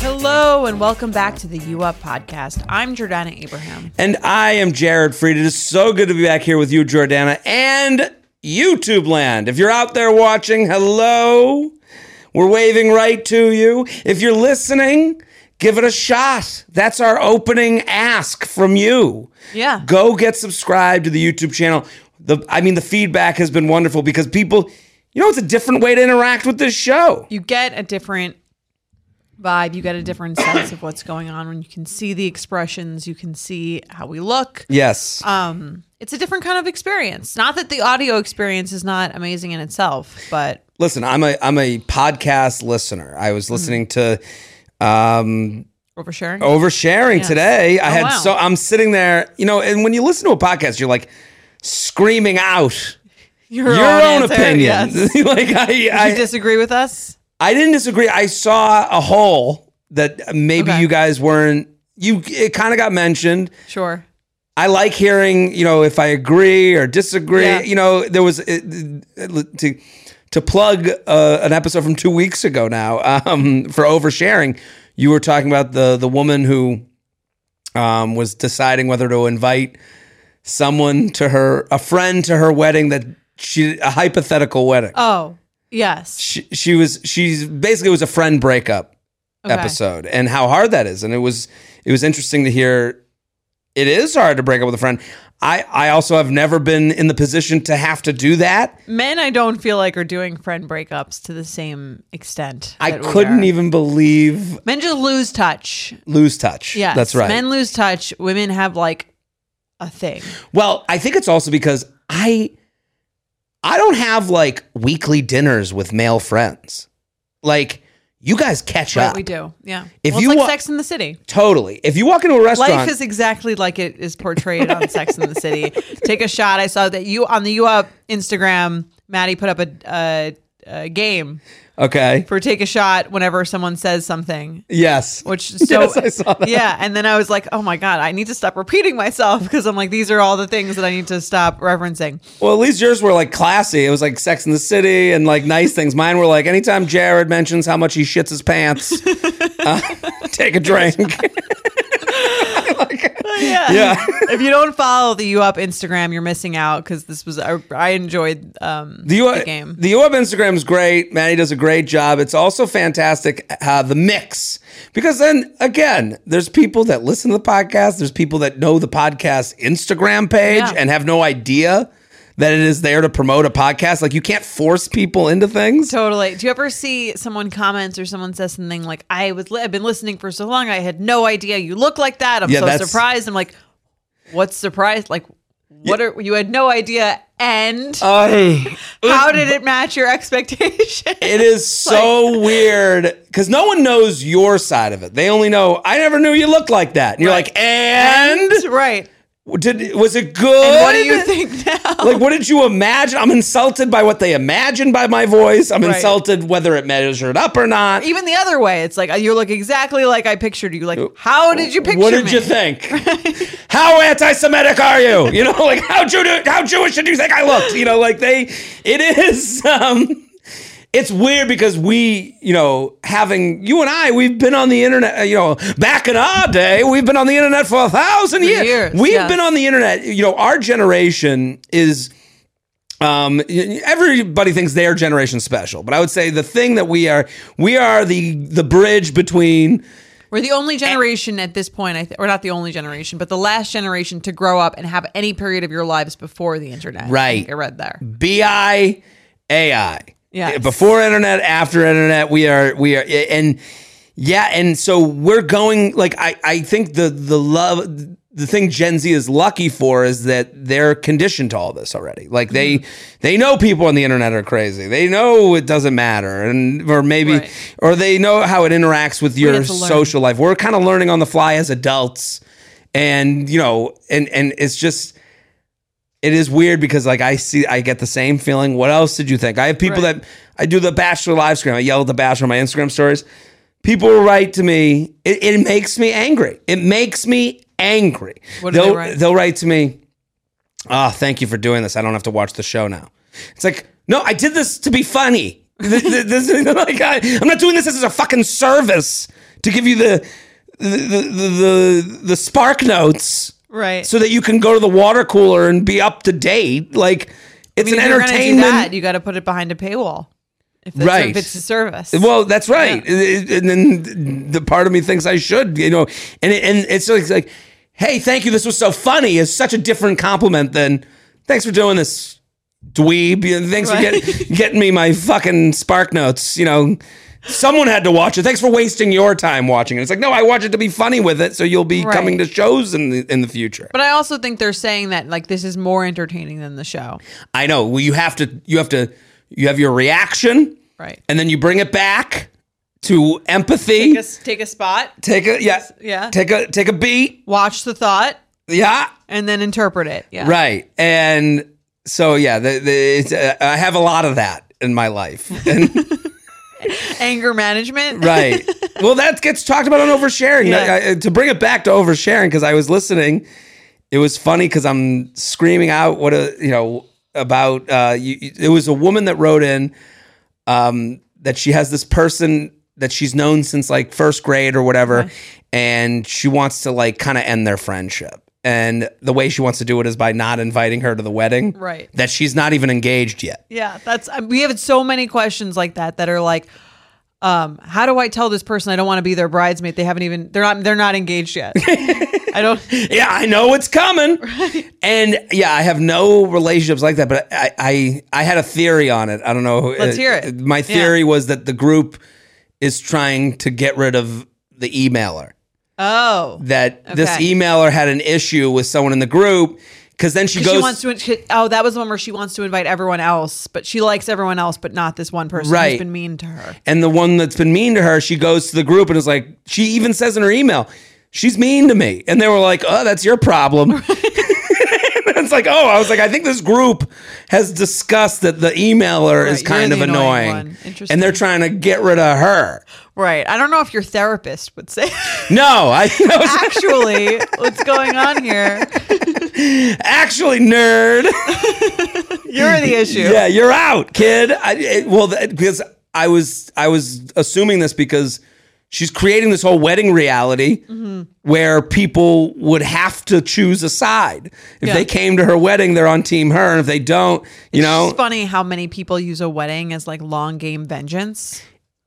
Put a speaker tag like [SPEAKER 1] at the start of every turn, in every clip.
[SPEAKER 1] Hello and welcome back to the U Up podcast. I'm Jordana Abraham.
[SPEAKER 2] And I am Jared Fried. It is so good to be back here with you, Jordana, and YouTube land. If you're out there watching, hello. We're waving right to you. If you're listening, give it a shot. That's our opening ask from you.
[SPEAKER 1] Yeah.
[SPEAKER 2] Go get subscribed to the YouTube channel. The I mean the feedback has been wonderful because people you know it's a different way to interact with this show.
[SPEAKER 1] You get a different vibe, you get a different sense of what's going on when you can see the expressions, you can see how we look.
[SPEAKER 2] Yes.
[SPEAKER 1] Um, it's a different kind of experience. Not that the audio experience is not amazing in itself, but
[SPEAKER 2] Listen, I'm a I'm a podcast listener. I was listening to um
[SPEAKER 1] oversharing.
[SPEAKER 2] oversharing today. I
[SPEAKER 1] Oh,
[SPEAKER 2] had
[SPEAKER 1] wow.
[SPEAKER 2] so I'm sitting there, you know, and when you listen to a podcast, you're like screaming out
[SPEAKER 1] your,
[SPEAKER 2] your own,
[SPEAKER 1] answer,
[SPEAKER 2] opinion.
[SPEAKER 1] yes.
[SPEAKER 2] like I,
[SPEAKER 1] You
[SPEAKER 2] I,
[SPEAKER 1] disagree with us?
[SPEAKER 2] I didn't disagree. I saw a hole that maybe
[SPEAKER 1] Okay.
[SPEAKER 2] you guys weren't. You it kind of got mentioned.
[SPEAKER 1] Sure.
[SPEAKER 2] I like hearing, you know, if I agree or disagree.
[SPEAKER 1] Yeah.
[SPEAKER 2] You know, there was it, it- to to plug uh, an episode from two weeks ago now um, for oversharing. You were talking about the the woman who um, was deciding whether to invite someone to her a friend to her wedding that she a hypothetical wedding.
[SPEAKER 1] Oh, yes.
[SPEAKER 2] She, she was she's basically it was a friend breakup
[SPEAKER 1] Okay.
[SPEAKER 2] episode and how hard that is and it was it was interesting to hear it is hard to break up with a friend i i also have never been in the position to have to do that
[SPEAKER 1] Men, I don't feel like are doing friend breakups to the same extent.
[SPEAKER 2] i
[SPEAKER 1] that we
[SPEAKER 2] couldn't e-
[SPEAKER 1] are.
[SPEAKER 2] even believe
[SPEAKER 1] Men just lose touch.
[SPEAKER 2] lose touch
[SPEAKER 1] Yeah,
[SPEAKER 2] that's right
[SPEAKER 1] Men lose touch. Women have like a thing.
[SPEAKER 2] well i think it's also because i i don't have like weekly dinners with male friends like you guys catch
[SPEAKER 1] Right,
[SPEAKER 2] up
[SPEAKER 1] we do. Yeah.
[SPEAKER 2] If
[SPEAKER 1] well,
[SPEAKER 2] you
[SPEAKER 1] it's like
[SPEAKER 2] wa-
[SPEAKER 1] Sex in the City.
[SPEAKER 2] totally if you walk into a restaurant
[SPEAKER 1] Life is exactly like it is portrayed on Sex in the City. Take a shot. I saw that you on the U Up Instagram, Maddie put up a, a, a game
[SPEAKER 2] okay
[SPEAKER 1] for take a shot whenever someone says something.
[SPEAKER 2] yes
[SPEAKER 1] Which is so
[SPEAKER 2] Yes, I saw that.
[SPEAKER 1] yeah, and then I was like, oh my god, I need to stop repeating myself because I'm like, these are all the things that I need to stop referencing.
[SPEAKER 2] Well, at least yours were like classy. It was like Sex in the City and like nice things. Mine were like anytime Jared mentions how much he shits his pants, uh, take a drink.
[SPEAKER 1] yeah.
[SPEAKER 2] Yeah.
[SPEAKER 1] if you don't follow the U Up Instagram, you're missing out because this was I, I enjoyed um,
[SPEAKER 2] The U-
[SPEAKER 1] the game.
[SPEAKER 2] the U Up Instagram is great. Maddie does a great job. It's also fantastic uh, the mix because then again, there's people that listen to the podcast. There's people that know the podcast Instagram page
[SPEAKER 1] Yeah.
[SPEAKER 2] and have no idea that it is there to promote a podcast. Like you can't force people into things.
[SPEAKER 1] Totally. Do you ever see someone comments or someone says something like, "I was li- I've been listening for so long, I had no idea you look like that. I'm
[SPEAKER 2] Yeah,
[SPEAKER 1] so
[SPEAKER 2] that's-
[SPEAKER 1] surprised." I'm like, "What's surprised? Like, what are you had no idea?" And
[SPEAKER 2] Uh, I-
[SPEAKER 1] how did it match your expectation?
[SPEAKER 2] It is so weird because no one knows your side of it. They only know I never knew you looked like that. And you're
[SPEAKER 1] Right.
[SPEAKER 2] like, and,
[SPEAKER 1] right.
[SPEAKER 2] did was it good?
[SPEAKER 1] And what do you think now?
[SPEAKER 2] Like, what did you imagine? I'm insulted by what they imagined by my voice. I'm
[SPEAKER 1] Right.
[SPEAKER 2] insulted whether it measured up or not.
[SPEAKER 1] Even the other way, it's like you look exactly like I pictured you. Like, how did you picture
[SPEAKER 2] What did
[SPEAKER 1] me?
[SPEAKER 2] you think? How anti-Semitic are you? You know, like how Jew- how Jewish did you think I looked? You know, like they. It is. Um, it's weird because we, you know, having you and I, we've been on the internet. uh, You know, back in our day, we've been on the internet for a thousand years.
[SPEAKER 1] years,
[SPEAKER 2] we've
[SPEAKER 1] yes.
[SPEAKER 2] been on the internet. You know, our generation is. Um, y- everybody thinks their generation's special, but I would say the thing that we are, we are the the bridge between
[SPEAKER 1] We're the only generation at this point. I th- we're not the only generation, but the last generation to grow up and have any period of your lives before the internet. I think
[SPEAKER 2] Right.
[SPEAKER 1] I read there.
[SPEAKER 2] BI AI.
[SPEAKER 1] Yes.
[SPEAKER 2] Before internet, after internet, we are we are and yeah, and so we're going like I I think the the love the thing Gen Z is lucky for is that they're conditioned to all this already. Like they
[SPEAKER 1] Mm-hmm.
[SPEAKER 2] they know people on the internet are crazy. They know it doesn't matter, and or maybe
[SPEAKER 1] Right.
[SPEAKER 2] or they know how it interacts with your
[SPEAKER 1] have to learn.
[SPEAKER 2] social life. We're kind of learning on the fly as adults, and you know, and and it's just it is weird because like I see I get the same feeling. What else did you think? I have people
[SPEAKER 1] Right.
[SPEAKER 2] that I do the Bachelor live stream. I yell at the Bachelor on my Instagram stories. People write to me. It, it makes me angry. It makes me angry.
[SPEAKER 1] What do they
[SPEAKER 2] they'll
[SPEAKER 1] write?
[SPEAKER 2] they'll write to me. Ah, thank you for doing this. I don't have to watch the show now. It's like no, I did this to be funny. This- this- this- like, I, am not doing this as a fucking service to give you the the the the, the, the spark notes
[SPEAKER 1] Right.
[SPEAKER 2] so that you can go to the water cooler and be up to date. Like it's
[SPEAKER 1] I mean,
[SPEAKER 2] an
[SPEAKER 1] if you're gonna do that,
[SPEAKER 2] entertainment.
[SPEAKER 1] you got to put it behind a paywall. If, that's
[SPEAKER 2] Right.
[SPEAKER 1] if it's a service.
[SPEAKER 2] Well, that's right. And- And then the part of me thinks I should, you know, and it, and it's like, it's like, hey, thank you. This was so funny. Is such a different compliment than thanks for doing this, dweeb. You know, Thanks
[SPEAKER 1] Right.
[SPEAKER 2] for getting getting me my fucking spark notes. You know, someone had to watch it. Thanks for wasting your time watching it. It's like, no, I watch it to be funny with it. So you'll be
[SPEAKER 1] Right.
[SPEAKER 2] coming to shows in the in the future.
[SPEAKER 1] but I also think they're saying that like this is more entertaining than the show.
[SPEAKER 2] I know. Well, you have to. You have to. You have your reaction,
[SPEAKER 1] Right.
[SPEAKER 2] and then you bring it back to empathy.
[SPEAKER 1] Take a, take a spot,
[SPEAKER 2] Take a yeah.
[SPEAKER 1] Yeah.
[SPEAKER 2] Take a take a beat.
[SPEAKER 1] watch the thought,
[SPEAKER 2] Yeah.
[SPEAKER 1] and then interpret it. Yeah.
[SPEAKER 2] Right. And so yeah, the, the, it's, uh, I have a lot of that in my life. And,
[SPEAKER 1] Anger management.
[SPEAKER 2] right. Well, that gets talked about on oversharing.
[SPEAKER 1] Yeah.
[SPEAKER 2] I- I- to bring it back to oversharing, because I was listening, it was funny because I'm screaming out what a you know about. Uh, you, you- it was a woman that wrote in um, that she has this person that she's known since like first grade or whatever,
[SPEAKER 1] Uh-huh.
[SPEAKER 2] and she wants to like kind of end their friendship. And the way she wants to do it is by not inviting her to the wedding.
[SPEAKER 1] Right.
[SPEAKER 2] That she's not even engaged yet.
[SPEAKER 1] Yeah, that's uh, we have so many questions like that that are like, um, how do I tell this person I don't want to be their bridesmaid? They haven't even they're not they're not engaged yet. I don't.
[SPEAKER 2] yeah, I know it's coming. And yeah, I have no relationships like that, but I, I, I had a theory on it. I don't know. Uh,
[SPEAKER 1] Let's hear it.
[SPEAKER 2] My theory was that the group is trying to get rid of the emailer.
[SPEAKER 1] Oh,
[SPEAKER 2] That this
[SPEAKER 1] Okay.
[SPEAKER 2] emailer had an issue with someone in the group because then she goes.
[SPEAKER 1] she wants to. she- Oh, that was the one where she wants to invite everyone else, but she likes everyone else, but not this one person
[SPEAKER 2] Right.
[SPEAKER 1] who's been mean to her.
[SPEAKER 2] and the one that's been mean to her, she goes to the group and is like, she even says in her email, she's mean to me. And they were like, oh, that's your problem. it's like, oh, I was like, I think this group has discussed that the emailer is
[SPEAKER 1] you're
[SPEAKER 2] kind of
[SPEAKER 1] the annoying
[SPEAKER 2] annoying.
[SPEAKER 1] one. Interesting.
[SPEAKER 2] and they're trying to get rid of her.
[SPEAKER 1] Right. I don't know if your therapist would say
[SPEAKER 2] No, I
[SPEAKER 1] actually what's going on here.
[SPEAKER 2] actually, nerd.
[SPEAKER 1] You're the issue.
[SPEAKER 2] Yeah, you're out, kid. I, it- well, that, because I was I was assuming this because she's creating this whole wedding reality
[SPEAKER 1] Mm-hmm.
[SPEAKER 2] where people would have to choose a side. If
[SPEAKER 1] Yeah.
[SPEAKER 2] they came to her wedding, they're on team her, and if they don't, you know,
[SPEAKER 1] It's funny how many people use a wedding as like long game vengeance.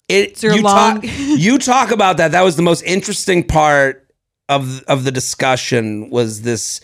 [SPEAKER 2] it.
[SPEAKER 1] your
[SPEAKER 2] You
[SPEAKER 1] long-
[SPEAKER 2] talk, you talk about that. That was the most interesting part of of the discussion was this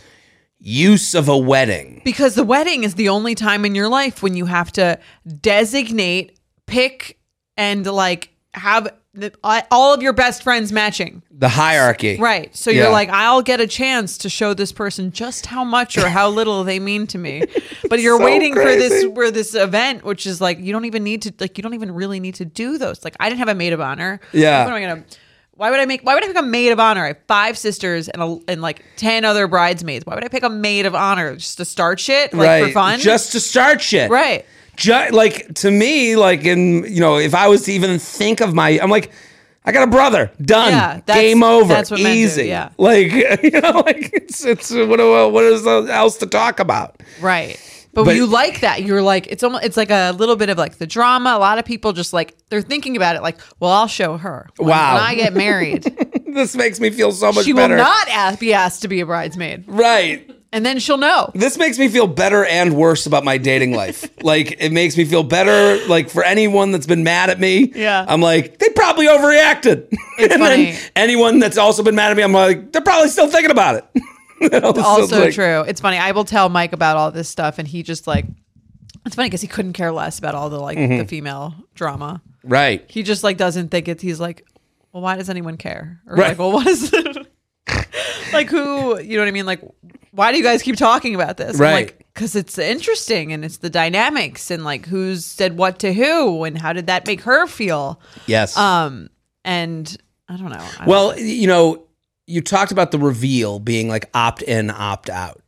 [SPEAKER 2] use of a wedding.
[SPEAKER 1] because the wedding is the only time in your life when you have to designate, pick, and like have the, all of your best friends matching.
[SPEAKER 2] The hierarchy,
[SPEAKER 1] Right. So
[SPEAKER 2] Yeah.
[SPEAKER 1] you're like, I'll get a chance to show this person just how much or how little they mean to me. But you're
[SPEAKER 2] So
[SPEAKER 1] waiting for this
[SPEAKER 2] crazy.
[SPEAKER 1] for this event, which is like you don't even need to like you don't even really need to do those. Like I didn't have a maid of honor.
[SPEAKER 2] Yeah.
[SPEAKER 1] Like, what am I gonna why would I make why would I pick a maid of honor? I have five sisters and a, and like ten other bridesmaids. Why would I pick a maid of honor? Just to start shit? Like
[SPEAKER 2] right?
[SPEAKER 1] for fun?
[SPEAKER 2] Just to start shit,
[SPEAKER 1] right.
[SPEAKER 2] ju- like to me, like in you know, if I was to even think of my, I'm like, I got a brother. Done.
[SPEAKER 1] Yeah, that's-
[SPEAKER 2] Game over.
[SPEAKER 1] that's what men do,
[SPEAKER 2] Easy.
[SPEAKER 1] yeah.
[SPEAKER 2] Like you know, like it's it's what what is else to talk about?
[SPEAKER 1] Right. But,
[SPEAKER 2] But-
[SPEAKER 1] you like that. You're like it's almost it's like a little bit of like the drama. A lot of people just like they're thinking about it like, well, I'll show her. When,
[SPEAKER 2] Wow.
[SPEAKER 1] When I get married,
[SPEAKER 2] This makes me feel so much
[SPEAKER 1] she will
[SPEAKER 2] better.
[SPEAKER 1] not ask, be asked to be a bridesmaid,
[SPEAKER 2] Right.
[SPEAKER 1] and then she'll know.
[SPEAKER 2] This makes me feel better and worse about my dating life. like it makes me feel better. Like for anyone that's been mad at me,
[SPEAKER 1] Yeah.
[SPEAKER 2] I'm like they probably overreacted. It's and
[SPEAKER 1] funny.
[SPEAKER 2] Then anyone that's also been mad at me, I'm like they're probably still thinking about it. You know, so it's
[SPEAKER 1] Also
[SPEAKER 2] like-
[SPEAKER 1] true. It's funny. I will tell Mike about all this stuff, and he just like it's funny because he couldn't care less about all the like
[SPEAKER 2] Mm-hmm.
[SPEAKER 1] the female drama.
[SPEAKER 2] Right.
[SPEAKER 1] He just like doesn't think it's. He's like, well, why does anyone care? Or
[SPEAKER 2] Right.
[SPEAKER 1] like, well, what is? like who you know what I mean? Like why do you guys keep talking about this? I'm
[SPEAKER 2] Right.
[SPEAKER 1] like because it's interesting and it's the dynamics and like who's said what to who and how did that make her feel?
[SPEAKER 2] Yes.
[SPEAKER 1] Um and I don't know. I don't-
[SPEAKER 2] Uh, Well, you know, you talked about the reveal being like opt in, opt out.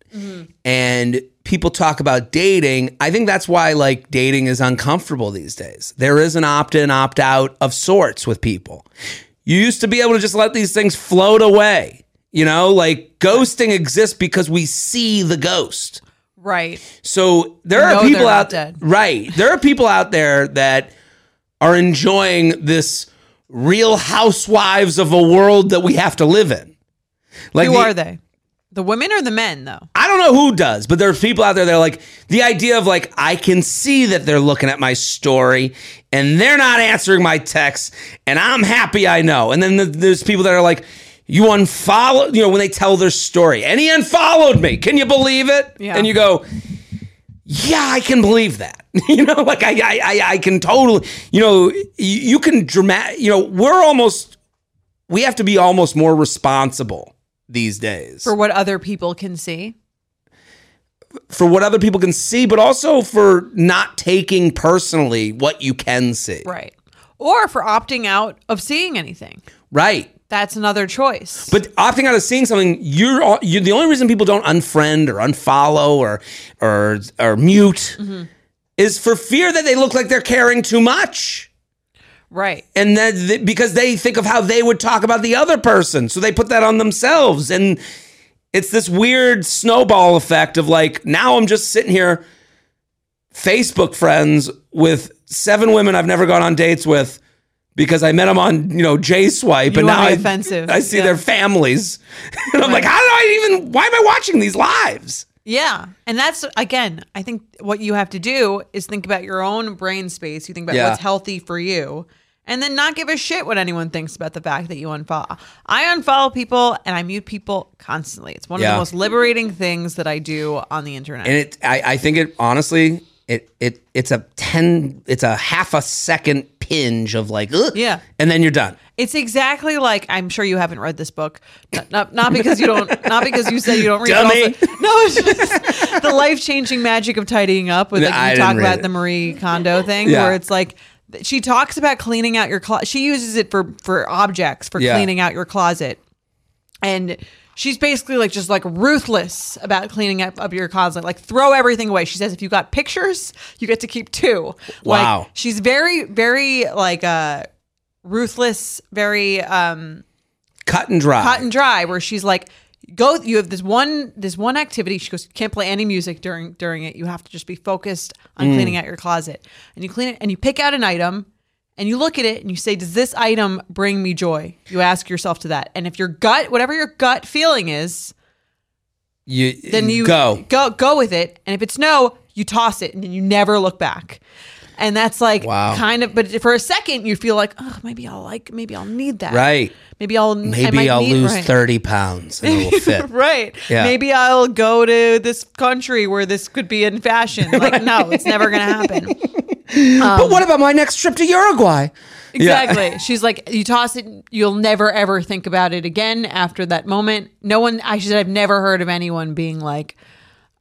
[SPEAKER 2] And people talk about dating. I think that's why like dating is uncomfortable these days. There is an opt in, opt out of sorts with people. You used to be able to just let these things float away. You know, like ghosting exists because we see the ghost.
[SPEAKER 1] right.
[SPEAKER 2] So there
[SPEAKER 1] know
[SPEAKER 2] are
[SPEAKER 1] they're
[SPEAKER 2] people
[SPEAKER 1] not
[SPEAKER 2] out
[SPEAKER 1] dead.
[SPEAKER 2] right. There are people out there that are enjoying this Real Housewives of a world that we have to live in. Like
[SPEAKER 1] Who
[SPEAKER 2] the-
[SPEAKER 1] are they? The women or the men though?
[SPEAKER 2] I don't know who does, but there's people out there that are like the idea of like I can see that they're looking at my story and they're not answering my texts, and I'm happy I know. And then th- there's people that are like, you unfollow, you know, when they tell their story, and he unfollowed me. Can you believe it?
[SPEAKER 1] Yeah.
[SPEAKER 2] And you go, yeah, I can believe that. You know, like I, I, I, I can totally. You know, y- you can dramatic. You know, we're almost, we have to be almost more responsible these days
[SPEAKER 1] For what other people can see.
[SPEAKER 2] for what other people can see, but also for not taking personally what you can see.
[SPEAKER 1] Right. Or for opting out of seeing anything.
[SPEAKER 2] Right.
[SPEAKER 1] That's another choice.
[SPEAKER 2] But opting out of seeing something, you're, you're the only reason people don't unfriend or unfollow or or or mute is for fear that they look like they're caring too much,
[SPEAKER 1] right.
[SPEAKER 2] and that th- because they think of how they would talk about the other person, so they put that on themselves, and it's this weird snowball effect of like now I'm just sitting here Facebook friends with seven women I've never gone on dates with because I met them on you know J Swipe and
[SPEAKER 1] don't
[SPEAKER 2] now
[SPEAKER 1] wanna be
[SPEAKER 2] I,
[SPEAKER 1] offensive.
[SPEAKER 2] I see
[SPEAKER 1] Yeah.
[SPEAKER 2] their families and I'm like how do I even why am I watching these lives
[SPEAKER 1] Yeah. And that's, again, I think what you have to do is think about your own brain space. You think about
[SPEAKER 2] Yeah.
[SPEAKER 1] what's healthy for you and then not give a shit what anyone thinks about the fact that you unfollow. I unfollow people and I mute people constantly. It's one of
[SPEAKER 2] Yeah.
[SPEAKER 1] the most liberating things that I do on the internet.
[SPEAKER 2] and it I, I think it honestly it it it's a ten it's a half a second pinge of like ugh,
[SPEAKER 1] Yeah.
[SPEAKER 2] and then you're done
[SPEAKER 1] It's exactly like I'm sure you haven't read this book, not not, not because you don't, not because you said you don't read.
[SPEAKER 2] Dummy.
[SPEAKER 1] It also, no, it's just the life changing magic of tidying up. With
[SPEAKER 2] No,
[SPEAKER 1] like
[SPEAKER 2] I
[SPEAKER 1] you
[SPEAKER 2] didn't
[SPEAKER 1] talk
[SPEAKER 2] read
[SPEAKER 1] about
[SPEAKER 2] it.
[SPEAKER 1] the Marie Kondo thing,
[SPEAKER 2] Yeah.
[SPEAKER 1] where it's like th- she talks about cleaning out your closet. She uses it for for objects for
[SPEAKER 2] Yeah.
[SPEAKER 1] cleaning out your closet, and she's basically like just like ruthless about cleaning up, up your closet. Like throw everything away. She says if you got pictures, you get to keep two. Like,
[SPEAKER 2] Wow.
[SPEAKER 1] she's very very like uh ruthless, very um,
[SPEAKER 2] cut and dry
[SPEAKER 1] hot and dry. Where she's like, "Go, you have this one this one activity." She goes, "You "Can't play any music during during it. You have to just be focused on cleaning out your closet." And you clean it, and you pick out an item, and you look at it, and you say, "Does this item bring me joy?" You ask yourself to that, and if your gut, whatever your gut feeling is,
[SPEAKER 2] you
[SPEAKER 1] then you
[SPEAKER 2] go
[SPEAKER 1] go go with it and if it's no you toss it and then you never look back and that's like
[SPEAKER 2] Wow.
[SPEAKER 1] kind of but for a second you feel like oh maybe i'll like maybe i'll need that
[SPEAKER 2] right.
[SPEAKER 1] maybe i'll I might
[SPEAKER 2] Maybe I'll
[SPEAKER 1] need-
[SPEAKER 2] lose
[SPEAKER 1] right.
[SPEAKER 2] 30 pounds and it will fit.
[SPEAKER 1] right
[SPEAKER 2] Yeah.
[SPEAKER 1] maybe i'll go to this country where this could be in fashion like no it's never gonna happen
[SPEAKER 2] but what about my next trip to Uruguay?
[SPEAKER 1] Um, Exactly. She's like, you toss it, you'll never ever think about it again after that moment. No one, I should, I've never heard of anyone being like,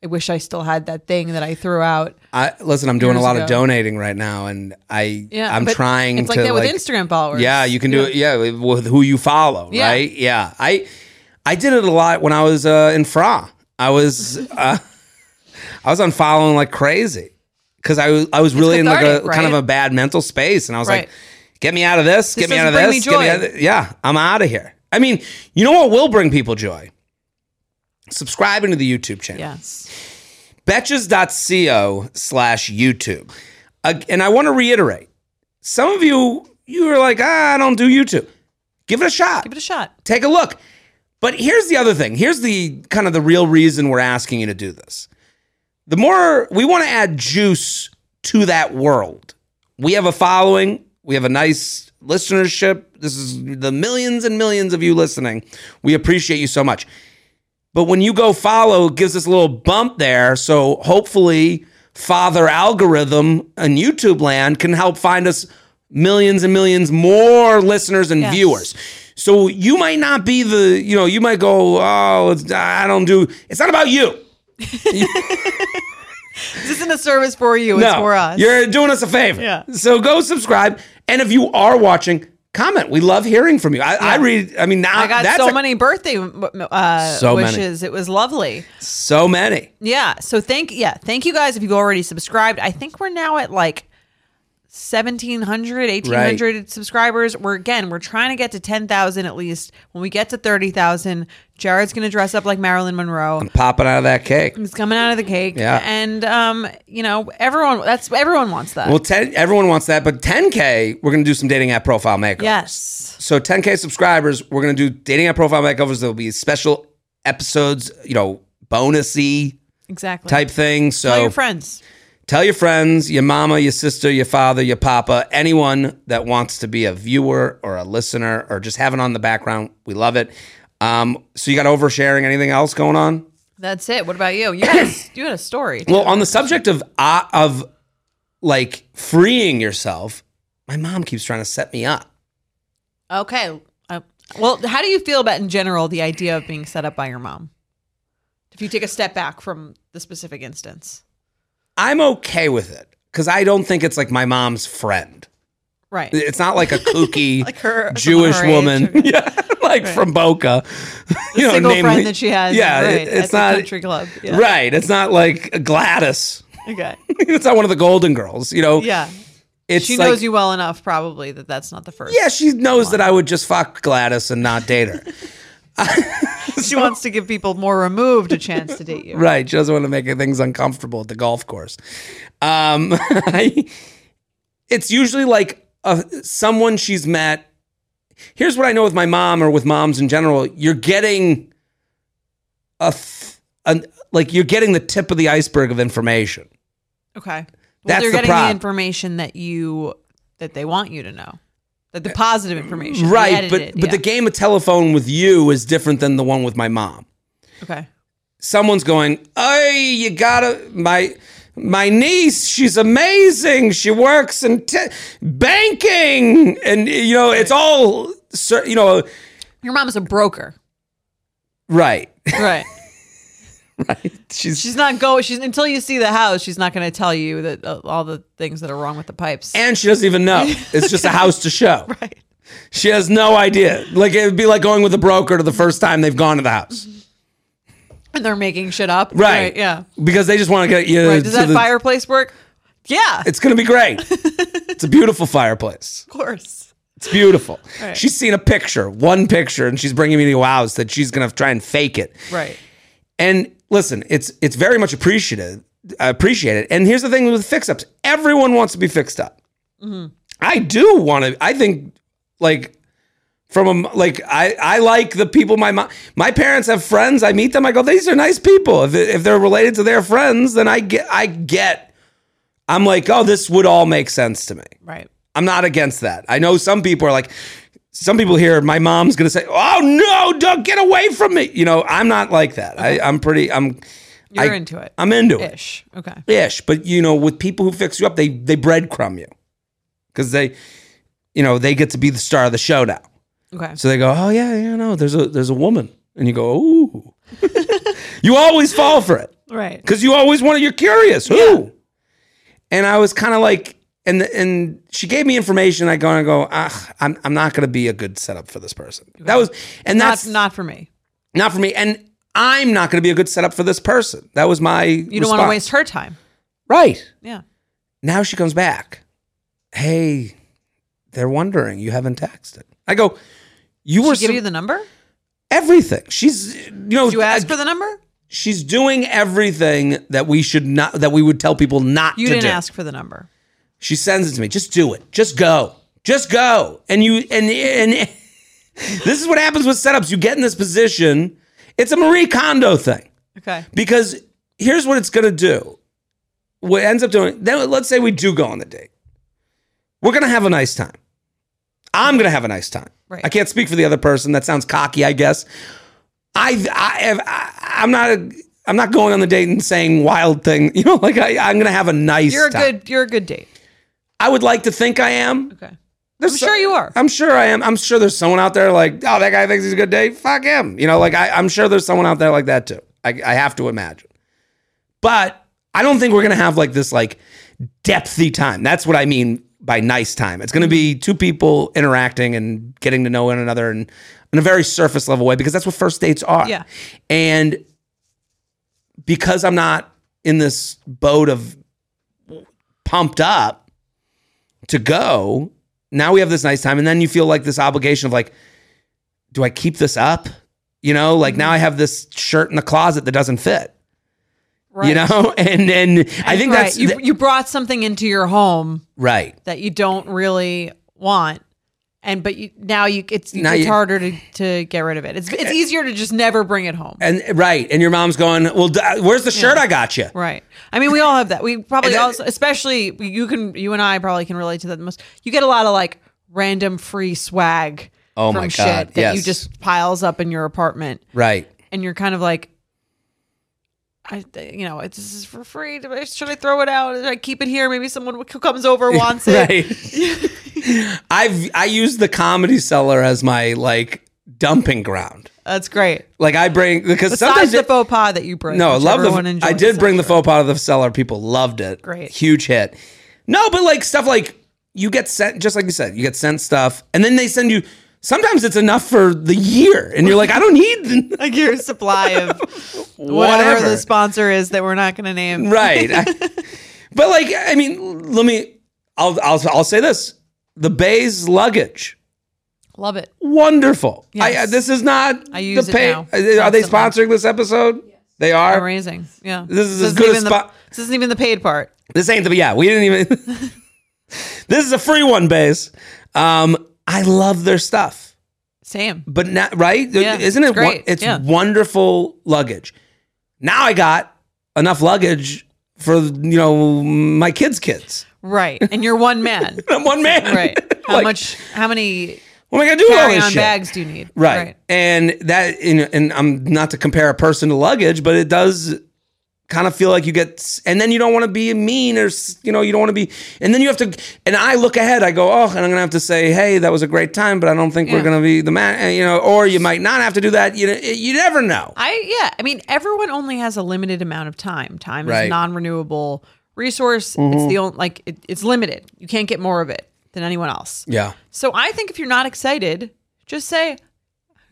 [SPEAKER 1] I wish I still had that thing that I threw out.
[SPEAKER 2] I, listen, I'm doing a
[SPEAKER 1] Years
[SPEAKER 2] lot of
[SPEAKER 1] ago.
[SPEAKER 2] donating right now, and I
[SPEAKER 1] Yeah,
[SPEAKER 2] I'm
[SPEAKER 1] but
[SPEAKER 2] trying
[SPEAKER 1] It's like
[SPEAKER 2] to
[SPEAKER 1] that with Instagram followers.
[SPEAKER 2] Yeah, you can do it. Yeah, with who you follow,
[SPEAKER 1] Yeah.
[SPEAKER 2] right? Yeah, I I did it a lot when I was uh, in Fra. I was uh, I was unfollowing like crazy because I was I was really in like a
[SPEAKER 1] cathartic,
[SPEAKER 2] kind of
[SPEAKER 1] right?
[SPEAKER 2] a bad mental space, and I was
[SPEAKER 1] Right.
[SPEAKER 2] like, get me out of this, get me out of
[SPEAKER 1] doesn't bring
[SPEAKER 2] this,
[SPEAKER 1] me
[SPEAKER 2] get me
[SPEAKER 1] joy.
[SPEAKER 2] out of thi- yeah, I'm out of here. I mean, you know what will bring people joy? Subscribing to the YouTube channel
[SPEAKER 1] Yes.
[SPEAKER 2] betches.co slash YouTube. Ag- And I want to reiterate some of you, you were like, ah, I don't do YouTube. Give it a shot.
[SPEAKER 1] Give it a shot.
[SPEAKER 2] Take a look. But here's the other thing. Here's the kind of the real reason we're asking you to do this. The more we want to add juice to that world. We have a following, we have a nice listenership. This is the millions and millions of you listening. We appreciate you so much. But when you go follow, it gives us a little bump there. So hopefully, Father Algorithm and YouTube land can help find us millions and millions more listeners and
[SPEAKER 1] Yes.
[SPEAKER 2] viewers. So you might not be the, you know, you might go, oh, it's, I don't do. It's not about you.
[SPEAKER 1] This isn't a service for you. It's
[SPEAKER 2] no,
[SPEAKER 1] for us.
[SPEAKER 2] You're doing us a favor.
[SPEAKER 1] Yeah.
[SPEAKER 2] So go subscribe, and if you are watching, comment. We love hearing from you. I, I read. I mean, now
[SPEAKER 1] I got
[SPEAKER 2] that's
[SPEAKER 1] so
[SPEAKER 2] a-
[SPEAKER 1] many birthday uh,
[SPEAKER 2] So many.
[SPEAKER 1] wishes. It was lovely.
[SPEAKER 2] So many.
[SPEAKER 1] Yeah. So thank yeah, thank you guys if you already subscribed. I think we're now at like 1700 1800 subscribers we're again we're trying to get to 10000 at least when we get to 30000 jared's gonna dress up like marilyn monroe
[SPEAKER 2] Popping out of that cake.
[SPEAKER 1] he's coming out of the cake
[SPEAKER 2] Um, Yeah.
[SPEAKER 1] and um you know everyone that's everyone wants that
[SPEAKER 2] Well, 10, everyone wants that, but 10K, we're going to do some dating app profile makeovers.
[SPEAKER 1] yes
[SPEAKER 2] So 10K subscribers, we're going to do dating app profile makeovers. There'll be special episodes, you know, bonusy
[SPEAKER 1] exactly
[SPEAKER 2] type things. So
[SPEAKER 1] tell your friends
[SPEAKER 2] tell your friends, your mama, your sister, your father, your papa, anyone that wants to be a viewer or a listener or just have it on the background. We love it. Um, so you got oversharing, anything else going on?
[SPEAKER 1] that's it what about you you had a, you had a story
[SPEAKER 2] Well, on the subject of uh, of like freeing yourself, my mom keeps trying to set me up.
[SPEAKER 1] Okay. Uh, well, how do you feel about in general the idea of being set up by your mom? If you take a step back from the specific instance.
[SPEAKER 2] I'm okay with it because I don't think it's like my mom's friend.
[SPEAKER 1] Right.
[SPEAKER 2] It's not like a kooky
[SPEAKER 1] Like her-
[SPEAKER 2] Jewish
[SPEAKER 1] someone her
[SPEAKER 2] woman,
[SPEAKER 1] age.
[SPEAKER 2] yeah, like from Boca, you know,
[SPEAKER 1] Single
[SPEAKER 2] namely-
[SPEAKER 1] friend that she has.
[SPEAKER 2] Yeah,
[SPEAKER 1] right,
[SPEAKER 2] it- it's
[SPEAKER 1] at
[SPEAKER 2] not
[SPEAKER 1] the country club. Yeah.
[SPEAKER 2] right. It's not like Gladys.
[SPEAKER 1] Okay.
[SPEAKER 2] it's not one of the Golden Girls, you know.
[SPEAKER 1] Yeah.
[SPEAKER 2] it's
[SPEAKER 1] She
[SPEAKER 2] like-
[SPEAKER 1] knows you well enough, probably, that that's not the first.
[SPEAKER 2] Yeah, she knows that I would just fuck Gladys and not date her.
[SPEAKER 1] She wants to give people more removed a chance to date you.
[SPEAKER 2] Right. She doesn't want to make things uncomfortable at the golf course. Um, I, it's usually like a, someone she's met. Here's what I know with my mom or with moms in general you're getting a, th- an like, you're getting the tip of the iceberg of information.
[SPEAKER 1] Okay. Well,
[SPEAKER 2] That's
[SPEAKER 1] they're
[SPEAKER 2] the
[SPEAKER 1] getting
[SPEAKER 2] prob-
[SPEAKER 1] the information that you that they want you to know. That the positive information. the
[SPEAKER 2] Uh, Right. But,
[SPEAKER 1] edited,
[SPEAKER 2] but the
[SPEAKER 1] yeah.
[SPEAKER 2] game of telephone with you is different than the one with my mom.
[SPEAKER 1] Okay.
[SPEAKER 2] someone's going, "Hey, you gotta my my niece. She's amazing. She works in t- banking, and you know it's all cer- you know
[SPEAKER 1] Your mom is a broker.
[SPEAKER 2] right,
[SPEAKER 1] Right.
[SPEAKER 2] right. She's
[SPEAKER 1] She's not go. She's until you see the house. She's not going to tell you that uh, all the things that are wrong with the pipes.
[SPEAKER 2] and she doesn't even know. It's just a house to show.
[SPEAKER 1] right.
[SPEAKER 2] She has no idea. Like it would be like going with a broker to the first time they've gone to the house,
[SPEAKER 1] And they're making shit up.
[SPEAKER 2] right?
[SPEAKER 1] yeah.
[SPEAKER 2] because they just want to get you.
[SPEAKER 1] Mm-hmm. Right. Does
[SPEAKER 2] to
[SPEAKER 1] that
[SPEAKER 2] the-
[SPEAKER 1] fireplace work? Yeah.
[SPEAKER 2] It's gonna be great. it's a beautiful fireplace.
[SPEAKER 1] of course.
[SPEAKER 2] It's beautiful.
[SPEAKER 1] Right.
[SPEAKER 2] She's seen a picture, one picture, and she's bringing me to a house that she's gonna try and fake it.
[SPEAKER 1] Right.
[SPEAKER 2] And listen, it's it's very much appreciated appreciated. And here's the thing with fix ups: everyone wants to be fixed up. I do want to. I think like from a like I I like the people my mom my parents have friends. I meet them. I go, these are nice people. If if they're related to their friends, then I get I get. I'm like, oh, this would all make sense to me.
[SPEAKER 1] Right.
[SPEAKER 2] I'm not against that. I know some people are like, some people here, my mom's gonna say, "Oh no, don't get away from me." You know, I'm not like that. I, I'm pretty. I'm.
[SPEAKER 1] You're
[SPEAKER 2] I-
[SPEAKER 1] into it.
[SPEAKER 2] I'm into it.
[SPEAKER 1] Ish. Okay.
[SPEAKER 2] Ish, but you know, with people who fix you up, they they breadcrumb you because they, you know, they get to be the star of the show now.
[SPEAKER 1] Okay.
[SPEAKER 2] So they go, "Oh yeah, yeah, no, there's a there's a woman," and you go, "Ooh." you always fall for it
[SPEAKER 1] right.
[SPEAKER 2] because you always want to. You're curious. Who? And I was kind of like, and and she gave me information. I go and I go. Ah, I'm I'm not going to be a good setup for this person. That was, and
[SPEAKER 1] Not
[SPEAKER 2] that's not,
[SPEAKER 1] not for me.
[SPEAKER 2] for me. And I'm not going to be a good setup for this person. That was my.
[SPEAKER 1] You don't want to waste her time.
[SPEAKER 2] Right
[SPEAKER 1] Yeah.
[SPEAKER 2] now, she comes back. Hey, they're wondering you haven't texted. I go. You were
[SPEAKER 1] She give
[SPEAKER 2] so-
[SPEAKER 1] you the number?
[SPEAKER 2] everything. She's you know
[SPEAKER 1] Did you ask
[SPEAKER 2] I-
[SPEAKER 1] for the number?
[SPEAKER 2] she's doing everything that we should not that we would tell people not
[SPEAKER 1] You
[SPEAKER 2] to
[SPEAKER 1] didn't
[SPEAKER 2] do.
[SPEAKER 1] ask for the number.
[SPEAKER 2] She sends it to me. Just do it. Just go. Just go. And you and and this is what happens with setups. You get in this position. It's a Marie Kondo thing
[SPEAKER 1] Okay.
[SPEAKER 2] because here's what it's gonna do. What it ends up doing? Then let's say we do go on the date. We're gonna have a nice time. I'm gonna have a nice time.
[SPEAKER 1] Right.
[SPEAKER 2] I can't speak for the other person. That sounds cocky, I guess. I I, I I'm not a, I'm not going on the date and saying wild thing. You know, like I, I'm gonna have a nice.
[SPEAKER 1] You're a
[SPEAKER 2] time.
[SPEAKER 1] good. You're a good date.
[SPEAKER 2] I would like to think I am.
[SPEAKER 1] Okay.
[SPEAKER 2] There's
[SPEAKER 1] I'm sure you are.
[SPEAKER 2] I'm sure I am. I'm sure there's someone out there like, oh, that guy thinks he's a good day. Fuck him. You know, like I, I'm sure there's someone out there like that too. I, I have to imagine. But I don't think we're gonna have like this like depthy time. That's what I mean by nice time. It's gonna be two people interacting and getting to know one another and in a very surface level way because that's what first dates are.
[SPEAKER 1] Yeah.
[SPEAKER 2] And because I'm not in this boat of pumped up to go, now we have this nice time. And then you feel like this obligation of like, do I keep this up? You know, like now I have this shirt in the closet that doesn't fit.
[SPEAKER 1] Right.
[SPEAKER 2] You know, and and I think
[SPEAKER 1] right.
[SPEAKER 2] that's
[SPEAKER 1] you,
[SPEAKER 2] th-
[SPEAKER 1] you brought something into your home
[SPEAKER 2] right.
[SPEAKER 1] that you don't really want. And but you, now you it's
[SPEAKER 2] Now
[SPEAKER 1] it's
[SPEAKER 2] you-
[SPEAKER 1] harder to, to get rid of it. It's it's easier to just never bring it home.
[SPEAKER 2] And right, and your mom's going, well, d- uh, where's the shirt I got you?
[SPEAKER 1] Right. I mean, we all have that. We probably
[SPEAKER 2] And that-
[SPEAKER 1] also, especially you can, you and I probably can relate to that the most. You get a lot of like random free swag.
[SPEAKER 2] Oh
[SPEAKER 1] from
[SPEAKER 2] my
[SPEAKER 1] shit
[SPEAKER 2] God,
[SPEAKER 1] That you
[SPEAKER 2] yes.
[SPEAKER 1] just piles up in your apartment,
[SPEAKER 2] Right.
[SPEAKER 1] and you're kind of like, I, you know, it's, this is for free. Do I- Should I throw it out? Should I keep it here? Maybe someone who comes over wants it.
[SPEAKER 2] Right. I've I use the comedy cellar as my like dumping ground.
[SPEAKER 1] That's great.
[SPEAKER 2] Like I bring because
[SPEAKER 1] Besides
[SPEAKER 2] sometimes
[SPEAKER 1] the
[SPEAKER 2] it-
[SPEAKER 1] faux pas that you bring,
[SPEAKER 2] no, I
[SPEAKER 1] which
[SPEAKER 2] love
[SPEAKER 1] everyone
[SPEAKER 2] the
[SPEAKER 1] enjoys,
[SPEAKER 2] I did
[SPEAKER 1] I'm
[SPEAKER 2] bring the
[SPEAKER 1] sure.
[SPEAKER 2] faux pas of the cellar. People loved it.
[SPEAKER 1] Great.
[SPEAKER 2] huge hit. No, but like stuff like you get sent just like you said, you get sent stuff, and then they send you. Sometimes it's enough for the year, and you're like, I don't need
[SPEAKER 1] like your supply of whatever,
[SPEAKER 2] whatever
[SPEAKER 1] the sponsor is that we're not going to name.
[SPEAKER 2] right I- but like i mean let me I'll, I'll i'll say this the bay's luggage
[SPEAKER 1] Love it.
[SPEAKER 2] wonderful I-
[SPEAKER 1] Yes.
[SPEAKER 2] this is not
[SPEAKER 1] I use it
[SPEAKER 2] the pay
[SPEAKER 1] now,
[SPEAKER 2] are they
[SPEAKER 1] constantly.
[SPEAKER 2] sponsoring this episode they are
[SPEAKER 1] Amazing. Yeah.
[SPEAKER 2] This is as good
[SPEAKER 1] even
[SPEAKER 2] as
[SPEAKER 1] the-
[SPEAKER 2] spot-
[SPEAKER 1] This isn't even the paid part.
[SPEAKER 2] This ain't the yeah. We didn't even. this is a free one, Baze. Um, I love their stuff,
[SPEAKER 1] Same.
[SPEAKER 2] but not right.
[SPEAKER 1] Yeah,
[SPEAKER 2] Isn't it?
[SPEAKER 1] it's great.
[SPEAKER 2] won- It's
[SPEAKER 1] Yeah.
[SPEAKER 2] wonderful luggage. Now I got enough luggage for you know my kids' kids.
[SPEAKER 1] Right. And you're one man.
[SPEAKER 2] I'm one man.
[SPEAKER 1] right. How
[SPEAKER 2] Like,
[SPEAKER 1] much how many
[SPEAKER 2] What am I gonna do with all
[SPEAKER 1] carry
[SPEAKER 2] this
[SPEAKER 1] on
[SPEAKER 2] shit?
[SPEAKER 1] bags do you need?
[SPEAKER 2] Right. And that, and, and I'm not to compare a person to luggage, but it does kind of feel like you get, and then you don't want to be mean or, s- you know, you don't want to be, and then you have to, and I look ahead, I go, oh, and I'm going to have to say, hey, that was a great time, but I don't think
[SPEAKER 1] Yeah.
[SPEAKER 2] we're going to be the man, you know, or you might not have to do that. You know, you never know.
[SPEAKER 1] I yeah, I mean everyone only has a limited amount of time. Time is
[SPEAKER 2] Right. Mm-hmm.
[SPEAKER 1] non-renewable resource. It's the only like it, it's limited. You can't get more of it than anyone else.
[SPEAKER 2] Yeah.
[SPEAKER 1] So I think if you're not excited, just say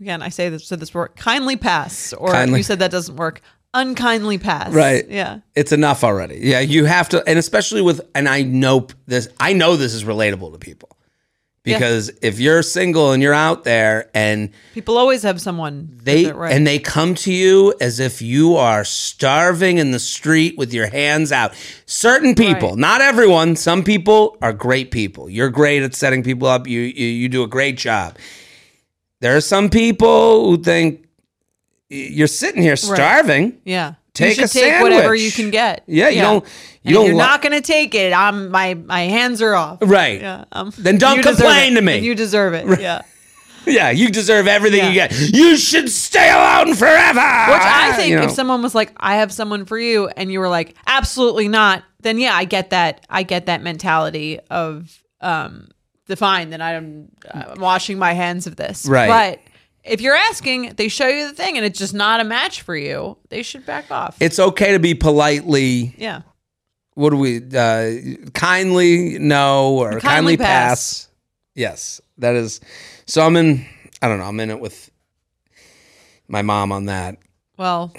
[SPEAKER 1] again, I say this said this word kindly pass or
[SPEAKER 2] Kindly.
[SPEAKER 1] you said that doesn't work. Unkindly pass.
[SPEAKER 2] Right.
[SPEAKER 1] Yeah.
[SPEAKER 2] It's enough already. Yeah. You have to, and especially with, and I know p- this, I know this is relatable to people because if you're single and you're out there and,
[SPEAKER 1] People always have someone
[SPEAKER 2] They
[SPEAKER 1] that- right.
[SPEAKER 2] and they come to you as if you are starving in the street with your hands out. Certain people,
[SPEAKER 1] Right.
[SPEAKER 2] not everyone. Some people are great people. You're great at setting people up. You you, you do a great job. There are some people who think y- you're sitting here starving.
[SPEAKER 1] Yeah.
[SPEAKER 2] Take
[SPEAKER 1] you
[SPEAKER 2] a
[SPEAKER 1] should take whatever
[SPEAKER 2] sandwich.
[SPEAKER 1] you can get.
[SPEAKER 2] Yeah, you don't.
[SPEAKER 1] And
[SPEAKER 2] You
[SPEAKER 1] if
[SPEAKER 2] don't.
[SPEAKER 1] you're
[SPEAKER 2] lo-
[SPEAKER 1] not gonna take it. I'm my my hands are off.
[SPEAKER 2] right.
[SPEAKER 1] Yeah. Um,
[SPEAKER 2] Then don't
[SPEAKER 1] you deserve
[SPEAKER 2] complain
[SPEAKER 1] it.
[SPEAKER 2] to me.
[SPEAKER 1] You deserve it. Yeah.
[SPEAKER 2] Yeah. You deserve everything you
[SPEAKER 1] Yeah.
[SPEAKER 2] get. You should stay alone forever.
[SPEAKER 1] Which I think
[SPEAKER 2] You know.
[SPEAKER 1] if someone was like, I have someone for you, and you were like, absolutely not, then yeah, I get that. I get that mentality of um, the fine. Then I'm, I'm washing my hands of this.
[SPEAKER 2] Right.
[SPEAKER 1] But if you're asking, they show you the thing, and it's just not a match for you. They should back off.
[SPEAKER 2] it's okay to be politely.
[SPEAKER 1] yeah.
[SPEAKER 2] what do we uh kindly no or kindly, pass.
[SPEAKER 1] pass.
[SPEAKER 2] yes that is so i'm in i don't know i'm in it with my mom on that
[SPEAKER 1] Well,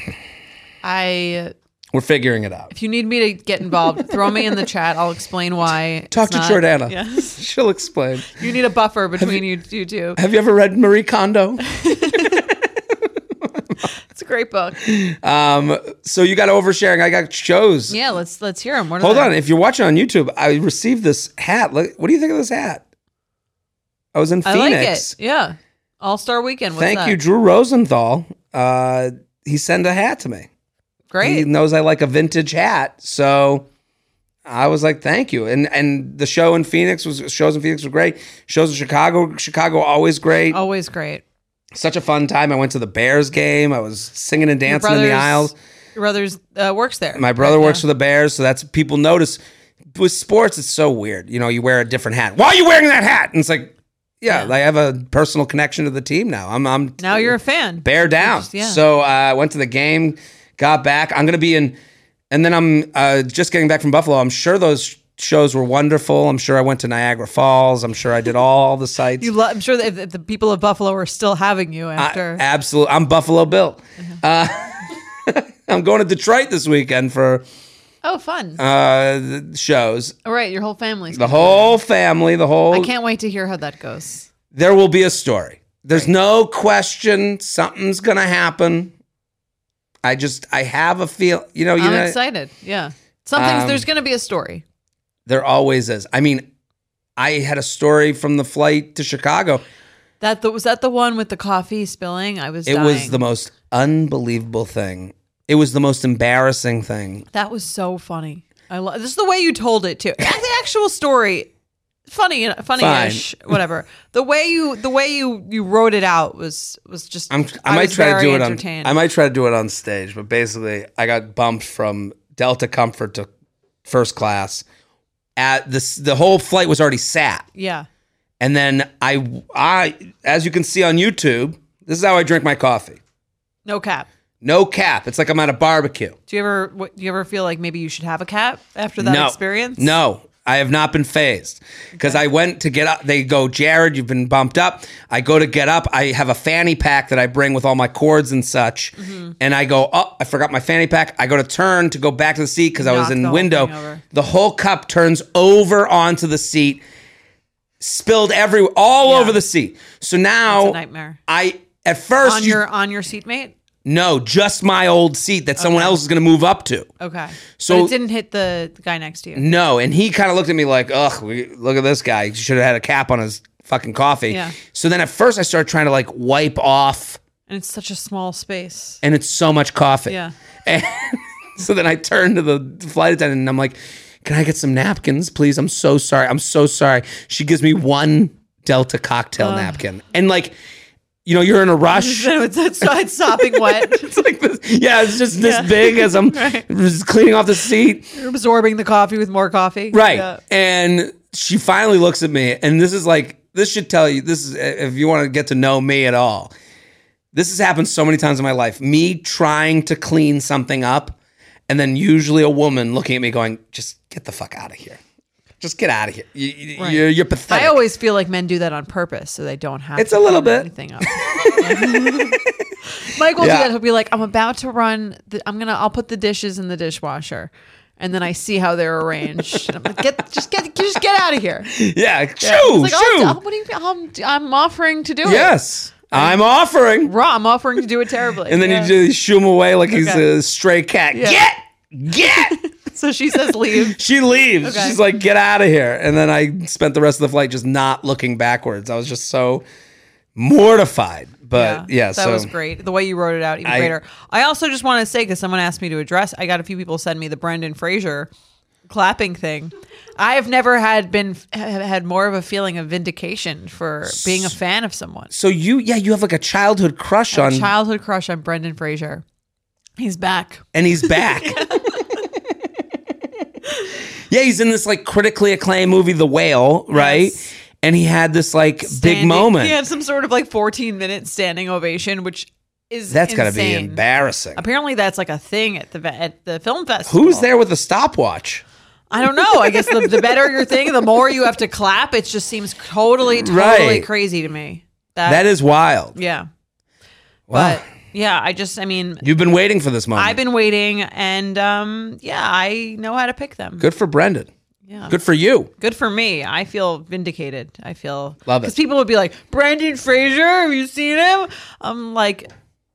[SPEAKER 1] I
[SPEAKER 2] we're figuring it out
[SPEAKER 1] If you need me to get involved, throw me in the chat. I'll explain why. it's
[SPEAKER 2] talk to
[SPEAKER 1] not-
[SPEAKER 2] jordana
[SPEAKER 1] Yes.
[SPEAKER 2] she'll explain
[SPEAKER 1] You need a buffer between you, you two.
[SPEAKER 2] have you ever read marie kondo
[SPEAKER 1] It's a great book.
[SPEAKER 2] um so you got oversharing i got shows
[SPEAKER 1] Yeah, let's let's hear them. What are
[SPEAKER 2] hold
[SPEAKER 1] they?
[SPEAKER 2] on if you're watching on youtube i received this hat look what do you think of this hat i was in
[SPEAKER 1] I
[SPEAKER 2] phoenix
[SPEAKER 1] like it. Yeah. All Star Weekend. What's
[SPEAKER 2] thank
[SPEAKER 1] that?
[SPEAKER 2] you drew rosenthal uh he sent a hat to me he
[SPEAKER 1] Great.
[SPEAKER 2] knows I like a vintage hat. So I was like, thank you. And and the show in Phoenix was shows in Phoenix were great. Shows in Chicago, Chicago always great.
[SPEAKER 1] Always great.
[SPEAKER 2] Such a fun time. I went to the Bears game. I was singing and
[SPEAKER 1] Your
[SPEAKER 2] dancing in the aisles.
[SPEAKER 1] Your brother's uh, works there.
[SPEAKER 2] My brother works for the Bears, so that's people notice with sports, it's so weird. You know, you wear a different hat. Why are you wearing that hat? And it's like, yeah, I have a personal connection to the team now. I'm, I'm
[SPEAKER 1] Now you're a fan.
[SPEAKER 2] bear down.
[SPEAKER 1] Just- yeah.
[SPEAKER 2] So uh, I went to the game, got back. I'm going to be in, and then I'm uh, just getting back from Buffalo. I'm sure those shows were wonderful. I'm sure I went to Niagara Falls. I'm sure I did all the sights.
[SPEAKER 1] You lo- I'm sure that if, if the people of Buffalo are still having you after.
[SPEAKER 2] Absolutely. I'm Buffalo Bill.
[SPEAKER 1] Uh-huh.
[SPEAKER 2] Uh, I'm going to Detroit this weekend for
[SPEAKER 1] oh, fun!
[SPEAKER 2] uh, the shows.
[SPEAKER 1] All right, your whole family's.
[SPEAKER 2] The whole family, the
[SPEAKER 1] I
[SPEAKER 2] whole.
[SPEAKER 1] can't wait to hear how that goes.
[SPEAKER 2] There will be a story. There's no question. Something's going to happen. I just, I have a feel. You know, you
[SPEAKER 1] I'm
[SPEAKER 2] know.
[SPEAKER 1] excited. Yeah, something's
[SPEAKER 2] Um,
[SPEAKER 1] there's going to be a story.
[SPEAKER 2] There always is. I mean, I had a story from the flight to Chicago.
[SPEAKER 1] That the, was that the one with the coffee spilling. I was.
[SPEAKER 2] It was
[SPEAKER 1] dying.
[SPEAKER 2] the most unbelievable thing. It was the most embarrassing thing.
[SPEAKER 1] That was so funny. I love this is the way you told it too. The actual story, funny, funny-ish, whatever. The way you the way you you wrote it out was was just.
[SPEAKER 2] I'm, I, might
[SPEAKER 1] was
[SPEAKER 2] try to
[SPEAKER 1] very
[SPEAKER 2] do it on.
[SPEAKER 1] entertained.
[SPEAKER 2] I might try to do it on stage, but basically, I got bumped from Delta Comfort to first class. At this, the whole flight was already sat,
[SPEAKER 1] yeah.
[SPEAKER 2] and then I, I, as you can see on YouTube, this is how I drink my coffee.
[SPEAKER 1] No cap.
[SPEAKER 2] No cap. It's like I'm at a barbecue.
[SPEAKER 1] Do you ever what, do you ever feel like maybe you should have a cap after that experience?
[SPEAKER 2] No, I have not been phased because I went to get up. They go, Jared, you've been bumped up. I go to get up. I have a fanny pack that I bring with all my cords and such.
[SPEAKER 1] Mm-hmm.
[SPEAKER 2] And I go, oh, I forgot my fanny pack. I go to turn to go back to the seat because I was
[SPEAKER 1] Knock
[SPEAKER 2] in
[SPEAKER 1] the whole
[SPEAKER 2] window.
[SPEAKER 1] thing over.
[SPEAKER 2] The whole cup turns over onto the seat, spilled every all
[SPEAKER 1] Yeah.
[SPEAKER 2] over the seat. So
[SPEAKER 1] It's a
[SPEAKER 2] now
[SPEAKER 1] nightmare.
[SPEAKER 2] I at first
[SPEAKER 1] On
[SPEAKER 2] you-
[SPEAKER 1] your on your seatmate.
[SPEAKER 2] no, just my old seat that someone else is going to move up to.
[SPEAKER 1] Okay.
[SPEAKER 2] So-
[SPEAKER 1] So it didn't hit the, the guy next to you.
[SPEAKER 2] No, and he kind of looked at me like, "Ugh, we, look at this guy. He should have had a cap on his fucking coffee."
[SPEAKER 1] Yeah.
[SPEAKER 2] So then at first I started trying to like wipe off,
[SPEAKER 1] And it's such a small space.
[SPEAKER 2] and it's so much coffee.
[SPEAKER 1] Yeah.
[SPEAKER 2] And so then I turned to the flight attendant and I'm like, "Can I get some napkins, please? I'm so sorry. I'm so sorry." She gives me one Delta cocktail napkin, and like, you know, you're in a rush.
[SPEAKER 1] So it's it's, it's sopping wet.
[SPEAKER 2] It's like this, yeah, it's just this big as I'm just cleaning off the seat.
[SPEAKER 1] You're absorbing the coffee with more coffee.
[SPEAKER 2] Right.
[SPEAKER 1] Yeah.
[SPEAKER 2] And she finally looks at me, and this is like, this should tell you, this is, if you want to get to know me at all, this has happened so many times in my life. Me trying to clean something up, and then usually a woman looking at me going, just get the fuck out of here. Just get out of here. You, you-
[SPEAKER 1] Right.
[SPEAKER 2] you're, you're pathetic.
[SPEAKER 1] I always feel like men do that on purpose, so they don't have.
[SPEAKER 2] It's
[SPEAKER 1] to
[SPEAKER 2] a little
[SPEAKER 1] cover
[SPEAKER 2] bit.
[SPEAKER 1] Anything up. Mike will
[SPEAKER 2] Yeah.
[SPEAKER 1] do that. He'll be like, "I'm about to run. The, I'm gonna. I'll put the dishes in the dishwasher." And then I see how they're arranged. And I'm like, get just get just get out of here. It's
[SPEAKER 2] yeah. Shoo,
[SPEAKER 1] like, oh,
[SPEAKER 2] shoo.
[SPEAKER 1] I'll, I'll- what do you, I'm, I'm offering to do it.
[SPEAKER 2] yes. I'm offering.
[SPEAKER 1] raw. I'm offering to do it terribly.
[SPEAKER 2] And then
[SPEAKER 1] Yeah.
[SPEAKER 2] you just shoo him away like he's
[SPEAKER 1] Okay.
[SPEAKER 2] a stray cat.
[SPEAKER 1] Yeah.
[SPEAKER 2] Get, get.
[SPEAKER 1] So she says, "Leave."
[SPEAKER 2] She leaves.
[SPEAKER 1] Okay.
[SPEAKER 2] She's like, get out of here. And then I spent the rest of the flight just not looking backwards. I was just so mortified. But yeah,
[SPEAKER 1] that
[SPEAKER 2] so
[SPEAKER 1] was great. The way you wrote it out, even
[SPEAKER 2] I-
[SPEAKER 1] greater. I also just want to say because someone asked me to address. I got a few people send me the Brendan Fraser clapping thing. I have never had been ha- had more of a feeling of vindication for being a fan of someone.
[SPEAKER 2] So you, yeah, you have like a childhood crush on,
[SPEAKER 1] Childhood crush on Brendan Fraser. He's back.
[SPEAKER 2] and he's back. yeah, he's in this like critically acclaimed movie, The Whale, right?
[SPEAKER 1] Yes.
[SPEAKER 2] And he had this like big
[SPEAKER 1] Standing-
[SPEAKER 2] moment.
[SPEAKER 1] He had some sort of like 14 minute standing ovation, which is
[SPEAKER 2] That's got to be
[SPEAKER 1] insane.
[SPEAKER 2] embarrassing.
[SPEAKER 1] Apparently, that's like a thing at the ve- at the film festival.
[SPEAKER 2] Who's there with a stopwatch?
[SPEAKER 1] I don't know. I guess the, the better your thing, the more you have to clap. It just seems totally, totally
[SPEAKER 2] Right.
[SPEAKER 1] crazy to me. That,
[SPEAKER 2] That is wild.
[SPEAKER 1] yeah.
[SPEAKER 2] Wow.
[SPEAKER 1] Uh, But yeah, I just, I mean,
[SPEAKER 2] You've been waiting for this moment.
[SPEAKER 1] I've been waiting, and um, yeah, I know how to pick them.
[SPEAKER 2] Good for Brendan.
[SPEAKER 1] Yeah.
[SPEAKER 2] Good for you.
[SPEAKER 1] Good for me. I feel vindicated. I feel
[SPEAKER 2] Love it.
[SPEAKER 1] because people would be like, "Brandon Fraser, have you seen him?" I'm like,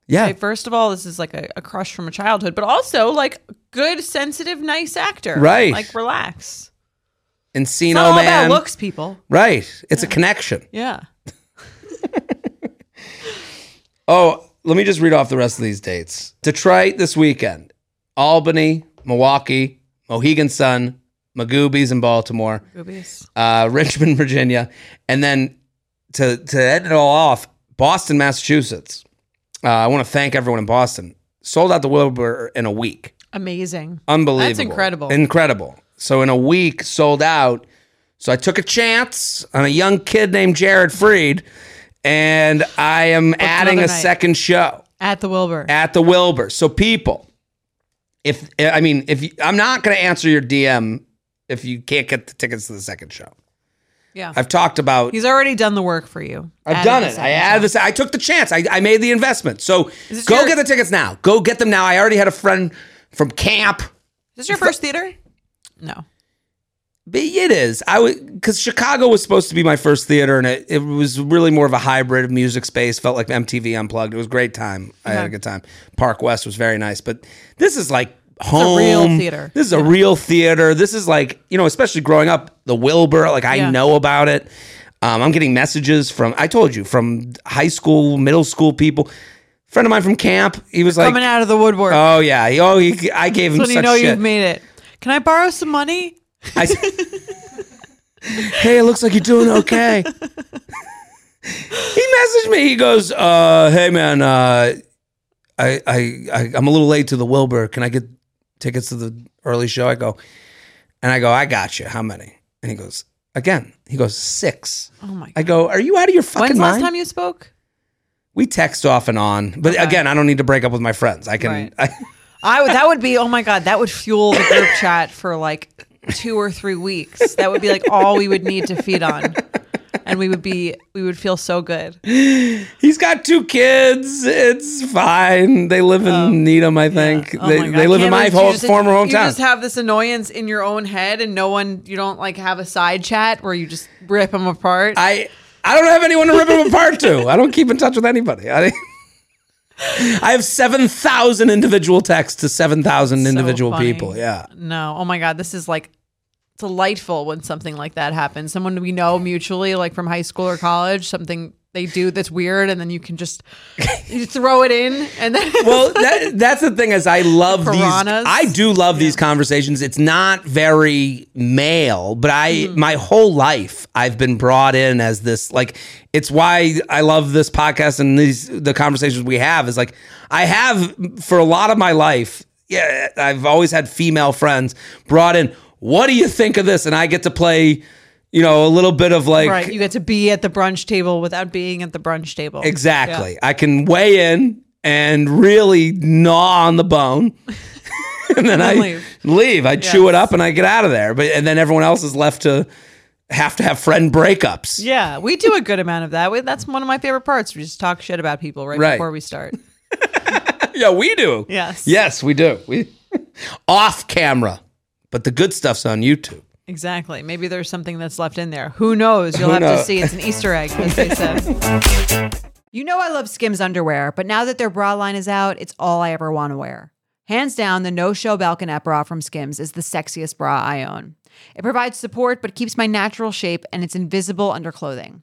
[SPEAKER 2] Yeah.
[SPEAKER 1] okay, first of all, this is like a, a crush from a childhood, but also like good, sensitive, nice actor.
[SPEAKER 2] Right.
[SPEAKER 1] Like relax.
[SPEAKER 2] Encino
[SPEAKER 1] It's not all
[SPEAKER 2] man.
[SPEAKER 1] about looks, people.
[SPEAKER 2] Right. It's a connection.
[SPEAKER 1] Yeah.
[SPEAKER 2] Oh, let me just read off the rest of these dates. Detroit this weekend, Albany, Milwaukee, Mohegan Sun, Magoobies in Baltimore,
[SPEAKER 1] Boobies.
[SPEAKER 2] uh, Richmond, Virginia, and then to to end it all off, Boston, Massachusetts. Uh, I want to thank everyone in Boston. Sold out the Wilbur in a week.
[SPEAKER 1] Amazing.
[SPEAKER 2] Unbelievable.
[SPEAKER 1] incredible.
[SPEAKER 2] Incredible. So in a week, sold out. So I took a chance on a young kid named Jared Freed, and I am adding a
[SPEAKER 1] another night.
[SPEAKER 2] second show
[SPEAKER 1] At the Wilbur.
[SPEAKER 2] at the Wilbur. So people, if I mean, if you, I'm not going to answer your DM if you can't get the tickets to the second show.
[SPEAKER 1] yeah.
[SPEAKER 2] I've talked about.
[SPEAKER 1] He's already done the work for you.
[SPEAKER 2] I've
[SPEAKER 1] Added
[SPEAKER 2] done
[SPEAKER 1] the
[SPEAKER 2] it. I
[SPEAKER 1] second
[SPEAKER 2] added
[SPEAKER 1] show.
[SPEAKER 2] this. I took the chance. I, I made the investment. So
[SPEAKER 1] this
[SPEAKER 2] go
[SPEAKER 1] your-
[SPEAKER 2] get the tickets now. Go get them now. I already had a friend from camp.
[SPEAKER 1] Is this your first theater? No.
[SPEAKER 2] But it is. I would because Chicago was supposed to be my first theater, and it, it was really more of a hybrid of music space. Felt like MTV unplugged. It was a great time. I
[SPEAKER 1] Uh-huh.
[SPEAKER 2] had a good time. Park West was very nice, but this is like home
[SPEAKER 1] real theater.
[SPEAKER 2] This is a real theater. This is like you know, especially growing up, the Wilbur. Like I
[SPEAKER 1] Yeah.
[SPEAKER 2] know about it. Um, I'm getting messages from I told you from high school, middle school people. Friend of mine from camp. He was like,
[SPEAKER 1] Coming out of the woodwork.
[SPEAKER 2] oh yeah, he, oh he, I gave him
[SPEAKER 1] when
[SPEAKER 2] such
[SPEAKER 1] you know
[SPEAKER 2] shit.
[SPEAKER 1] you've made it. Can I borrow some money?
[SPEAKER 2] I s- hey, it looks like you're doing okay. he messaged me. He goes, uh, "Hey, man, uh, I, I, I, I'm a little late to the Wilbur. Can I get tickets to the early show?" I go, and I go, "I got you. How many?" And he goes, "Again." He goes, six.
[SPEAKER 1] Oh my god.
[SPEAKER 2] I go, "Are you out of your fucking
[SPEAKER 1] When's the
[SPEAKER 2] mind?"
[SPEAKER 1] last time you spoke?
[SPEAKER 2] we text off and on, but again, I don't need to break up with my friends. I can.
[SPEAKER 1] Right.
[SPEAKER 2] I,
[SPEAKER 1] I would that would be oh my god, that would fuel the group chat for like two or three weeks. That would be like all we would need to feed on. And we would be we would feel so good.
[SPEAKER 2] He's got two kids. It's fine. They live in Needham, I think.
[SPEAKER 1] Oh
[SPEAKER 2] they,
[SPEAKER 1] my God.
[SPEAKER 2] they
[SPEAKER 1] I
[SPEAKER 2] live in
[SPEAKER 1] can't
[SPEAKER 2] my
[SPEAKER 1] believe you
[SPEAKER 2] whole,
[SPEAKER 1] just-
[SPEAKER 2] former
[SPEAKER 1] You just
[SPEAKER 2] hometown.
[SPEAKER 1] have this annoyance in your own head, and no one, you don't like have a side chat where you just rip them apart.
[SPEAKER 2] I I don't have anyone to rip him apart to. I don't keep in touch with anybody. I, I have seven thousand individual texts to seven thousand
[SPEAKER 1] So
[SPEAKER 2] individual
[SPEAKER 1] funny.
[SPEAKER 2] people. Yeah.
[SPEAKER 1] No. Oh my God. This is like delightful when something like that happens. Someone we know mutually, like from high school or college, something they do that's weird, and then you can just you throw it in, and then
[SPEAKER 2] Well, that, that's the thing is I love these.
[SPEAKER 1] Piranhas.
[SPEAKER 2] I do love these conversations. It's not very male, but I
[SPEAKER 1] Mm-hmm.
[SPEAKER 2] my whole life I've been brought in as this like. It's why I love this podcast and these the conversations we have is like I have for a lot of my life. Yeah, I've always had female friends brought in. What do you think of this? And I get to play, you know, a little bit of like
[SPEAKER 1] right, you get to be at the brunch table without being at the brunch table.
[SPEAKER 2] Exactly. I can weigh in and really gnaw on the bone. and then I leave.
[SPEAKER 1] leave.
[SPEAKER 2] I chew it up and I get out of there. But and then everyone else is left to have to have friend breakups.
[SPEAKER 1] Yeah, we do a good amount of that. We, that's one of my favorite parts. We just talk shit about people right,
[SPEAKER 2] Right.
[SPEAKER 1] before we start.
[SPEAKER 2] Yeah, we do.
[SPEAKER 1] Yes.
[SPEAKER 2] Yes, we do. We off camera. But the good stuff's on YouTube.
[SPEAKER 1] Exactly. Maybe there's something that's left in there. Who knows? You'll have
[SPEAKER 2] knows?
[SPEAKER 1] to see. It's an Easter egg, as they said. You know I love Skims underwear, but now that their bra line is out, it's all I ever want to wear. Hands down, the no-show balconette bra from Skims is the sexiest bra I own. It provides support but keeps my natural shape and it's invisible under clothing.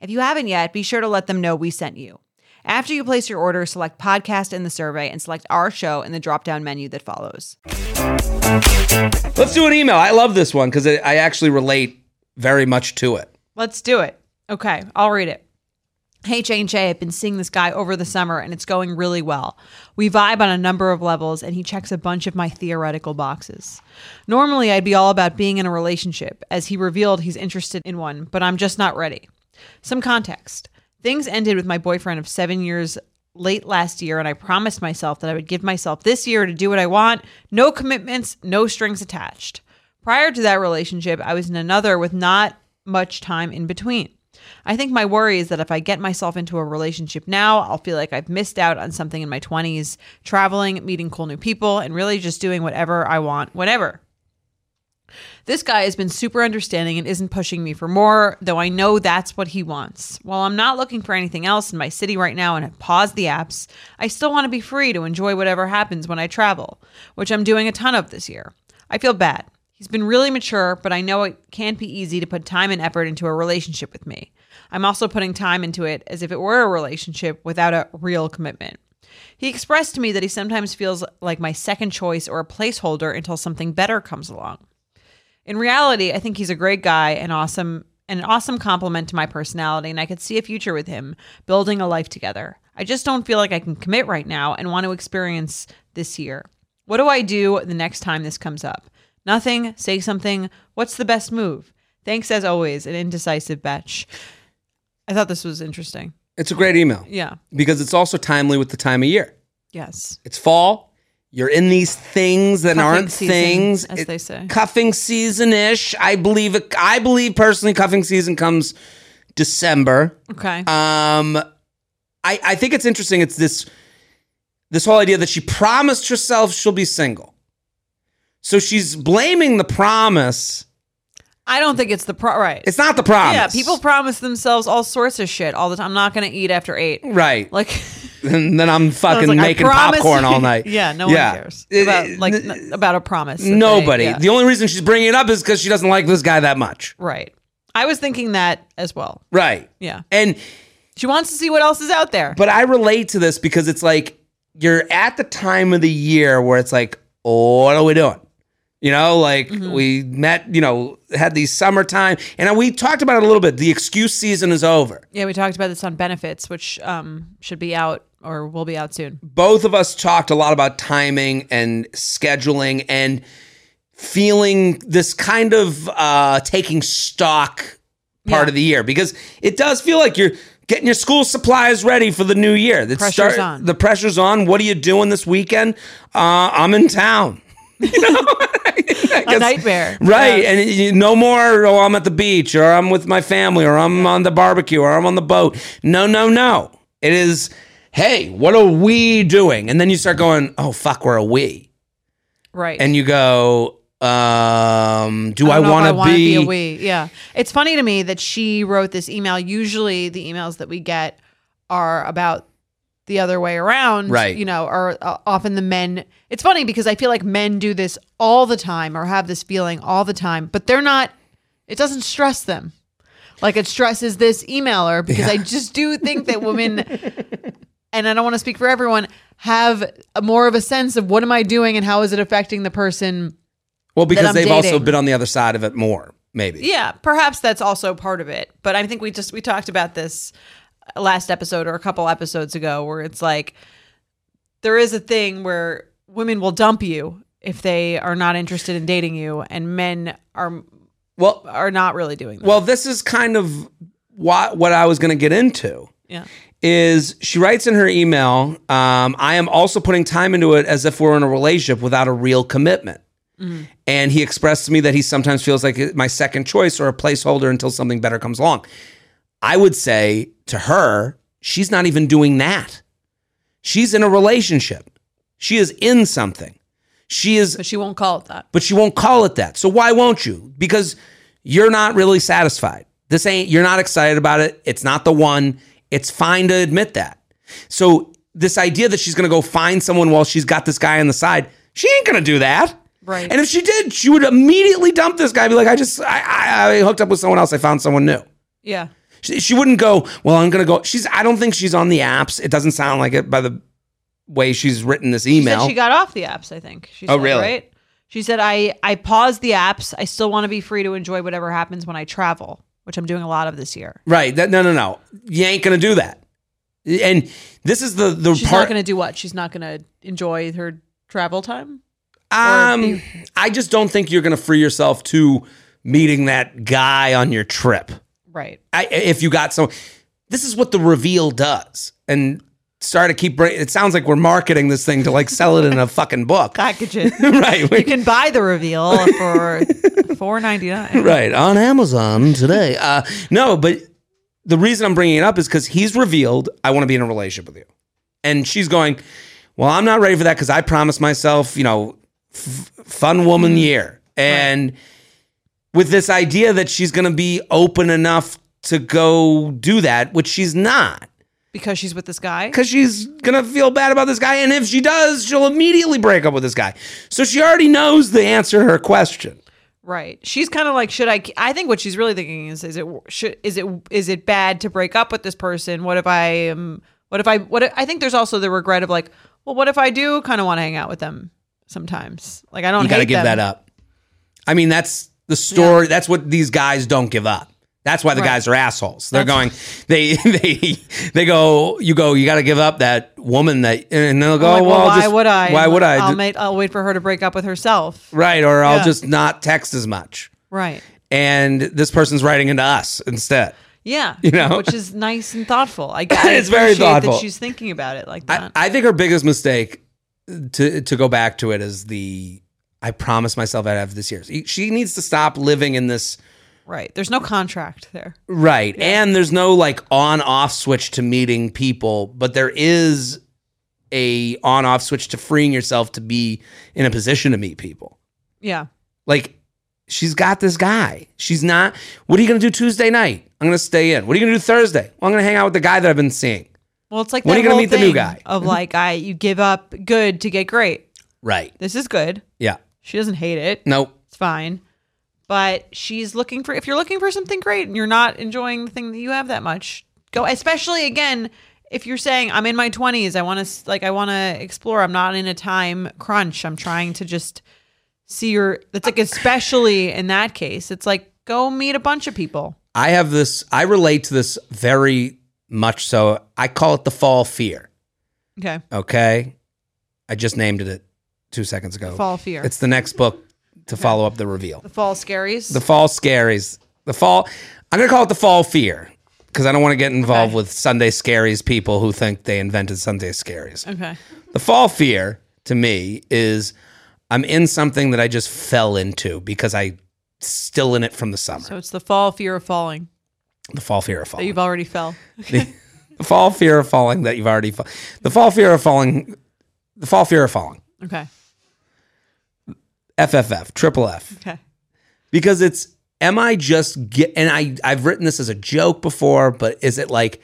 [SPEAKER 1] If you haven't yet, be sure to let them know we sent you. After you place your order, select podcast in the survey and select our show in the drop down menu that follows.
[SPEAKER 2] Let's do an email. I love this one because I actually relate very much to it.
[SPEAKER 1] Let's do it. Okay, I'll read it. Hey, Jane Jay, I've been seeing this guy over the summer and it's going really well. We vibe on a number of levels and he checks a bunch of my theoretical boxes. Normally, I'd be all about being in a relationship, as he revealed he's interested in one, but I'm just not ready. Some context things ended with my boyfriend of seven years late last year, and I promised myself that I would give myself this year to do what I want no commitments, no strings attached. Prior to that relationship, I was in another with not much time in between. I think my worry is that if I get myself into a relationship now, I'll feel like I've missed out on something in my 20s traveling, meeting cool new people, and really just doing whatever I want whenever. This guy has been super understanding and isn't pushing me for more, though I know that's what he wants. While I'm not looking for anything else in my city right now and have paused the apps, I still want to be free to enjoy whatever happens when I travel, which I'm doing a ton of this year. I feel bad. He's been really mature, but I know it can't be easy to put time and effort into a relationship with me. I'm also putting time into it as if it were a relationship without a real commitment. He expressed to me that he sometimes feels like my second choice or a placeholder until something better comes along. In reality, I think he's a great guy and awesome and an awesome compliment to my personality and I could see a future with him building a life together. I just don't feel like I can commit right now and want to experience this year. What do I do the next time this comes up? Nothing, say something. What's the best move? Thanks as always, an indecisive batch. I thought this was interesting.
[SPEAKER 2] It's a great email
[SPEAKER 1] Yeah.
[SPEAKER 2] because it's also timely with the time of year.
[SPEAKER 1] Yes.
[SPEAKER 2] It's fall. You're in these things that
[SPEAKER 1] Cuffing
[SPEAKER 2] aren't
[SPEAKER 1] season,
[SPEAKER 2] things,
[SPEAKER 1] as they say.
[SPEAKER 2] Cuffing season ish. I believe. It, I believe personally, cuffing season comes December.
[SPEAKER 1] Okay.
[SPEAKER 2] Um, I I think it's interesting. It's this this whole idea that she promised herself she'll be single, so she's blaming the promise.
[SPEAKER 1] I don't think it's the pro right.
[SPEAKER 2] It's not the promise.
[SPEAKER 1] yeah, people promise themselves all sorts of shit all the time. I'm not gonna eat after eight.
[SPEAKER 2] Right.
[SPEAKER 1] Like
[SPEAKER 2] and then I'm fucking
[SPEAKER 1] Sounds like, I
[SPEAKER 2] making
[SPEAKER 1] promise
[SPEAKER 2] popcorn
[SPEAKER 1] you-
[SPEAKER 2] all night.
[SPEAKER 1] yeah, no one
[SPEAKER 2] Yeah.
[SPEAKER 1] cares
[SPEAKER 2] It-
[SPEAKER 1] about like
[SPEAKER 2] it-
[SPEAKER 1] n- about a promise. that they-
[SPEAKER 2] Nobody.
[SPEAKER 1] yeah.
[SPEAKER 2] The only reason she's bringing it up is because she doesn't like this guy that much.
[SPEAKER 1] right. I was thinking that as well.
[SPEAKER 2] Right.
[SPEAKER 1] Yeah,
[SPEAKER 2] And
[SPEAKER 1] she wants to see what else is out there.
[SPEAKER 2] but I relate to this because it's like you're at the time of the year where it's like, oh, what are we doing? You know, like we met, you know, had these summertime, and we talked about it a little bit. The excuse season is over.
[SPEAKER 1] yeah, we talked about this on benefits, which um should be out or will be out soon.
[SPEAKER 2] both of us talked a lot about timing and scheduling and feeling this kind of uh, taking stock part
[SPEAKER 1] Yeah.
[SPEAKER 2] of the year because it does feel like you're getting your school supplies ready for the new year. The
[SPEAKER 1] Pressure's on.
[SPEAKER 2] The pressure's on. What are you doing this weekend? Uh, I'm in town. You know? I
[SPEAKER 1] A
[SPEAKER 2] guess-
[SPEAKER 1] nightmare.
[SPEAKER 2] Right, and it- you- no more. Oh, I'm at the beach, or I'm with my family, or I'm on the barbecue, or I'm on the boat. No, no, no. It is. Hey, what are we doing? And then you start going, oh fuck, we're a we,
[SPEAKER 1] Right.
[SPEAKER 2] and you go, um, do I,
[SPEAKER 1] don't know if
[SPEAKER 2] want to
[SPEAKER 1] wanna
[SPEAKER 2] be?
[SPEAKER 1] a we. Yeah. It's funny to me that she wrote this email. Usually the emails that we get are about the other way around.
[SPEAKER 2] Right.
[SPEAKER 1] You know, or uh, often the men. It's funny because I feel like men do this all the time or have this feeling all the time, but they're not, it doesn't stress them. Like it stresses this emailer because I just do think that women, and I don't want to speak for everyone, have a more of a sense of what am I doing and how is it affecting the person
[SPEAKER 2] Well, because
[SPEAKER 1] I'm
[SPEAKER 2] they've also
[SPEAKER 1] dating.
[SPEAKER 2] been on the other side of it more, maybe.
[SPEAKER 1] Yeah, perhaps that's also part of it. But I think we just we talked about this last episode or a couple episodes ago where it's like there is a thing where women will dump you if they are not interested in dating you and men are
[SPEAKER 2] Well,
[SPEAKER 1] are not really doing that.
[SPEAKER 2] well, this is kind of what what I was going to get into.
[SPEAKER 1] yeah.
[SPEAKER 2] is she writes in her email, um, I am also putting time into it as if we're in a relationship without a real commitment. And he expressed to me that he sometimes feels like it- my second choice or a placeholder until something better comes along. I would say to her, she's not even doing that. She's in a relationship. She is in something. She is
[SPEAKER 1] But she won't call it that.
[SPEAKER 2] but you won't call it that. So why won't you? Because you're not really satisfied. This ain't you're not excited about it. It's not the one. It's fine to admit that. So this idea that she's going to go find someone while she's got this guy on the side, she ain't going to do that.
[SPEAKER 1] Right.
[SPEAKER 2] And if she did, she would immediately dump this guy. And be like, I just I, I, I hooked up with someone else. I found someone new.
[SPEAKER 1] Yeah.
[SPEAKER 2] She, she wouldn't go. Well, I'm going to go. She's. I don't think she's on the apps. It doesn't sound like it by the way she's written this
[SPEAKER 1] She
[SPEAKER 2] email.
[SPEAKER 1] said she got off the apps, I think. She said,
[SPEAKER 2] Oh, really?
[SPEAKER 1] Right? She said, I, I paused the apps. I still want to be free to enjoy whatever happens when I travel, which I'm doing a lot of this year.
[SPEAKER 2] Right. That no no no. You ain't gonna do that. And this is the the
[SPEAKER 1] She's
[SPEAKER 2] part.
[SPEAKER 1] not going to do what? She's not going to enjoy her travel time?
[SPEAKER 2] um,
[SPEAKER 1] be-
[SPEAKER 2] I just don't think you're gonna free yourself to meeting that guy on your trip.
[SPEAKER 1] Right.
[SPEAKER 2] I, if you got some, this is what the reveal does. And sorry to keep. Bring, it sounds like we're marketing this thing to like sell it in a fucking book.
[SPEAKER 1] Package it.
[SPEAKER 2] right.
[SPEAKER 1] you can buy the reveal for four ninety nine.
[SPEAKER 2] right on Amazon today. Uh, no, but the reason I'm bringing it up is because he's revealed, I want to be in a relationship with you. And she's going, Well, I'm not ready for that because I promised myself, you know, f- fun woman year. And with this idea that she's going to be open enough to go do that, which she's not
[SPEAKER 1] because she's with this guy.
[SPEAKER 2] because she's gonna feel bad about this guy, and if she does, she'll immediately break up with this guy. So she already knows the answer to her question.
[SPEAKER 1] Right. She's kind of like, should I? I think what she's really thinking is, is it should is it is it bad to break up with this person? What if I am? What if I? What if, I think there's also the regret of like, well, what if I do kind of want to hang out with them sometimes? Like I don't.
[SPEAKER 2] You gotta
[SPEAKER 1] hate
[SPEAKER 2] give
[SPEAKER 1] them.
[SPEAKER 2] that up. I mean, that's the story. That's what these guys don't give up. That's why the
[SPEAKER 1] Right.
[SPEAKER 2] guys are assholes. They're going, they they they go. You go. You gotta give up that woman that, and they'll go.
[SPEAKER 1] Like,
[SPEAKER 2] Oh, well,
[SPEAKER 1] well, why
[SPEAKER 2] just-
[SPEAKER 1] would I?
[SPEAKER 2] Why would I?
[SPEAKER 1] I'll,
[SPEAKER 2] Ju-
[SPEAKER 1] ma- I'll wait for her to break up with herself.
[SPEAKER 2] right, or I'll
[SPEAKER 1] Yeah.
[SPEAKER 2] just not text as much.
[SPEAKER 1] Right.
[SPEAKER 2] And this person's writing into us instead.
[SPEAKER 1] Yeah.
[SPEAKER 2] You know?
[SPEAKER 1] which is nice and thoughtful. I guess
[SPEAKER 2] It's very thoughtful.
[SPEAKER 1] that she's thinking about it like
[SPEAKER 2] I,
[SPEAKER 1] that.
[SPEAKER 2] I think her biggest mistake to to go back to it is the I promised myself I'd have this year. She needs to stop living in this
[SPEAKER 1] right. There's no contract there.
[SPEAKER 2] right. And there's no like on off switch to meeting people, but there is a on off switch to freeing yourself to be in a position to meet people.
[SPEAKER 1] Yeah.
[SPEAKER 2] Like she's got this guy. She's not what are you going to do Tuesday night? I'm going to stay in. What are you going to do Thursday? Well, I'm going to hang out with the guy that I've been seeing.
[SPEAKER 1] Well, it's like
[SPEAKER 2] When are
[SPEAKER 1] that
[SPEAKER 2] you gonna
[SPEAKER 1] whole
[SPEAKER 2] meet the new
[SPEAKER 1] thing
[SPEAKER 2] guy?
[SPEAKER 1] of like I you give up good to get great.
[SPEAKER 2] Right.
[SPEAKER 1] This is good.
[SPEAKER 2] Yeah.
[SPEAKER 1] She doesn't hate it.
[SPEAKER 2] Nope.
[SPEAKER 1] It's fine. But she's looking for if you're looking for something great and you're not enjoying the thing that you have that much, go especially again if you're saying I'm in my 20s, I want to like I want to explore. I'm not in a time crunch. I'm trying to just see your that's like especially in that case. It's like go meet a bunch of people.
[SPEAKER 2] I have this, I relate to this very much so. I call it the fall fear.
[SPEAKER 1] Okay.
[SPEAKER 2] Okay. I just named it two seconds ago.
[SPEAKER 1] Fall fear.
[SPEAKER 2] It's the next book to follow up the reveal.
[SPEAKER 1] the fall scaries.
[SPEAKER 2] The fall scaries. The fall, I'm going to call it the fall fear because I don't want to get involved
[SPEAKER 1] Okay.
[SPEAKER 2] with Sunday scaries people who think they invented Sunday scaries.
[SPEAKER 1] okay.
[SPEAKER 2] The fall fear to me is I'm in something that I just fell into because I still in it from the summer.
[SPEAKER 1] So it's the fall fear of falling
[SPEAKER 2] the fall fear of
[SPEAKER 1] that
[SPEAKER 2] falling.
[SPEAKER 1] you've already fell.
[SPEAKER 2] the, the fall fear of falling that you've already fa- the fall fear of falling the fall fear of falling
[SPEAKER 1] Okay.
[SPEAKER 2] fff triple f
[SPEAKER 1] Okay.
[SPEAKER 2] because it's am i just get and i i've written this as a joke before but is it like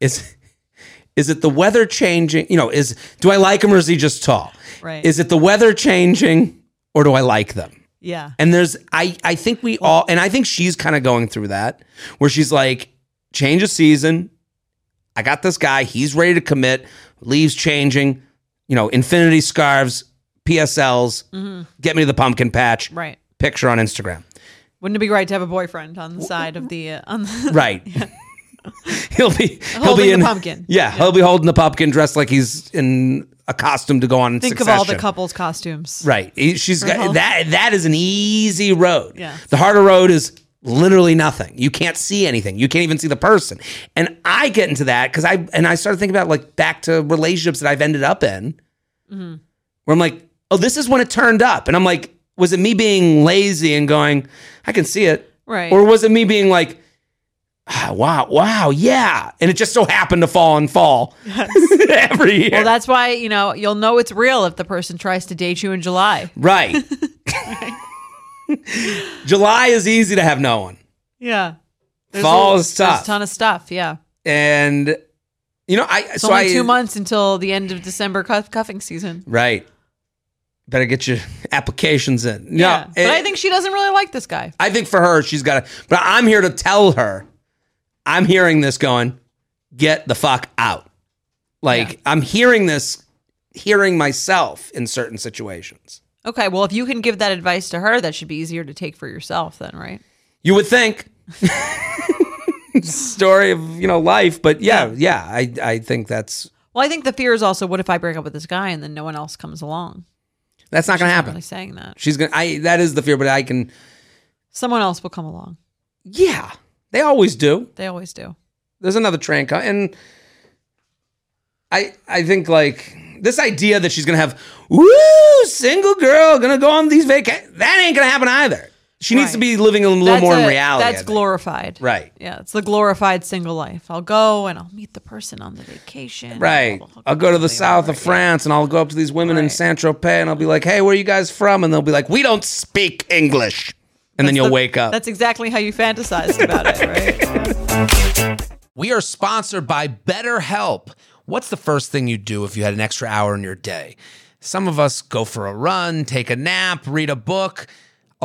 [SPEAKER 2] is is it the weather changing you know is do i like him or is he just tall
[SPEAKER 1] Right.
[SPEAKER 2] is it the weather changing or do i like them
[SPEAKER 1] Yeah.
[SPEAKER 2] And there's I I think we all and I think she's kind of going through that where she's like change of season. I got this guy, he's ready to commit. Leaves changing, you know, infinity scarves, PSLs. Get me to the pumpkin patch.
[SPEAKER 1] Mm-hmm. Right.
[SPEAKER 2] Picture on Instagram.
[SPEAKER 1] Wouldn't it be right to have a boyfriend on the side of the uh, on the
[SPEAKER 2] Right. he'll be he'll
[SPEAKER 1] Holding
[SPEAKER 2] be
[SPEAKER 1] the
[SPEAKER 2] in
[SPEAKER 1] pumpkin.
[SPEAKER 2] Yeah, he'll be holding the pumpkin dressed like he's in a costume to go on.
[SPEAKER 1] think of all the
[SPEAKER 2] Succession.
[SPEAKER 1] couples costumes?
[SPEAKER 2] Right. He- She's
[SPEAKER 1] Right.
[SPEAKER 2] got that that is an easy road.
[SPEAKER 1] Yeah.
[SPEAKER 2] The harder road is literally nothing. You can't see anything. You can't even see the person. And I get into that because I and I started thinking about like back to relationships that I've ended up in
[SPEAKER 1] Mm-hmm.
[SPEAKER 2] where I'm like, oh, this is when it turned up. And I'm like, was it me being lazy and going, I can see it?
[SPEAKER 1] Right.
[SPEAKER 2] Or was it me being like, ah, wow, wow, yeah. And it just so happened to fall and fall every year.
[SPEAKER 1] Well, that's why you know you'll know it's real if the person tries to date you in July.
[SPEAKER 2] Right. July is easy to have no one.
[SPEAKER 1] Yeah.
[SPEAKER 2] Fall
[SPEAKER 1] a,
[SPEAKER 2] is
[SPEAKER 1] there's
[SPEAKER 2] tough.
[SPEAKER 1] a ton of stuff. Yeah.
[SPEAKER 2] And you know, I
[SPEAKER 1] It's
[SPEAKER 2] so
[SPEAKER 1] only
[SPEAKER 2] I
[SPEAKER 1] two months until the end of December cuff, cuffing season.
[SPEAKER 2] Right. Better get your applications in. No,
[SPEAKER 1] Yeah. but
[SPEAKER 2] it-
[SPEAKER 1] I think she doesn't really like this guy.
[SPEAKER 2] I think for her she's got to but I'm here to tell her I'm hearing this going get the fuck out. Like I'm hearing this hearing myself in certain situations.
[SPEAKER 1] Okay. Well, if you can give that advice to her, that should be easier to take for yourself then, right?
[SPEAKER 2] You would think. Story of you know life, but yeah, yeah, I I think that's
[SPEAKER 1] Well, I think the fear is also what if I break up with this guy and then no one else comes along?
[SPEAKER 2] that's not gonna
[SPEAKER 1] I'm
[SPEAKER 2] happen.
[SPEAKER 1] really saying that.
[SPEAKER 2] She's gonna. I that is the fear, but I can.
[SPEAKER 1] Someone else will come along.
[SPEAKER 2] Yeah, they always do.
[SPEAKER 1] They always do.
[SPEAKER 2] There's another train coming, and I I think like this idea that she's gonna have woo single girl gonna go on these vacation that ain't gonna happen either. She needs to
[SPEAKER 1] Right.
[SPEAKER 2] be living a little
[SPEAKER 1] That's
[SPEAKER 2] more in
[SPEAKER 1] a-
[SPEAKER 2] reality. I
[SPEAKER 1] That's
[SPEAKER 2] think.
[SPEAKER 1] glorified.
[SPEAKER 2] Right.
[SPEAKER 1] Yeah, it's the glorified single life. I'll go and I'll meet the person on the vacation.
[SPEAKER 2] Right.
[SPEAKER 1] Blah, blah, blah,
[SPEAKER 2] I'll go to the
[SPEAKER 1] blah,
[SPEAKER 2] south
[SPEAKER 1] blah,
[SPEAKER 2] of France and I'll go up to these women in
[SPEAKER 1] Right.
[SPEAKER 2] Saint Tropez and I'll be like, hey, where are you guys from? And they'll be like, we don't speak English. And then
[SPEAKER 1] blah.
[SPEAKER 2] you'll
[SPEAKER 1] That-
[SPEAKER 2] wake up.
[SPEAKER 1] That's exactly how you fantasize about it, right?
[SPEAKER 3] We are sponsored by BetterHelp. What's the first thing you'd do if you had an extra hour in your day? Some of us go for a run, take a nap, read a book. A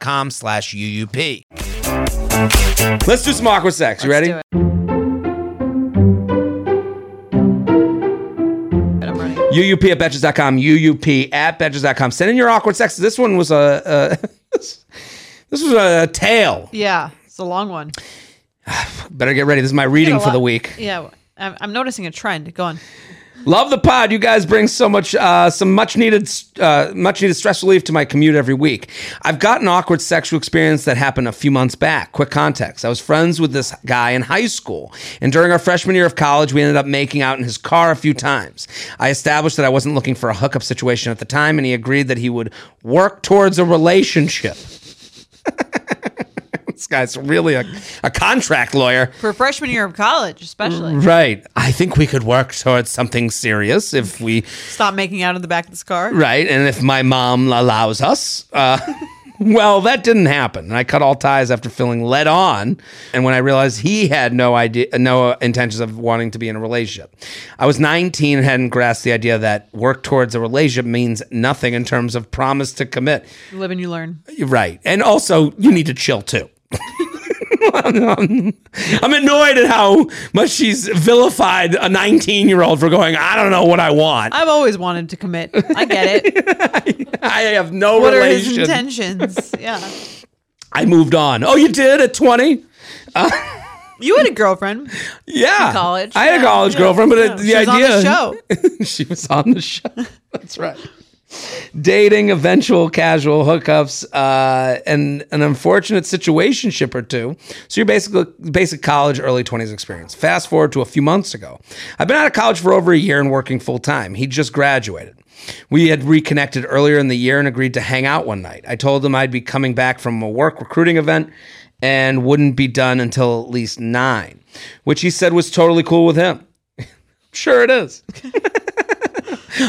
[SPEAKER 3] com slash UUP.
[SPEAKER 2] Let's do some awkward sex. You ready?
[SPEAKER 1] do it. But I'm running.
[SPEAKER 2] UUP at Betches.com. UUP at Betches.com. Send in your awkward sex. This one was a, a this was a tale.
[SPEAKER 1] Yeah, it's a long one.
[SPEAKER 2] Better get ready. This is my reading for the week.
[SPEAKER 1] Yeah, I'm, I'm noticing a trend. Go on.
[SPEAKER 2] Love the pod. You guys bring so much, uh, some much needed, uh, much needed stress relief to my commute every week. I've got an awkward sexual experience that happened a few months back. Quick context: I was friends with this guy in high school, and during our freshman year of college, we ended up making out in his car a few times. I established that I wasn't looking for a hookup situation at the time, and he agreed that he would work towards a relationship. this guy's really a, a contract lawyer.
[SPEAKER 1] For freshman year of college,
[SPEAKER 2] Mm.
[SPEAKER 1] especially,
[SPEAKER 2] Right. I think we could work towards something serious if we
[SPEAKER 1] stop making out in the back of this car.
[SPEAKER 2] Right. And if my mom allows us. Uh, well, that didn't happen. And I cut all ties after feeling led on. And when I realized he had no idea, no intentions of wanting to be in a relationship. I was 19 and hadn't grasped the idea that work towards a relationship means nothing in terms of promise to commit.
[SPEAKER 1] You live and you learn.
[SPEAKER 2] You're right. And also, you need to chill too. I'm annoyed at how much she's vilified a 19 year old for going, I don't know what I want.
[SPEAKER 1] I've always wanted to commit. I get it.
[SPEAKER 2] I have no
[SPEAKER 1] What are his
[SPEAKER 2] relation.
[SPEAKER 1] intentions? Yeah.
[SPEAKER 2] I moved on. Oh, you did at 20?
[SPEAKER 1] You had a girlfriend.
[SPEAKER 2] Yeah.
[SPEAKER 1] college,
[SPEAKER 2] I had a
[SPEAKER 1] yeah,
[SPEAKER 2] college
[SPEAKER 1] yeah,
[SPEAKER 2] girlfriend, but
[SPEAKER 1] yeah.
[SPEAKER 2] it, the
[SPEAKER 1] She was on
[SPEAKER 2] idea.
[SPEAKER 1] the show.
[SPEAKER 2] she was on the show. That's right. Dating, eventual casual hookups, uh, and an unfortunate situationship or two. So your basic basic college, early twenties experience. Fast forward to a few months ago. I've been out of college for over a year and working full time. He just graduated. We had reconnected earlier in the year and agreed to hang out one night. I told him I'd be coming back from a work recruiting event and wouldn't be done until at least nine, which he said was totally cool with him. Sure, it is.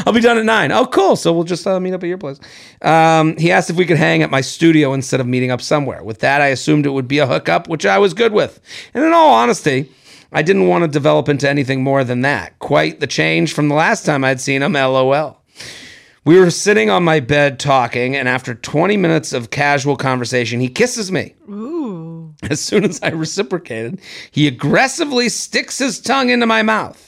[SPEAKER 2] I'll be done at nine. Oh, cool. So we'll just uh, meet up at your place. Um, he asked if we could hang at my studio instead of meeting up somewhere. With that, I assumed it would be a hookup, which I was good with. And in all honesty, I didn't want to develop into anything more than that. Quite the change from the last time I'd seen him, lol. We were sitting on my bed talking, and after 20 minutes of casual conversation, he kisses me.
[SPEAKER 1] Ooh.
[SPEAKER 2] As soon as I reciprocated, he aggressively sticks his tongue into my mouth.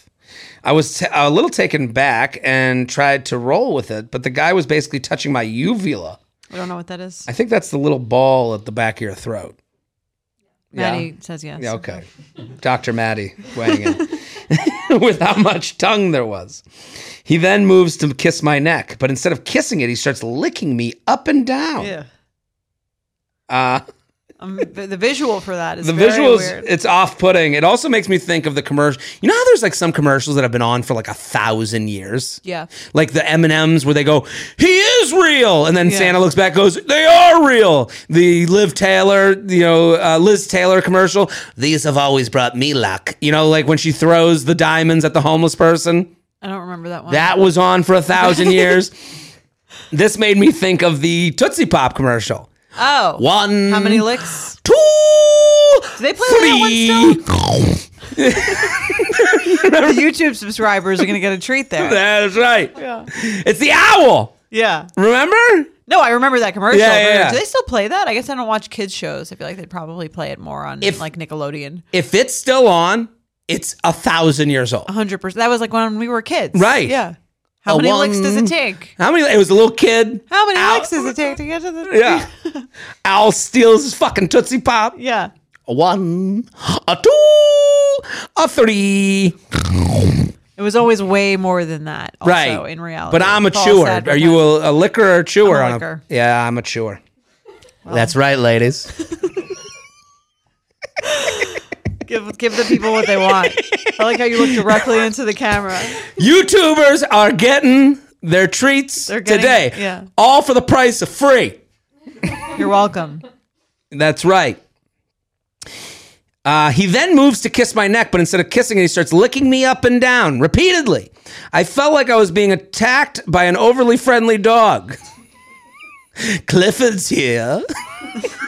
[SPEAKER 2] I was t- a little taken back and tried to roll with it, but the guy was basically touching my uvula.
[SPEAKER 1] I don't know what that is.
[SPEAKER 2] I think that's the little ball at the back of your throat.
[SPEAKER 1] Maddie says yes.
[SPEAKER 2] Yeah, okay. Dr. Maddie weighing in with how much tongue there was. He then moves to kiss my neck, but instead of kissing it, he starts licking me up and down.
[SPEAKER 1] Yeah.
[SPEAKER 2] Uh,
[SPEAKER 1] Um, the the visual for that is
[SPEAKER 2] the
[SPEAKER 1] very
[SPEAKER 2] visuals
[SPEAKER 1] weird.
[SPEAKER 2] it's off-putting it also makes me think of the commercial you know how there's like some commercials that have been on for like a thousand years
[SPEAKER 1] yeah.
[SPEAKER 2] like the m&ms where they go he is real and then
[SPEAKER 1] Yeah.
[SPEAKER 2] santa looks back goes they are real the liv taylor you know uh, liz taylor commercial these have always brought me luck you know like when she throws the diamonds at the homeless person
[SPEAKER 1] I don't remember that one.
[SPEAKER 2] that was on for a thousand years this made me think of the tootsie pop commercial
[SPEAKER 1] oh.
[SPEAKER 2] one
[SPEAKER 1] How many licks?
[SPEAKER 2] two
[SPEAKER 1] Do they play that one still? The YouTube subscribers are going to get a treat there.
[SPEAKER 2] That's right.
[SPEAKER 1] Yeah.
[SPEAKER 2] It's the owl.
[SPEAKER 1] Yeah.
[SPEAKER 2] Remember?
[SPEAKER 1] No, I remember that commercial.
[SPEAKER 2] Yeah, yeah,
[SPEAKER 1] but
[SPEAKER 2] yeah.
[SPEAKER 1] Do they still play that? I guess I don't watch kids shows. I feel like they'd probably play it more on
[SPEAKER 2] If-
[SPEAKER 1] like Nickelodeon.
[SPEAKER 2] If it's still on, it's a thousand years old.
[SPEAKER 1] 100%. That was like when we were kids.
[SPEAKER 2] Right.
[SPEAKER 1] Yeah. How
[SPEAKER 2] A
[SPEAKER 1] many licks does
[SPEAKER 2] one-
[SPEAKER 1] it take?
[SPEAKER 2] How many? It was a little kid.
[SPEAKER 1] How many
[SPEAKER 2] Owl-
[SPEAKER 1] licks does it take to get to the
[SPEAKER 2] Yeah. owl steals his fucking Tootsie Pop.
[SPEAKER 1] Yeah.
[SPEAKER 2] A one, a two, a three.
[SPEAKER 1] It was always way more than that. Also,
[SPEAKER 2] Right.
[SPEAKER 1] In reality.
[SPEAKER 2] But I'm a
[SPEAKER 1] It's all
[SPEAKER 2] chewer.
[SPEAKER 1] sad
[SPEAKER 2] Are you a, a liquor or a chewer?
[SPEAKER 1] I'm a
[SPEAKER 2] on
[SPEAKER 1] licker.
[SPEAKER 2] yeah, I'm a chewer. That's right, ladies.
[SPEAKER 1] give give the people what they want. I like how you look directly into the camera.
[SPEAKER 2] YouTubers are getting their treats
[SPEAKER 1] They're getting-
[SPEAKER 2] today.
[SPEAKER 1] yeah.
[SPEAKER 2] All for the price of free.
[SPEAKER 1] You're welcome.
[SPEAKER 2] That's right. Uh, he then moves to kiss my neck, but instead of kissing it, he starts licking me up and down repeatedly. I felt like I was being attacked by an overly friendly dog. Clifford's here.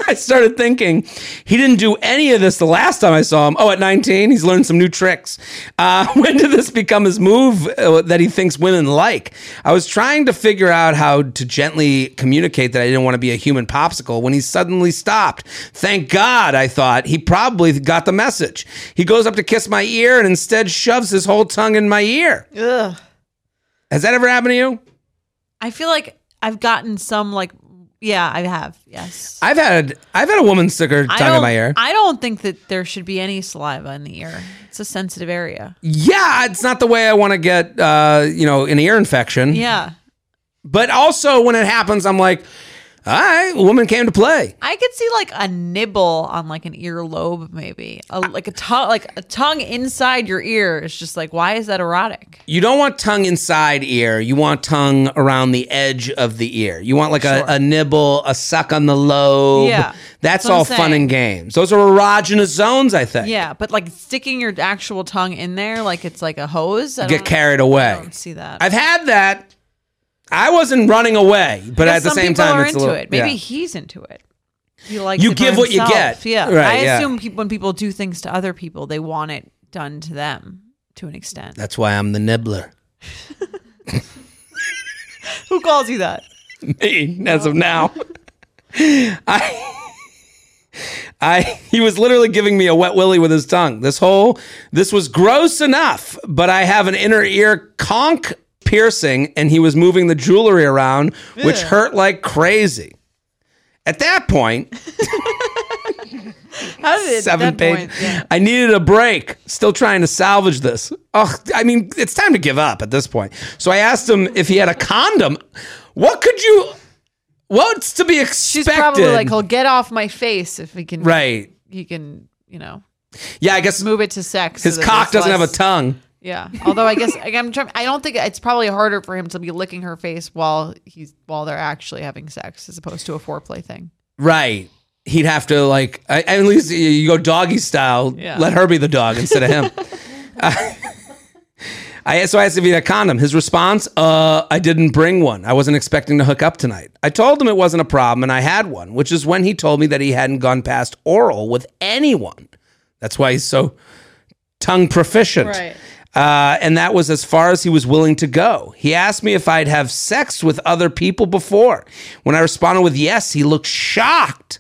[SPEAKER 2] I started thinking he didn't do any of this the last time I saw him. Oh, at 19, he's learned some new tricks. Uh, when did this become his move uh, that he thinks women like? I was trying to figure out how to gently communicate that I didn't want to be a human popsicle when he suddenly stopped. Thank God, I thought. He probably got the message. He goes up to kiss my ear and instead shoves his whole tongue in my ear.
[SPEAKER 1] Ugh.
[SPEAKER 2] Has that ever happened to you?
[SPEAKER 1] I feel like I've gotten some like yeah, I have. Yes.
[SPEAKER 2] I've had I've had a woman stick her tongue
[SPEAKER 1] I don't,
[SPEAKER 2] in my ear.
[SPEAKER 1] I don't think that there should be any saliva in the ear. It's a sensitive area.
[SPEAKER 2] Mm. yeah, it's not the way I want to get uh, you know, an ear infection.
[SPEAKER 1] Yeah.
[SPEAKER 2] But also when it happens, I'm like, all right, a woman came to play.
[SPEAKER 1] I could see like a nibble on like an earlobe, maybe a, like a tongue, like a tongue inside your ear. It's just like, why is that erotic?
[SPEAKER 2] You don't want tongue inside ear. You want tongue around the edge of the ear. You want like a, a nibble, a suck on the lobe.
[SPEAKER 1] Yeah,
[SPEAKER 2] That's,
[SPEAKER 1] that's what I'm
[SPEAKER 2] all fun
[SPEAKER 1] saying.
[SPEAKER 2] and games. Those are erogenous zones, I think.
[SPEAKER 1] Yeah, but like sticking your actual tongue in there, like it's like a hose. I
[SPEAKER 2] Get
[SPEAKER 1] don't,
[SPEAKER 2] carried away.
[SPEAKER 1] I don't see that.
[SPEAKER 2] I've had that. I wasn't running away, but
[SPEAKER 1] Guess
[SPEAKER 2] at the
[SPEAKER 1] some
[SPEAKER 2] same
[SPEAKER 1] people
[SPEAKER 2] time,
[SPEAKER 1] are
[SPEAKER 2] it's
[SPEAKER 1] into
[SPEAKER 2] a little,
[SPEAKER 1] it. Maybe
[SPEAKER 2] yeah.
[SPEAKER 1] he's into it. He likes
[SPEAKER 2] You
[SPEAKER 1] it for
[SPEAKER 2] give what you
[SPEAKER 1] himself.
[SPEAKER 2] get.
[SPEAKER 1] Yeah,
[SPEAKER 2] Right,
[SPEAKER 1] I
[SPEAKER 2] yeah.
[SPEAKER 1] assume peop when people do things to other people, they want it done to them to an extent.
[SPEAKER 2] That's why I'm the nibbler.
[SPEAKER 1] Who calls you that?
[SPEAKER 2] me as of now. I, I, he was literally giving me a wet willy with his tongue. This whole, this was gross enough, but I have an inner ear conch piercing, and he was moving the jewelry around, which
[SPEAKER 1] Ew.
[SPEAKER 2] hurt like crazy. At that point,
[SPEAKER 1] How did it, at
[SPEAKER 2] seven
[SPEAKER 1] that
[SPEAKER 2] page,
[SPEAKER 1] point- yeah.
[SPEAKER 2] I needed a break. Still trying to salvage this. Ugh, I mean, it's time to give up at this point. So I asked him if he had a condom. What could you? What's to be expected?
[SPEAKER 1] She's probably like, "He'll get off my face if he can."
[SPEAKER 2] Right.
[SPEAKER 1] He can, you know,
[SPEAKER 2] Yeah, I guess
[SPEAKER 1] move it to sex.
[SPEAKER 2] his
[SPEAKER 1] so that
[SPEAKER 2] cock
[SPEAKER 1] there's
[SPEAKER 2] doesn't have a
[SPEAKER 1] less-
[SPEAKER 2] tongue.
[SPEAKER 1] Yeah. Although I guess like, I'm trying. I don't think it's probably harder for him to be licking her face while he's while they're actually having sex as opposed to a foreplay thing.
[SPEAKER 2] Right. He'd have to like I, at least you- you go doggy style.
[SPEAKER 1] Yeah.
[SPEAKER 2] Let her be the dog instead of him. Uh, I so I asked if he had a condom. His response: uh, I didn't bring one. I wasn't expecting to hook up tonight. I told him it wasn't a problem, and I had one, which is when he told me that he hadn't gone past oral with anyone. That's why he's so tongue proficient.
[SPEAKER 1] Right.
[SPEAKER 2] Uh, and that was as far as he was willing to go. He asked me if I'd have sex with other people before. When I responded with yes, he looked shocked.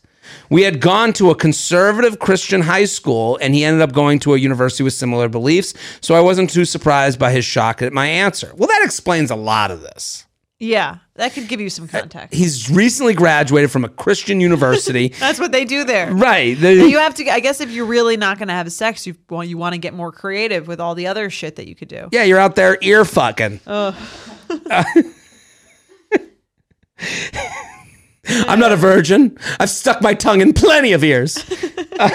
[SPEAKER 2] We had gone to a conservative Christian high school, and he ended up going to a university with similar beliefs. So I wasn't too surprised by his shock at my answer. Well, that explains a lot of this.
[SPEAKER 1] Yeah, that could give you some context.
[SPEAKER 2] He's recently graduated from a Christian university.
[SPEAKER 1] That's what they do there.
[SPEAKER 2] right.
[SPEAKER 1] But
[SPEAKER 2] the-
[SPEAKER 1] You have to. I guess if you're really not going to have sex, you want you want to get more creative with all the other shit that you could do.
[SPEAKER 2] Yeah, you're out there ear fucking. I'm not a virgin. I've stuck my tongue in plenty of ears. Uh,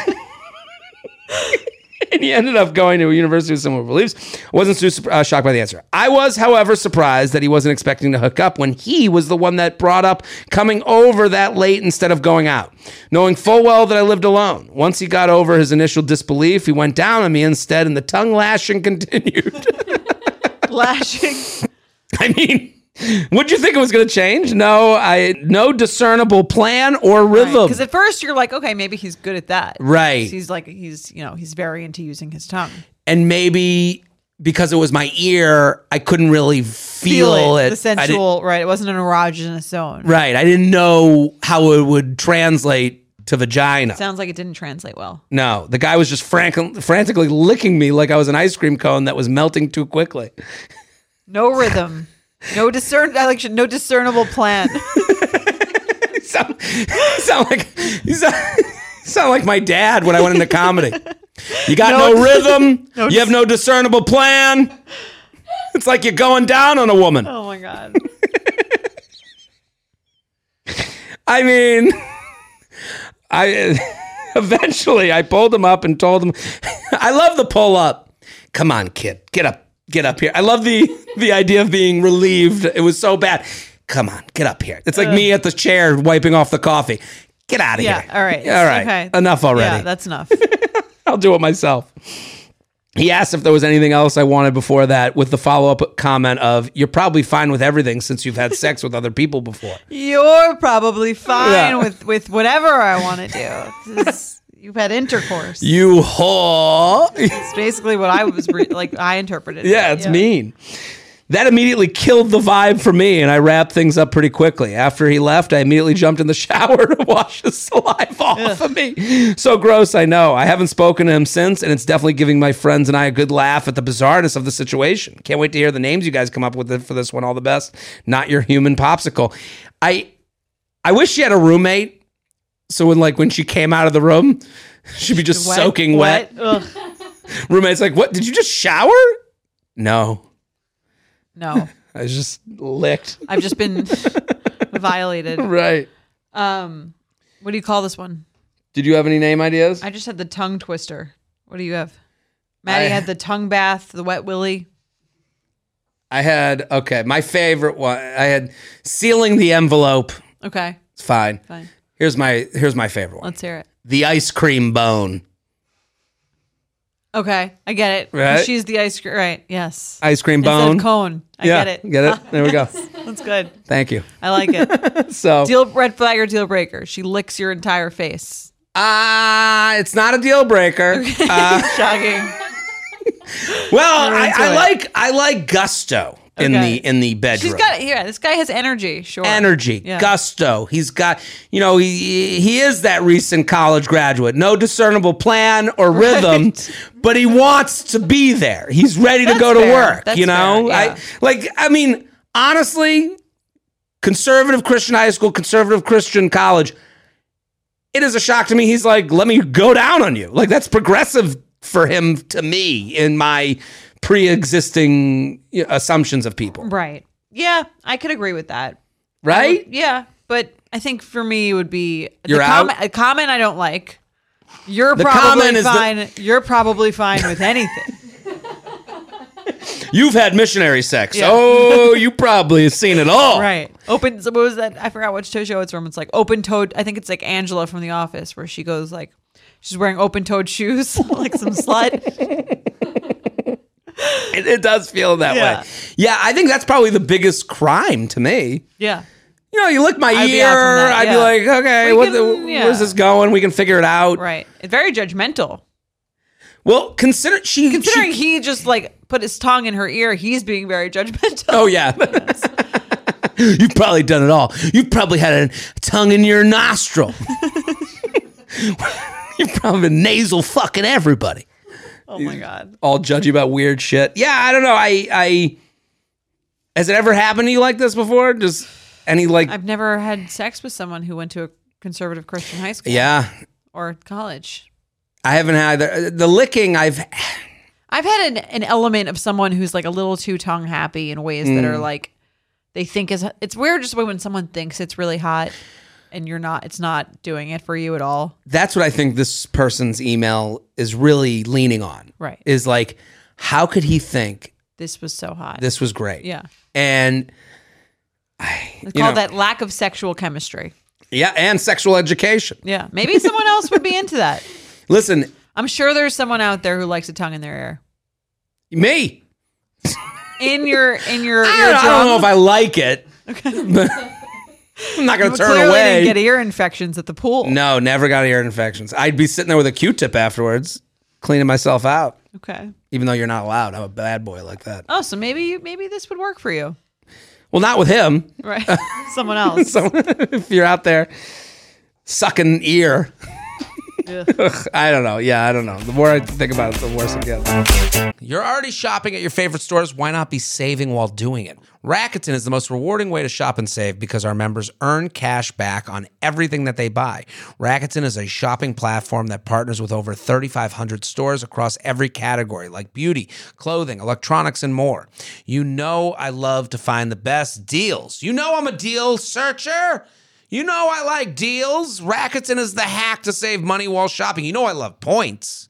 [SPEAKER 2] and he ended up going to a university with similar beliefs. Wasn't too surp- uh, shocked by the answer. I was, however, surprised that he wasn't expecting to hook up when he was the one that brought up coming over that late instead of going out, knowing full well that I lived alone. Once he got over his initial disbelief, he went down on me instead, and the tongue lashing continued.
[SPEAKER 1] Lashing.
[SPEAKER 2] I mean, Would you think it was going to change? No, I no discernible plan or rhythm.
[SPEAKER 1] Because at first you're like, okay, maybe he's good at that.
[SPEAKER 2] Right.
[SPEAKER 1] He's like, he's, you know, he's very into using his tongue.
[SPEAKER 2] and maybe because it was my ear, I couldn't really feel, it.
[SPEAKER 1] The
[SPEAKER 2] I didn't-
[SPEAKER 1] sensual, right? It wasn't an erogenous zone.
[SPEAKER 2] right. I didn't know how it would translate to vagina.
[SPEAKER 1] Sounds like it didn't translate well.
[SPEAKER 2] No, the guy was just frank- frantically licking me like I was an ice cream cone that was melting too quickly.
[SPEAKER 1] No rhythm. No discern. I like should- no discernible plan.
[SPEAKER 2] You sound, you sound like you sound, you sound like my dad when I went into comedy. You got no,
[SPEAKER 1] No dis-
[SPEAKER 2] rhythm.
[SPEAKER 1] no
[SPEAKER 2] you have no discernible plan. It's like you're going down on a woman.
[SPEAKER 1] oh my god.
[SPEAKER 2] I mean, I eventually I pulled him up and told him, I love the pull up. Come on, kid, get up, get up here. I love the the idea of being relieved. It was so bad. Come on, get up here. It's like me at the chair wiping off the coffee. Get out of
[SPEAKER 1] Yeah.
[SPEAKER 2] here.
[SPEAKER 1] All right.
[SPEAKER 2] All right. Enough already.
[SPEAKER 1] Yeah, that's enough.
[SPEAKER 2] I'll do it myself. He asked if there was anything else I wanted before that, with the follow up comment of, You're probably fine with everything since you've had sex with other people before.
[SPEAKER 1] You're probably fine
[SPEAKER 2] Yeah.
[SPEAKER 1] with with whatever I want to do. This is- you've had intercourse.
[SPEAKER 2] You whore.
[SPEAKER 1] It's basically what I was re- like. I interpreted. it.
[SPEAKER 2] Yeah, it's mean. That immediately killed the vibe for me, and I wrapped things up pretty quickly. After he left, I immediately jumped in the shower to wash his saliva off of me. So gross, I know. I haven't spoken to him since, and it's definitely giving my friends and I a good laugh at the bizarreness of the situation. Can't wait to hear the names you guys come up with for this one. All the best. Not your human popsicle. I I wish she had a roommate. So when like when she came out of the room, she'd be just
[SPEAKER 1] Wet,
[SPEAKER 2] soaking wet.
[SPEAKER 1] Ugh.
[SPEAKER 2] Roommate's like, "What? Did you just shower?" No.
[SPEAKER 1] No,
[SPEAKER 2] I was just licked.
[SPEAKER 1] I've just been violated.
[SPEAKER 2] Right.
[SPEAKER 1] Um, what do you call this one?
[SPEAKER 2] Did you have any name ideas?
[SPEAKER 1] I just had the tongue twister. What do you have? Maddie
[SPEAKER 2] I-
[SPEAKER 1] had the tongue bath, the wet willy.
[SPEAKER 2] I had okay. My favorite one. I had sealing the envelope.
[SPEAKER 1] Okay,
[SPEAKER 2] It's fine.
[SPEAKER 1] fine.
[SPEAKER 2] Here's my here's my favorite one.
[SPEAKER 1] Oh. Let's hear it.
[SPEAKER 2] The ice cream bone.
[SPEAKER 1] Okay, I get it.
[SPEAKER 2] Right?
[SPEAKER 1] She's the ice cream. Right. Yes.
[SPEAKER 2] Ice cream
[SPEAKER 1] Instead
[SPEAKER 2] bone.
[SPEAKER 1] of cone. I
[SPEAKER 2] yeah,
[SPEAKER 1] get it.
[SPEAKER 2] Get it. There we go.
[SPEAKER 1] That's good.
[SPEAKER 2] Thank you.
[SPEAKER 1] I like it.
[SPEAKER 2] So
[SPEAKER 1] Deal red flag or deal breaker. She licks your entire face.
[SPEAKER 2] ah, it's not a deal breaker. Uh,
[SPEAKER 1] Shocking.
[SPEAKER 2] well, I,
[SPEAKER 1] into
[SPEAKER 2] I
[SPEAKER 1] it.
[SPEAKER 2] like I like gusto in
[SPEAKER 1] Okay.
[SPEAKER 2] the in the bedroom.
[SPEAKER 1] She's got yeah. This guy has energy. Sure.
[SPEAKER 2] energy,
[SPEAKER 1] Yeah.
[SPEAKER 2] gusto. He's got, you know, he he is that recent college graduate. No discernible plan or rhythm, but he wants to be there. He's ready to go to
[SPEAKER 1] fair.
[SPEAKER 2] work.
[SPEAKER 1] That's
[SPEAKER 2] you know,
[SPEAKER 1] fair, yeah.
[SPEAKER 2] I like. I mean, honestly, conservative Christian high school, conservative Christian college. It is a shock to me. He's like, let me go down on you. Like that's progressive for him to me in my pre-existing you know, assumptions of people,
[SPEAKER 1] Right. Yeah, I could agree with that.
[SPEAKER 2] right?
[SPEAKER 1] Yeah, but I think for me it would be
[SPEAKER 2] You're
[SPEAKER 1] the
[SPEAKER 2] out?
[SPEAKER 1] a comment I don't like. You're
[SPEAKER 2] The
[SPEAKER 1] probably
[SPEAKER 2] comment is the-
[SPEAKER 1] fine. You're probably fine with anything.
[SPEAKER 2] You've had missionary sex.
[SPEAKER 1] Yeah.
[SPEAKER 2] Oh, you probably have seen it all.
[SPEAKER 1] right. Open. So what was that? I forgot which show it's from. It's like open toed. I think it's like Angela from The Office, where she goes like, she's wearing open toed shoes, like some slut.
[SPEAKER 2] It, it does feel that
[SPEAKER 1] Yeah.
[SPEAKER 2] way. Yeah, I think that's probably the biggest crime to me.
[SPEAKER 1] Yeah.
[SPEAKER 2] You know, you lick my
[SPEAKER 1] I'd be
[SPEAKER 2] ear,
[SPEAKER 1] out from that,
[SPEAKER 2] I'd
[SPEAKER 1] yeah.
[SPEAKER 2] be like, okay,
[SPEAKER 1] We
[SPEAKER 2] what
[SPEAKER 1] can-
[SPEAKER 2] the,
[SPEAKER 1] yeah.
[SPEAKER 2] where's this going? We can figure it out.
[SPEAKER 1] Right. It's very judgmental.
[SPEAKER 2] Well, consider she.
[SPEAKER 1] Considering
[SPEAKER 2] she
[SPEAKER 1] he just like put his tongue in her ear, he's being very judgmental.
[SPEAKER 2] oh, yeah. You've probably done it all. You've probably had a tongue in your nostril. You've probably been nasal fucking everybody.
[SPEAKER 1] Oh my god.
[SPEAKER 2] all judgy about weird shit. Yeah, I don't know. I I has it ever happened to you like this before? Just any like
[SPEAKER 1] I've never had sex with someone who went to a conservative Christian high school
[SPEAKER 2] yeah.
[SPEAKER 1] or college.
[SPEAKER 2] I haven't had the, the licking. I've
[SPEAKER 1] I've had an, an element of someone who's like a little too tongue happy in ways that
[SPEAKER 2] Mm.
[SPEAKER 1] are like they think is it's weird just when someone thinks it's really hot and you're not it's not doing it for you at all.
[SPEAKER 2] that's what I think this person's email is really leaning on.
[SPEAKER 1] Right.
[SPEAKER 2] Is like how could he think
[SPEAKER 1] This was so hot.
[SPEAKER 2] this was great?
[SPEAKER 1] yeah.
[SPEAKER 2] And
[SPEAKER 1] It's
[SPEAKER 2] You
[SPEAKER 1] called
[SPEAKER 2] know-
[SPEAKER 1] that lack of sexual chemistry.
[SPEAKER 2] yeah, and sexual education.
[SPEAKER 1] Yeah. Maybe someone else would be into that.
[SPEAKER 2] Listen,
[SPEAKER 1] I'm sure there's someone out there who likes a tongue in their ear.
[SPEAKER 2] me.
[SPEAKER 1] in your in your
[SPEAKER 4] I don't,
[SPEAKER 1] eardrum.
[SPEAKER 4] I don't know if I like it. but I'm not going to
[SPEAKER 1] You
[SPEAKER 4] turn
[SPEAKER 1] clearly
[SPEAKER 4] away.
[SPEAKER 1] didn't get ear infections at the pool.
[SPEAKER 4] No, never got ear infections. I'd be sitting there with a Q-tip afterwards, cleaning myself out.
[SPEAKER 1] Okay.
[SPEAKER 4] Even though you're not allowed, I'm a bad boy like that.
[SPEAKER 1] Oh, so maybe you maybe this would work for you,
[SPEAKER 4] Well, not with him.
[SPEAKER 1] right? Someone else.
[SPEAKER 4] So if you're out there sucking ear,
[SPEAKER 1] Ugh.
[SPEAKER 4] I don't know. Yeah, I don't know. The more I think about it, the worse it gets.
[SPEAKER 2] You're already shopping at your favorite stores. Why not be saving while doing it? Rakuten is the most rewarding way to shop and save because our members earn cash back on everything that they buy. Rakuten is a shopping platform that partners with over 3,500 stores across every category, like beauty, clothing, electronics, and more. You know, I love to find the best deals. You know, I'm a deal searcher. You know, I like deals. Rakuten is the hack to save money while shopping. You know, I love points.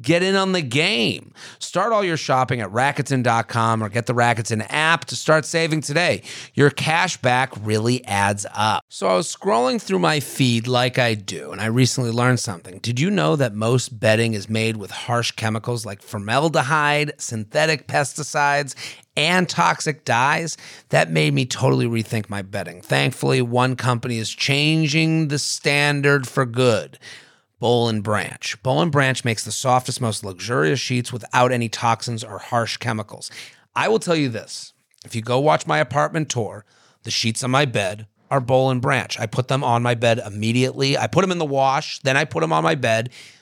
[SPEAKER 2] Get in on the game. Start all your shopping at Rakuten.com or get the Rakuten app to start saving today. Your cash back really adds up. So I was scrolling through my feed like I do, and I recently learned something. Did you know that most bedding is made with harsh chemicals like formaldehyde, synthetic pesticides, and toxic dyes. That made me totally rethink my betting. Thankfully, one company is changing the standard for good. Bowl and Branch. Bowl and Branch makes the softest, most luxurious sheets without any toxins or harsh chemicals. I will tell you this if you go watch my apartment tour, the sheets on my bed are Bowl and Branch. I put them on my bed immediately. I put them in the wash, then I put them on my bed.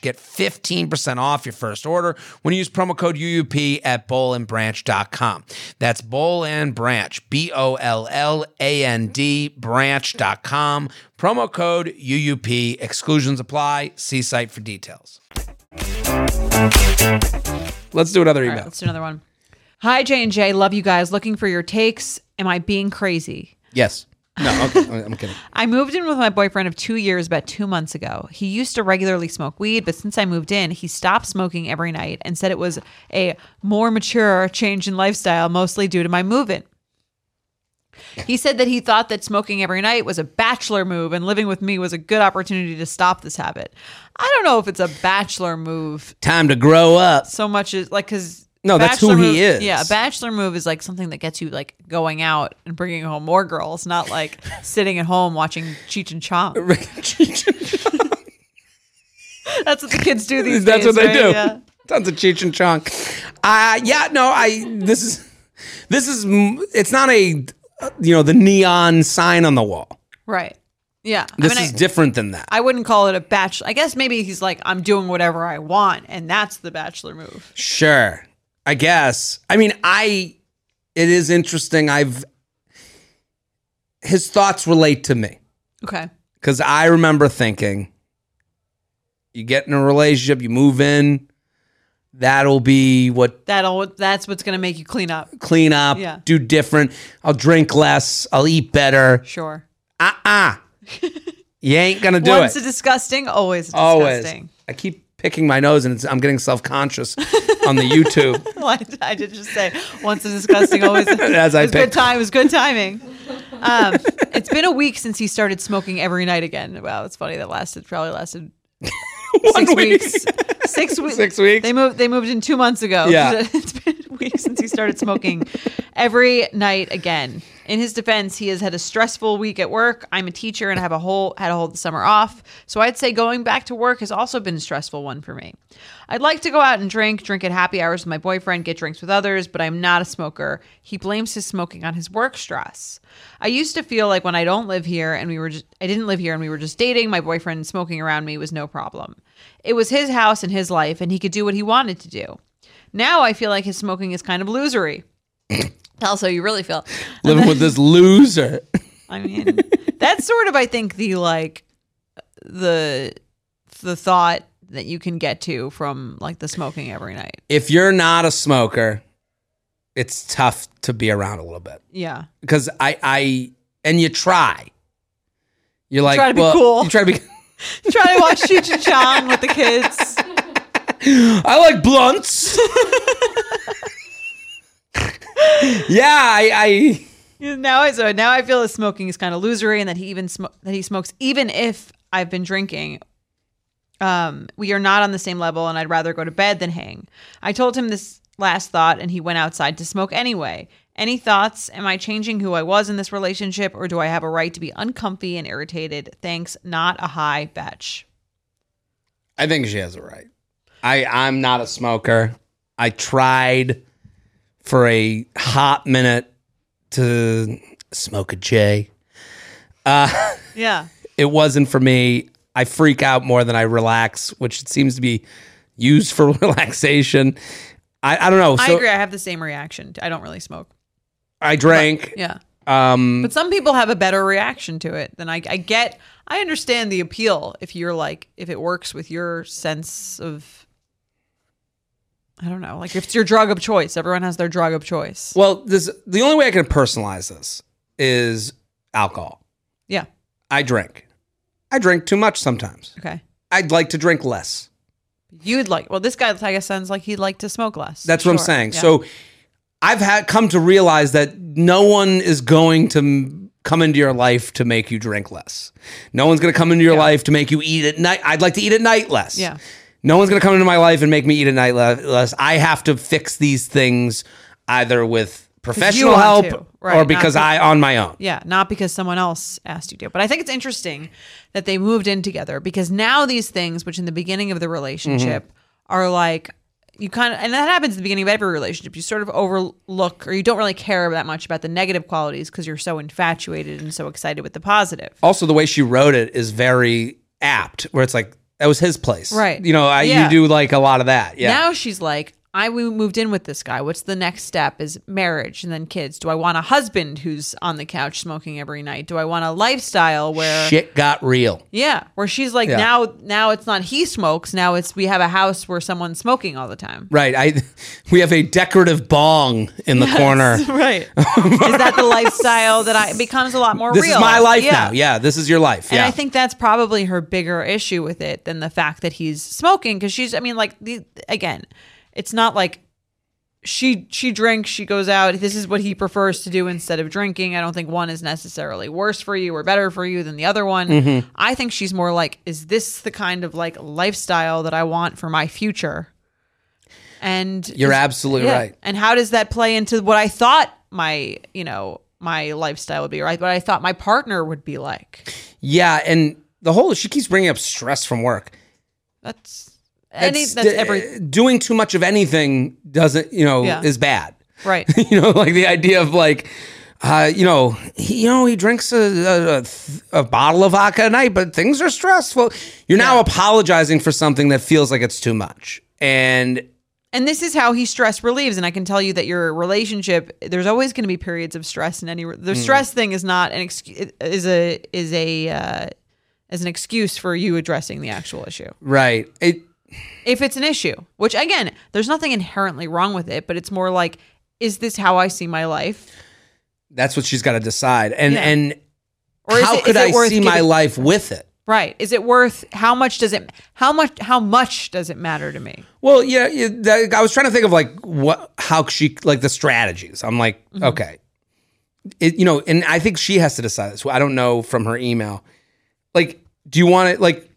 [SPEAKER 2] Get 15% off your first order when you use promo code UUP at bowlandbranch.com. That's Bowl and Branch, B O L L A N D, branch.com. Promo code UUP. Exclusions apply. See site for details.
[SPEAKER 4] Let's do another email.
[SPEAKER 1] Let's do another one. Hi J and J, love you guys. Looking for your takes. Am I being crazy?
[SPEAKER 4] Yes. No, okay. I'm kidding.
[SPEAKER 1] I moved in with my boyfriend of two years about two months ago. He used to regularly smoke weed, but since I moved in, he stopped smoking every night and said it was a more mature change in lifestyle, mostly due to my move in. He said that he thought that smoking every night was a bachelor move and living with me was a good opportunity to stop this habit. I don't know if it's a bachelor move
[SPEAKER 4] Time to grow up.
[SPEAKER 1] so much as like because
[SPEAKER 4] No, that's who he is.
[SPEAKER 1] Yeah, a bachelor move is like something that gets you like going out and bringing home more girls, not like sitting at home watching Cheech and Chong. That's what the kids do these
[SPEAKER 4] That's
[SPEAKER 1] days.
[SPEAKER 4] what they
[SPEAKER 1] right?
[SPEAKER 4] do.
[SPEAKER 1] Yeah.
[SPEAKER 4] Tons of Cheech and Chong. Uh, yeah, no, I this is this is m- it's not a uh, you know the neon sign on the wall.
[SPEAKER 1] Right. Yeah.
[SPEAKER 4] This
[SPEAKER 1] I mean,
[SPEAKER 4] is
[SPEAKER 1] I,
[SPEAKER 4] different than that.
[SPEAKER 1] I wouldn't call it a bachelor. I guess maybe he's like, I'm doing whatever I want, and that's the bachelor move.
[SPEAKER 4] Sure. I guess. I mean, I it is interesting. I've his thoughts relate to me
[SPEAKER 1] Okay.
[SPEAKER 4] cuz I remember thinking you get in a relationship, you move in, that'll be what
[SPEAKER 1] That'll. That's what's gonna make you clean up.
[SPEAKER 4] clean up,
[SPEAKER 1] Yeah.
[SPEAKER 4] do different. I'll drink less. I'll eat better.
[SPEAKER 1] Sure.
[SPEAKER 4] Uh
[SPEAKER 2] Uh-uh.
[SPEAKER 4] uh you ain't gonna do
[SPEAKER 1] Once
[SPEAKER 4] it.
[SPEAKER 1] a disgusting, always a
[SPEAKER 4] Always.
[SPEAKER 1] disgusting.
[SPEAKER 4] I keep picking my nose, and it's, I'm getting self conscious on the YouTube.
[SPEAKER 1] Well, I, I did just say once is disgusting, always.
[SPEAKER 4] As I
[SPEAKER 1] it was good
[SPEAKER 4] picked.
[SPEAKER 1] time. It was good timing. Um, it's been a week since he started smoking every night again. Wow, it's funny that lasted probably lasted
[SPEAKER 4] One
[SPEAKER 1] six
[SPEAKER 4] week.
[SPEAKER 1] weeks. Six weeks.
[SPEAKER 4] Six weeks.
[SPEAKER 1] They moved. They moved in two months ago.
[SPEAKER 4] Yeah.
[SPEAKER 1] it's been a week since he started smoking every night again. In his defense, he has had a stressful week at work. I'm a teacher and have a whole had a whole summer off, so I'd say going back to work has also been a stressful one for me. I'd like to go out and drink, drink at happy hours with my boyfriend, get drinks with others, but I'm not a smoker. He blames his smoking on his work stress. I used to feel like when I don't live here and we were just I didn't live here and we were just dating, my boyfriend smoking around me was no problem. It was his house and his life and he could do what he wanted to do. Now I feel like his smoking is kind of illusory. Tell us how you really feel.
[SPEAKER 2] Living with this loser.
[SPEAKER 1] I mean, that's sort of I think the like the the thought that you can get to from like the smoking every night.
[SPEAKER 2] If you're not a smoker, it's tough to be around a little bit
[SPEAKER 1] Yeah.
[SPEAKER 2] because I, I, and you try. You're like,
[SPEAKER 1] try to be
[SPEAKER 2] well,
[SPEAKER 1] cool.
[SPEAKER 2] You try to be.
[SPEAKER 1] Try to watch Cheech and Chong with the kids.
[SPEAKER 2] I like blunts. yeah, I, I.
[SPEAKER 1] Now I so now I feel that smoking is kind of illusory and that he even smo- that he smokes even if I've been drinking. Um, we are not on the same level and I'd rather go to bed than hang. I told him this last thought and he went outside to smoke anyway. Any thoughts? Am I changing who I was in this relationship or do I have a right to be uncomfy and irritated? Thanks, not a high batch.
[SPEAKER 2] I think she has it right. I I'm not a smoker. I tried for a hot minute to smoke a J.
[SPEAKER 1] Yeah.
[SPEAKER 2] It wasn't for me. I freak out more than I relax, which seems to be used for relaxation. I, I don't know. So
[SPEAKER 1] I agree. I have the same reaction. I don't really smoke.
[SPEAKER 2] I drank.
[SPEAKER 1] Yeah.
[SPEAKER 2] Um,
[SPEAKER 1] But some people have a better reaction to it than I, I get. I understand the appeal if you're like, if it works with your sense of, I don't know, like if it's your drug of choice, everyone has their drug of choice.
[SPEAKER 2] well, this the only way I can personalize this is alcohol.
[SPEAKER 1] Yeah.
[SPEAKER 2] I drink. I drink too much sometimes.
[SPEAKER 1] Okay.
[SPEAKER 2] I'd like to drink less.
[SPEAKER 1] You'd like, well, this guy, I guess, sounds like he'd like to smoke less.
[SPEAKER 2] That's what I'm
[SPEAKER 1] Sure.
[SPEAKER 2] saying.
[SPEAKER 1] Yeah.
[SPEAKER 2] So I've had come to realize that no one is going to m- come into your life to make you drink less. No one's going to come into your life to make you eat at night. I'd like to eat at night less.
[SPEAKER 1] Yeah.
[SPEAKER 2] No one's going to come into my life and make me eat at night le- less. I have to fix these things either with professional
[SPEAKER 1] want
[SPEAKER 2] help
[SPEAKER 1] to, right,
[SPEAKER 2] or
[SPEAKER 1] not
[SPEAKER 2] because
[SPEAKER 1] be-
[SPEAKER 2] I on my own.
[SPEAKER 1] Yeah, not because someone else asked you to. But I think it's interesting that they moved in together because now these things, which in the beginning of the relationship are like, you kind of, and that happens at the beginning of every relationship. You sort of overlook or you don't really care that much about the negative qualities because you're so infatuated and so excited with the positive.
[SPEAKER 2] Also, the way she wrote it is very apt, where it's like, that was his place.
[SPEAKER 1] Right.
[SPEAKER 2] You know, I,
[SPEAKER 1] Yeah.
[SPEAKER 2] you do like a lot of that. Yeah.
[SPEAKER 1] Now she's like, I we moved in with this guy. What's the next step? Is marriage and then kids? Do I want a husband who's on the couch smoking every night? Do I want a lifestyle where
[SPEAKER 2] Shit got real.
[SPEAKER 1] Yeah, where she's like
[SPEAKER 2] Yeah.
[SPEAKER 1] now now it's not he smokes, now it's we have a house where someone's smoking all the time.
[SPEAKER 2] Right. I we have a decorative bong in the corner.
[SPEAKER 1] Right. is that the lifestyle that I it becomes a lot more
[SPEAKER 2] This
[SPEAKER 1] real?
[SPEAKER 2] is my life
[SPEAKER 1] Yeah.
[SPEAKER 2] now. Yeah, this is your life.
[SPEAKER 1] And
[SPEAKER 2] yeah.
[SPEAKER 1] I think that's probably her bigger issue with it than the fact that he's smoking cuz she's I mean like the, again, it's not like she she drinks, she goes out. This is what he prefers to do instead of drinking. I don't think one is necessarily worse for you or better for you than the other one.
[SPEAKER 2] Mm-hmm.
[SPEAKER 1] I think she's more like is this the kind of like lifestyle that I want for my future? And
[SPEAKER 2] You're absolutely
[SPEAKER 1] yeah.
[SPEAKER 2] right.
[SPEAKER 1] And how does that play into what I thought my, you know, my lifestyle would be, right? What I thought my partner would be like.
[SPEAKER 2] Yeah, and the whole she keeps bringing up stress from work.
[SPEAKER 1] That's any
[SPEAKER 2] It's- uh,
[SPEAKER 1] that's every
[SPEAKER 2] doing too much of anything doesn't, you know,
[SPEAKER 1] Yeah.
[SPEAKER 2] is bad.
[SPEAKER 1] right.
[SPEAKER 2] you know, like the idea of like uh, you know, he, you know, he drinks a, a, a, th- a bottle of vodka a night, but things are stressful. You're now apologizing for something that feels like it's too much. And
[SPEAKER 1] And this is how he stress relieves. And I can tell you that your relationship, there's always going to be periods of stress in any. re-
[SPEAKER 2] Mm.
[SPEAKER 1] The stress thing is not an excuse is a is a uh, is an excuse for you addressing the actual issue
[SPEAKER 2] right, it
[SPEAKER 1] if it's an issue. Which again, there's nothing inherently wrong with it, but it's more like, is this how I see my life,
[SPEAKER 2] that's what she's got to decide. And
[SPEAKER 1] Yeah.
[SPEAKER 2] and
[SPEAKER 1] or is
[SPEAKER 2] how
[SPEAKER 1] it- is
[SPEAKER 2] could
[SPEAKER 1] it
[SPEAKER 2] I
[SPEAKER 1] worth
[SPEAKER 2] see my
[SPEAKER 1] giving-
[SPEAKER 2] life with it?
[SPEAKER 1] Right? Is it worth how much does it how much how much does it matter to me?
[SPEAKER 2] Well, yeah, yeah, that- I was trying to think of like what how she like the strategies. I'm like,
[SPEAKER 1] Mm-hmm.
[SPEAKER 2] okay, it, you know, and I think she has to decide this. I don't know from her email. Like, do you want it? Like,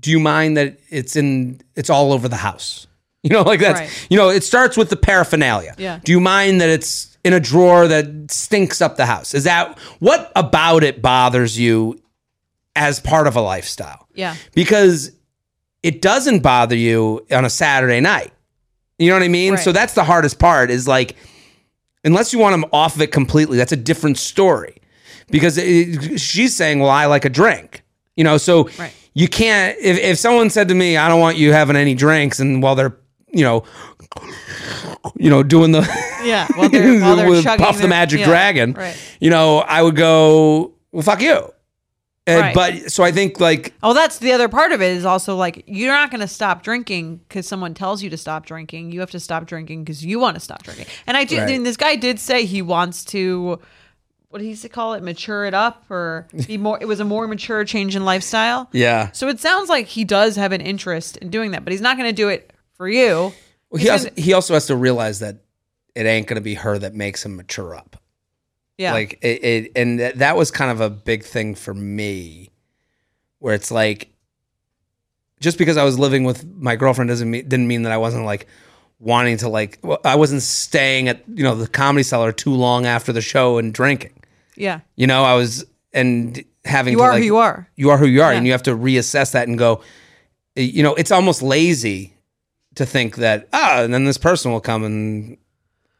[SPEAKER 2] do you mind that it's in it's all over the house? You know, like that's
[SPEAKER 1] Right.
[SPEAKER 2] you know, it starts with the paraphernalia.
[SPEAKER 1] Yeah.
[SPEAKER 2] Do you mind that it's in a drawer that stinks up the house? Is that what about it bothers you as part of a lifestyle?
[SPEAKER 1] Yeah.
[SPEAKER 2] because it doesn't bother you on a Saturday night. You know what I mean?
[SPEAKER 1] Right.
[SPEAKER 2] So that's the hardest part is like, unless you want them off of it completely, that's a different story. Because it, she's saying, well, I like a drink. You know, so
[SPEAKER 1] Right.
[SPEAKER 2] you can't, if, if someone said to me, I don't want you having any drinks, and while they're, you know, you know, doing the,
[SPEAKER 1] Yeah. While they're, while they're
[SPEAKER 2] with
[SPEAKER 1] chugging
[SPEAKER 2] Puff the
[SPEAKER 1] their-
[SPEAKER 2] Magic
[SPEAKER 1] yeah,
[SPEAKER 2] Dragon,
[SPEAKER 1] Right.
[SPEAKER 2] you know, I would go, well, fuck you. And,
[SPEAKER 1] Right.
[SPEAKER 2] But so I think like
[SPEAKER 1] Oh, that's the other part of it is also like you're not going to stop drinking because someone tells you to stop drinking. You have to stop drinking because you want to stop drinking. And I do. I
[SPEAKER 2] Right.
[SPEAKER 1] mean, this guy did say he wants to. What did he call it? Mature it up or be more. It was a more mature change in lifestyle.
[SPEAKER 2] Yeah.
[SPEAKER 1] So it sounds like he does have an interest in doing that, but he's not going to do it for you.
[SPEAKER 2] Well, he,
[SPEAKER 1] It's
[SPEAKER 2] also,
[SPEAKER 1] gonna-
[SPEAKER 2] he also has to realize that it ain't going to be her that makes him mature up.
[SPEAKER 1] Yeah.
[SPEAKER 2] Like it, it and th- that was kind of a big thing for me where it's like just because I was living with my girlfriend doesn't mean didn't mean that I wasn't like wanting to like well, I wasn't staying at, you know, the comedy cellar too long after the show and drinking.
[SPEAKER 1] yeah.
[SPEAKER 2] You know, I was and having
[SPEAKER 1] You
[SPEAKER 2] to
[SPEAKER 1] are
[SPEAKER 2] like,
[SPEAKER 1] who you are.
[SPEAKER 2] you are who you are and
[SPEAKER 1] Yeah.
[SPEAKER 2] you have to reassess that and go eh, you know it's almost lazy to think that ah and then this person will come and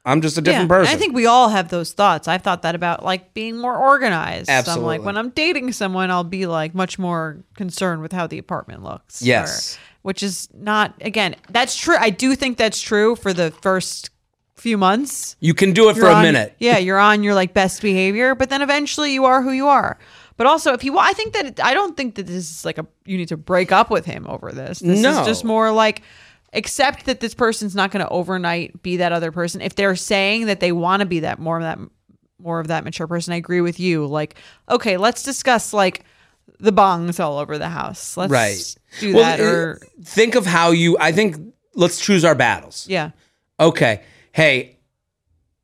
[SPEAKER 2] i'm just a different
[SPEAKER 1] Yeah, and
[SPEAKER 2] person
[SPEAKER 1] I think we all have those thoughts. I've thought that about like being more organized. I'm
[SPEAKER 2] Absolutely.
[SPEAKER 1] like when I'm dating someone, I'll be like much more concerned with how the apartment looks.
[SPEAKER 2] Yes.
[SPEAKER 1] which is not again. That's true. I do think that's true for the first few months.
[SPEAKER 2] you can do it for
[SPEAKER 1] You're
[SPEAKER 2] a
[SPEAKER 1] on-
[SPEAKER 2] minute
[SPEAKER 1] Yeah, you're on your like best behavior, but then eventually you are who you are. But also, if you, wa- I think that it, I don't think that this is like a you need to break up with him over this. This
[SPEAKER 2] No.
[SPEAKER 1] is just more like accept that this person's not going to overnight be that other person. If they're saying that they want to be that more of that more of that mature person, I agree with you. Like, okay, let's discuss like the bongs all over the house. Let's
[SPEAKER 2] right
[SPEAKER 1] do
[SPEAKER 2] Well,
[SPEAKER 1] that
[SPEAKER 2] uh,
[SPEAKER 1] or
[SPEAKER 2] think of how you i think let's choose our battles
[SPEAKER 1] yeah,
[SPEAKER 2] okay hey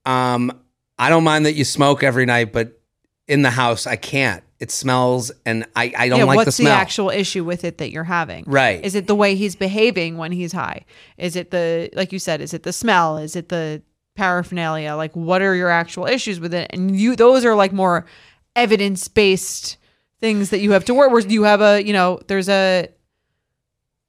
[SPEAKER 2] um i don't mind that you smoke every night but in the house i can't it smells and i i don't
[SPEAKER 1] yeah.
[SPEAKER 2] like
[SPEAKER 1] what's
[SPEAKER 2] the smell
[SPEAKER 1] actual issue with it that you're having?
[SPEAKER 2] Right.
[SPEAKER 1] Is it the way he's behaving when he's high? Is it the like you said? Is it the smell? Is it the paraphernalia? Like, what are your actual issues with it? And you, those are like more evidence based things that you have to work. Where you have a, you know, there's a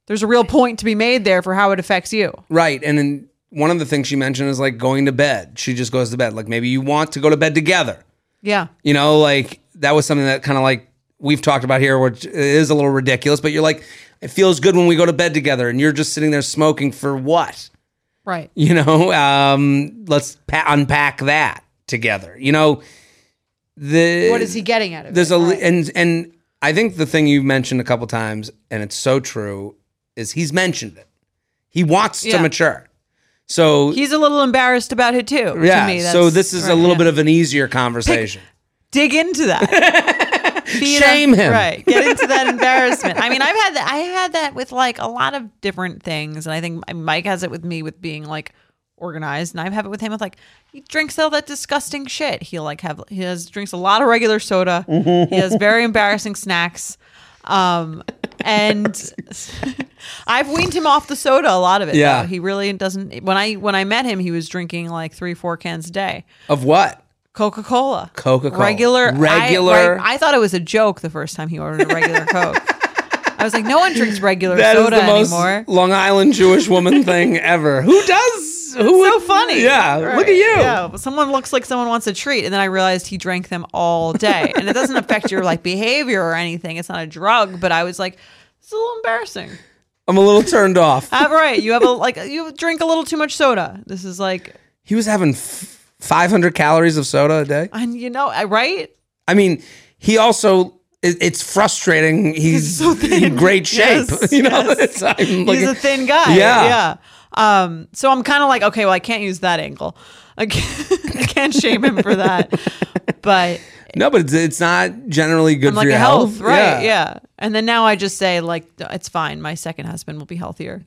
[SPEAKER 1] there's a real point to be made there for how it affects you.
[SPEAKER 2] Right. And then one of the things she mentioned is like going to bed. She just goes to bed. Like maybe you want to go to bed together.
[SPEAKER 1] Yeah.
[SPEAKER 2] You know, like that was something that kind of like we've talked about here, which is a little ridiculous, but you're like, it feels good when we go to bed together and you're just sitting there smoking for what?
[SPEAKER 1] Right.
[SPEAKER 2] You know, um, let's pa- unpack that together. You know, the
[SPEAKER 1] What is he getting out of
[SPEAKER 2] there's
[SPEAKER 1] it?
[SPEAKER 2] a
[SPEAKER 1] Right.
[SPEAKER 2] and and I think the thing you mentioned a couple times, and it's so true, is he's mentioned it. He wants
[SPEAKER 1] Yeah.
[SPEAKER 2] to mature, so
[SPEAKER 1] He's a little embarrassed about it too.
[SPEAKER 2] yeah.
[SPEAKER 1] To me.
[SPEAKER 2] so
[SPEAKER 1] That's-
[SPEAKER 2] this is
[SPEAKER 1] right,
[SPEAKER 2] a little
[SPEAKER 1] yeah.
[SPEAKER 2] bit of an easier conversation.
[SPEAKER 1] dig into that. Be in a-
[SPEAKER 2] Shame him.
[SPEAKER 1] Right. Get into that embarrassment. I mean, I've had that I had that with like a lot of different things. And I think Mike has it with me with being like organized. And I have it with him with like he drinks all that disgusting shit. He like have he has drinks a lot of regular soda. he has very embarrassing snacks. Um and I've weaned him off the soda a lot of it.
[SPEAKER 2] Yeah.
[SPEAKER 1] though. He really doesn't when I when I met him he was drinking like 3 4 cans a day.
[SPEAKER 2] Of what?
[SPEAKER 1] Coca Cola.
[SPEAKER 2] Coca-Cola.
[SPEAKER 1] Regular. I-
[SPEAKER 2] Regular.
[SPEAKER 1] right, I, thought it was a joke the first time he ordered a regular Coke. I was like, no one drinks regular
[SPEAKER 2] That is
[SPEAKER 1] soda
[SPEAKER 2] the most
[SPEAKER 1] anymore.
[SPEAKER 2] Long Island Jewish woman thing ever. Who does? Who
[SPEAKER 1] So
[SPEAKER 2] would-
[SPEAKER 1] funny.
[SPEAKER 2] Yeah.
[SPEAKER 1] Right.
[SPEAKER 2] Look at you.
[SPEAKER 1] Yeah. but Someone looks like someone wants a treat. And then I realized he drank them all day. and it doesn't affect your like behavior or anything. It's not a drug, but I was like, it's a little embarrassing.
[SPEAKER 2] I'm a little turned off.
[SPEAKER 1] All right. You have a like you drink a little too much soda. This is like
[SPEAKER 2] He was having f- 500 calories of soda a day.
[SPEAKER 1] and you know, I right?
[SPEAKER 2] I mean, he also. it- It's frustrating. He's in great shape.
[SPEAKER 1] Yes,
[SPEAKER 2] you know,
[SPEAKER 1] yes.
[SPEAKER 2] It's- I'm
[SPEAKER 1] he's
[SPEAKER 2] looking-
[SPEAKER 1] a thin guy.
[SPEAKER 2] Yeah.
[SPEAKER 1] Yeah. Um, so I'm kind of like, okay, well, I can't use that angle. I can't, I can't shame him for that. But
[SPEAKER 2] no, but it's, it's not generally good
[SPEAKER 1] I'm
[SPEAKER 2] for
[SPEAKER 1] like
[SPEAKER 2] your
[SPEAKER 1] a health, right? Yeah.
[SPEAKER 2] yeah.
[SPEAKER 1] And then now I just say, like, it's fine. My second husband will be healthier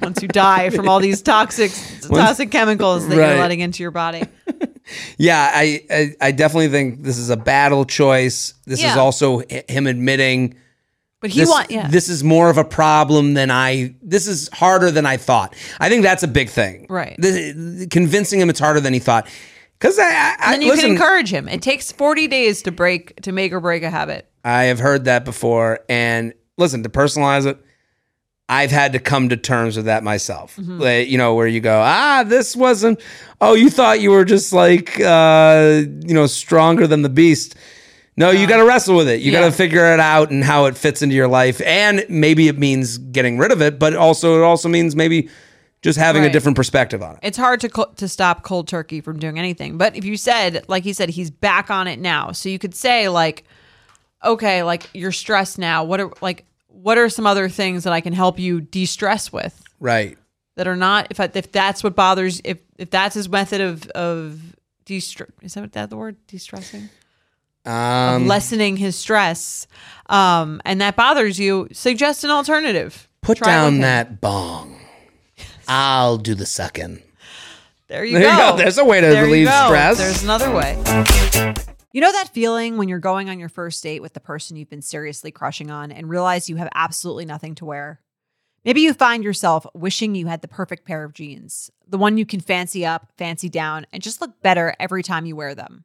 [SPEAKER 1] once you die from all these toxic, toxic chemicals that
[SPEAKER 2] Right.
[SPEAKER 1] you're letting into your body.
[SPEAKER 2] Yeah, I, I I definitely think this is a battle choice. This is
[SPEAKER 1] Yeah.
[SPEAKER 2] also hi- him admitting
[SPEAKER 1] But he
[SPEAKER 2] this,
[SPEAKER 1] want, yeah,
[SPEAKER 2] this is more of a problem than I. This is harder than I thought. I think that's a big thing.
[SPEAKER 1] Right.
[SPEAKER 2] This- convincing him it's harder than he thought. Because I, I, I
[SPEAKER 1] And you
[SPEAKER 2] listen,
[SPEAKER 1] can encourage him. It takes 40 days to break to make or break a habit.
[SPEAKER 2] I have heard that before. And listen, to personalize it, I've had to come to terms with that myself.
[SPEAKER 1] Mm-hmm.
[SPEAKER 2] Like, you know, where you go, ah, this wasn't, oh, you thought you were just like, uh, you know, stronger than the beast. No, you got to wrestle with it. You got
[SPEAKER 1] yeah.
[SPEAKER 2] to figure it out and how it fits into your life. And maybe it means getting rid of it, but also it also means maybe just having a
[SPEAKER 1] Right.
[SPEAKER 2] different perspective on it.
[SPEAKER 1] It's hard to co- to stop cold turkey from doing anything. But if you said, like he said, he's back on it now, so you could say like, okay, like you're stressed now. What are like what are some other things that I can help you de stress with
[SPEAKER 2] Right.
[SPEAKER 1] that are not if I, if that's what bothers if if that's his method of of de stress is that what that the word de stressing
[SPEAKER 2] Um,
[SPEAKER 1] lessening his stress, um, and that bothers you, suggest an alternative.
[SPEAKER 2] put
[SPEAKER 1] Try with
[SPEAKER 2] down
[SPEAKER 1] him.
[SPEAKER 2] that bong. I'll do the sucking.
[SPEAKER 1] There you,
[SPEAKER 2] There you
[SPEAKER 1] go.
[SPEAKER 2] go. There's a way to
[SPEAKER 1] There you
[SPEAKER 2] relieve
[SPEAKER 1] go.
[SPEAKER 2] stress.
[SPEAKER 1] There's another way. You know that feeling when you're going on your first date with the person you've been seriously crushing on and realize you have absolutely nothing to wear? Maybe you find yourself wishing you had the perfect pair of jeans, the one you can fancy up, fancy down, and just look better every time you wear them.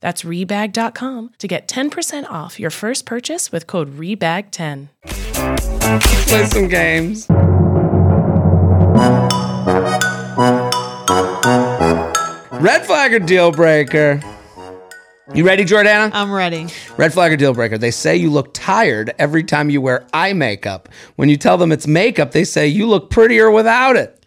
[SPEAKER 5] That's Rebag.com to get 10% off your first purchase with code REBAG10.
[SPEAKER 2] Play some games. Red flag or deal breaker? You ready, Jordana?
[SPEAKER 1] I'm ready.
[SPEAKER 2] Red flag or deal breaker? They say you look tired every time you wear eye makeup. When you tell them it's makeup, they say you look prettier without it.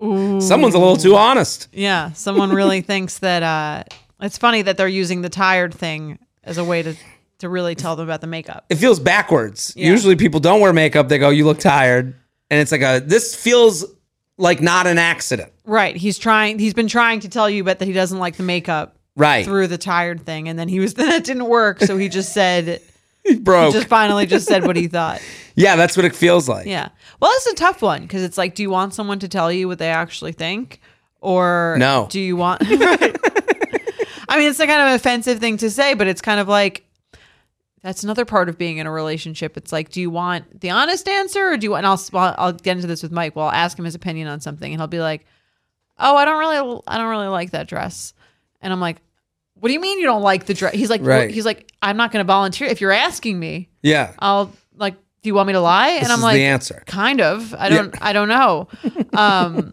[SPEAKER 2] Someone's a little too honest.
[SPEAKER 1] Yeah, someone really thinks that uh, it's funny that they're using the tired thing as a way to to really tell them about the makeup.
[SPEAKER 2] It feels backwards. Usually people don't wear makeup. They go, you look tired. And it's like a, this feels like not an accident.
[SPEAKER 1] Right. He's trying. He's been trying to tell you, but that he doesn't like the makeup
[SPEAKER 2] Right.
[SPEAKER 1] through the tired thing, and then he was then it didn't work, so he just said,
[SPEAKER 2] Broke.
[SPEAKER 1] just finally just said what he thought.
[SPEAKER 2] yeah, that's what it feels like.
[SPEAKER 1] Yeah. Well, it's a tough one because it's like, do you want someone to tell you what they actually think, or
[SPEAKER 2] No.
[SPEAKER 1] Do you want? Right. I mean, it's a kind of offensive thing to say, but it's kind of like that's another part of being in a relationship. It's like, do you want the honest answer, or do you want? And I'll well, I'll get into this with Mike. Well, I'll ask him his opinion on something, and he'll be like, "Oh, I don't really, I don't really like that dress," and I'm like. What do you mean you don't like the dress? He's like,
[SPEAKER 2] Right.
[SPEAKER 1] he's like, I'm not going to volunteer. If you're asking me,
[SPEAKER 2] Yeah.
[SPEAKER 1] I'll like, do you want me to lie? and
[SPEAKER 2] This
[SPEAKER 1] I'm
[SPEAKER 2] is
[SPEAKER 1] like,
[SPEAKER 2] the answer.
[SPEAKER 1] kind of. I don't. I don't know. Um,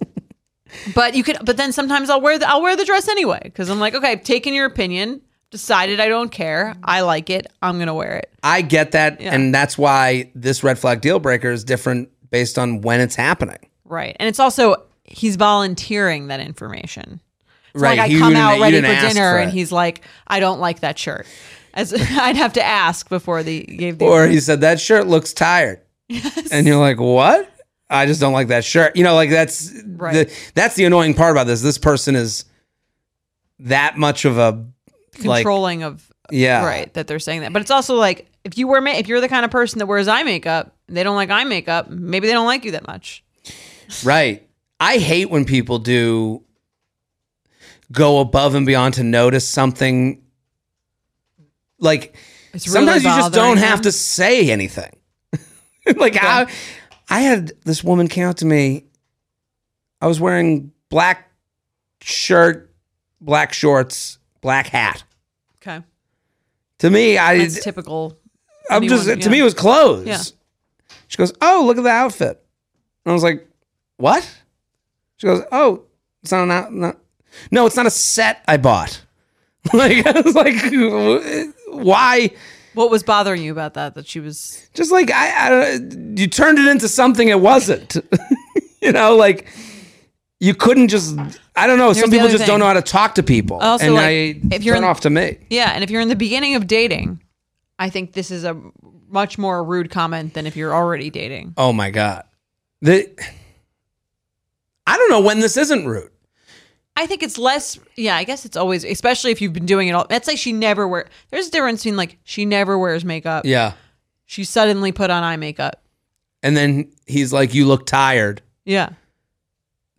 [SPEAKER 1] but you could. But then sometimes I'll wear the I'll wear the dress anyway because I'm like, okay, I've taken your opinion, decided I don't care. I like it. I'm gonna wear it.
[SPEAKER 2] I get that, and that's why this red flag deal breaker is different based on when it's happening.
[SPEAKER 1] Right. And it's also he's volunteering that information. It's
[SPEAKER 2] Right,
[SPEAKER 1] Like I
[SPEAKER 2] he-
[SPEAKER 1] come
[SPEAKER 2] you
[SPEAKER 1] out
[SPEAKER 2] didn't-
[SPEAKER 1] ready
[SPEAKER 2] you didn't
[SPEAKER 1] for
[SPEAKER 2] ask
[SPEAKER 1] dinner,
[SPEAKER 2] for
[SPEAKER 1] and
[SPEAKER 2] it.
[SPEAKER 1] he's like, I don't like that shirt. As I'd have to ask before they gave the
[SPEAKER 2] Or he said that shirt looks tired, and you're like, "What? I just don't like that shirt." You know, like that's
[SPEAKER 1] Right.
[SPEAKER 2] the, that's the annoying part about this. This person is that much of a like, uh,
[SPEAKER 1] controlling of
[SPEAKER 2] yeah,
[SPEAKER 1] right that they're saying that but it's also like if you wear ma- if you're the kind of person that wears eye makeup and they don't like eye makeup maybe they don't like you that much
[SPEAKER 2] Right. I hate when people do go above and beyond to notice something. Like
[SPEAKER 1] It's really
[SPEAKER 2] sometimes you just
[SPEAKER 1] bothering
[SPEAKER 2] don't have
[SPEAKER 1] them.
[SPEAKER 2] to say anything. like I, I had this woman came up to me. I was wearing black shirt, black shorts, black hat.
[SPEAKER 1] Okay.
[SPEAKER 2] To me, I
[SPEAKER 1] That's typical.
[SPEAKER 2] I'm just
[SPEAKER 1] anyone,
[SPEAKER 2] to
[SPEAKER 1] yeah.
[SPEAKER 2] me it was clothes.
[SPEAKER 1] Yeah.
[SPEAKER 2] She goes, "Oh, look at the outfit." And I was like, "What?" She goes, "Oh, it's not an out- not, no, it's not a set I bought." like I was like, "Why?"
[SPEAKER 1] What was bothering you about that? That she was
[SPEAKER 2] Just like I, I you turned it into something it wasn't. you know, like you couldn't just. I don't know.
[SPEAKER 1] Here's
[SPEAKER 2] some
[SPEAKER 1] the
[SPEAKER 2] people
[SPEAKER 1] other
[SPEAKER 2] just don't
[SPEAKER 1] thing.
[SPEAKER 2] know how to talk to people,
[SPEAKER 1] Also,
[SPEAKER 2] and
[SPEAKER 1] like,
[SPEAKER 2] I
[SPEAKER 1] if you're
[SPEAKER 2] turn
[SPEAKER 1] in-
[SPEAKER 2] off to me.
[SPEAKER 1] yeah. And if you're in the beginning of dating, I think this is a much more rude comment than if you're already dating.
[SPEAKER 2] Oh my god. The I don't know when this isn't rude.
[SPEAKER 1] I think it's less. Yeah, I guess it's always, especially if you've been doing it all. Let's say she never wear. There's a difference between like she never wears makeup.
[SPEAKER 2] Yeah.
[SPEAKER 1] She suddenly put on eye makeup.
[SPEAKER 2] And then he's like, "You look tired."
[SPEAKER 1] Yeah,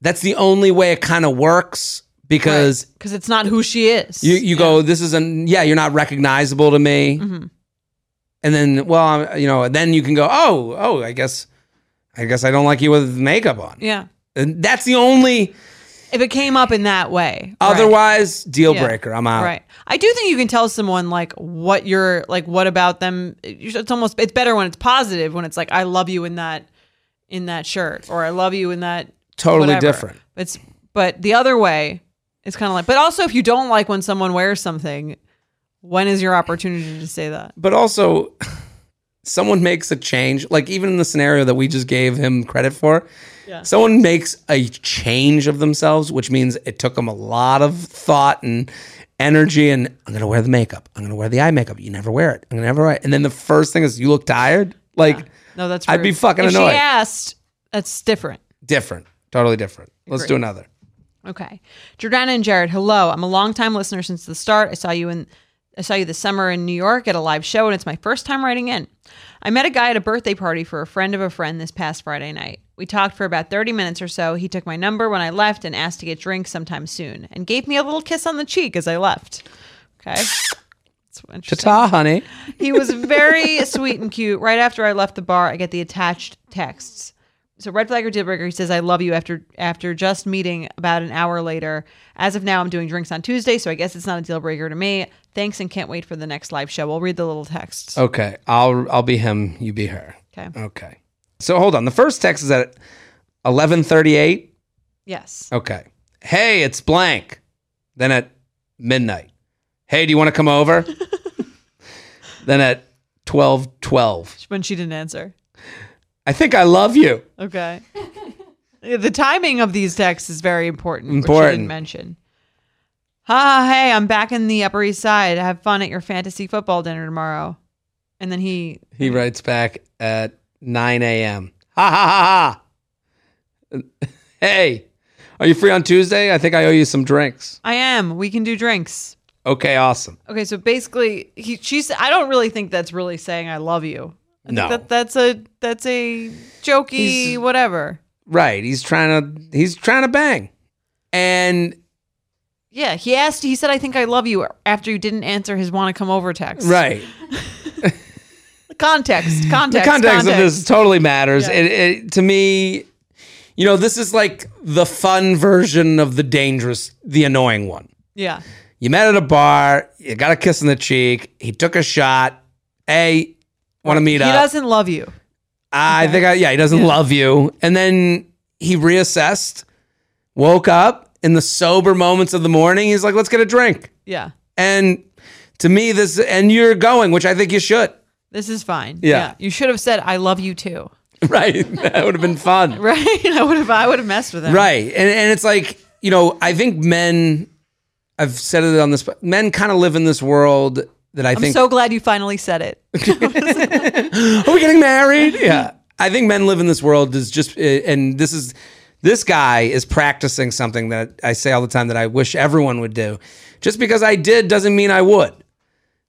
[SPEAKER 2] That's the only way it kind of works because
[SPEAKER 1] because it's not who she is.
[SPEAKER 2] you you go, "This is an yeah, you're not recognizable to me."
[SPEAKER 1] Mm-hmm.
[SPEAKER 2] And then, well, I'm- you know, then you can go, "Oh, oh, I guess, I guess I don't like you with makeup on."
[SPEAKER 1] yeah.
[SPEAKER 2] And that's the only.
[SPEAKER 1] If it came up in that way, right.
[SPEAKER 2] Otherwise, deal
[SPEAKER 1] Yeah.
[SPEAKER 2] breaker. I'm out.
[SPEAKER 1] Right. I do think you can tell someone like what you're like what about them it's almost it's better when it's positive when it's like I love you in that in that shirt or I love you in that
[SPEAKER 2] Totally
[SPEAKER 1] whatever.
[SPEAKER 2] different.
[SPEAKER 1] It's but the other way it's kind of like but also if you don't like when someone wears something when is your opportunity to say that?
[SPEAKER 2] but also someone makes a change like even in the scenario that we just gave him credit for someone makes a change of themselves which means it took them a lot of thought and energy and i'm gonna wear the makeup i'm gonna wear the eye makeup you never wear it i'm gonna never wear it and then the first thing is you look tired like
[SPEAKER 1] No, that's
[SPEAKER 2] I'd be
[SPEAKER 1] rude.
[SPEAKER 2] fucking
[SPEAKER 1] if
[SPEAKER 2] annoyed.
[SPEAKER 1] She asked. That's different.
[SPEAKER 2] different totally different let's do another
[SPEAKER 1] Okay. Jordana and Jared, hello. I'm a longtime listener since the start. I saw you in I saw you this summer in New York at a live show and it's my first time writing in. I met a guy at a birthday party for a friend of a friend this past Friday night. We talked for about 30 minutes or so. He took my number when I left and asked to get drinks sometime soon and gave me a little kiss on the cheek as I left. Okay. That's interesting.
[SPEAKER 2] ta honey
[SPEAKER 1] He was very sweet and cute. Right after I left the bar, I get the attached texts. So red flag or deal breaker, he says, I love you after after just meeting about an hour later. As of now, I'm doing drinks on Tuesday, so I guess it's not a deal breaker to me. Thanks and can't wait for the next live show. We'll read the little texts.
[SPEAKER 2] okay i'll i'll be him you be her
[SPEAKER 1] Okay.
[SPEAKER 2] okay so hold on the first text is at 1138
[SPEAKER 1] Yes.
[SPEAKER 2] Okay. Hey, it's blank. Then at midnight. Hey, do you want to come over? then at twelve twelve.
[SPEAKER 1] When she didn't answer.
[SPEAKER 2] I think I love you.
[SPEAKER 1] Okay. the timing of these texts is very important. Which you
[SPEAKER 2] Important.
[SPEAKER 1] didn't mention. Ah, hey, I'm back in the Upper East Side. Have fun at your fantasy football dinner tomorrow. And then he
[SPEAKER 2] He writes back at 9 a.m. Ha ha ha ha. hey, are you free on Tuesday? I think I owe you some drinks.
[SPEAKER 1] I am. We can do drinks.
[SPEAKER 2] Okay, awesome.
[SPEAKER 1] Okay, so basically, he, she's. I don't really think that's really saying I love you. I think
[SPEAKER 2] No.
[SPEAKER 1] that, that's a that's a jokey
[SPEAKER 2] He's-
[SPEAKER 1] whatever.
[SPEAKER 2] Right. He's trying to he's trying to bang. And
[SPEAKER 1] Yeah, he asked. He said, "I think I love you." After you didn't answer his "want to come over" text.
[SPEAKER 2] right.
[SPEAKER 1] Context. Context.
[SPEAKER 2] the context, of this totally matters.
[SPEAKER 1] Yeah.
[SPEAKER 2] It, it, to me, you know, this is like the fun version of the dangerous, the annoying one.
[SPEAKER 1] Yeah.
[SPEAKER 2] You met at a bar, you got a kiss on the cheek, he took a shot. Hey, want to meet
[SPEAKER 1] He
[SPEAKER 2] up?
[SPEAKER 1] doesn't love you.
[SPEAKER 2] I think, I, yeah, he doesn't love you. And then he reassessed, woke up in the sober moments of the morning. He's like, let's get a drink.
[SPEAKER 1] Yeah.
[SPEAKER 2] And to me, this, and you're going, which I think you should.
[SPEAKER 1] This is fine.
[SPEAKER 2] Yeah.
[SPEAKER 1] You should have said, "I love you too."
[SPEAKER 2] Right. that would have been fun.
[SPEAKER 1] Right. I would have. I would have messed with him.
[SPEAKER 2] Right. And and it's like, you know, I think men I've said it on this but men kind of live in this world that I
[SPEAKER 1] I'm
[SPEAKER 2] think
[SPEAKER 1] so glad you finally said it.
[SPEAKER 2] are we getting married? Yeah. I think men live in this world is just uh, and this is this guy is practicing something that I say all the time that I wish everyone would do. Just because I did doesn't mean I would.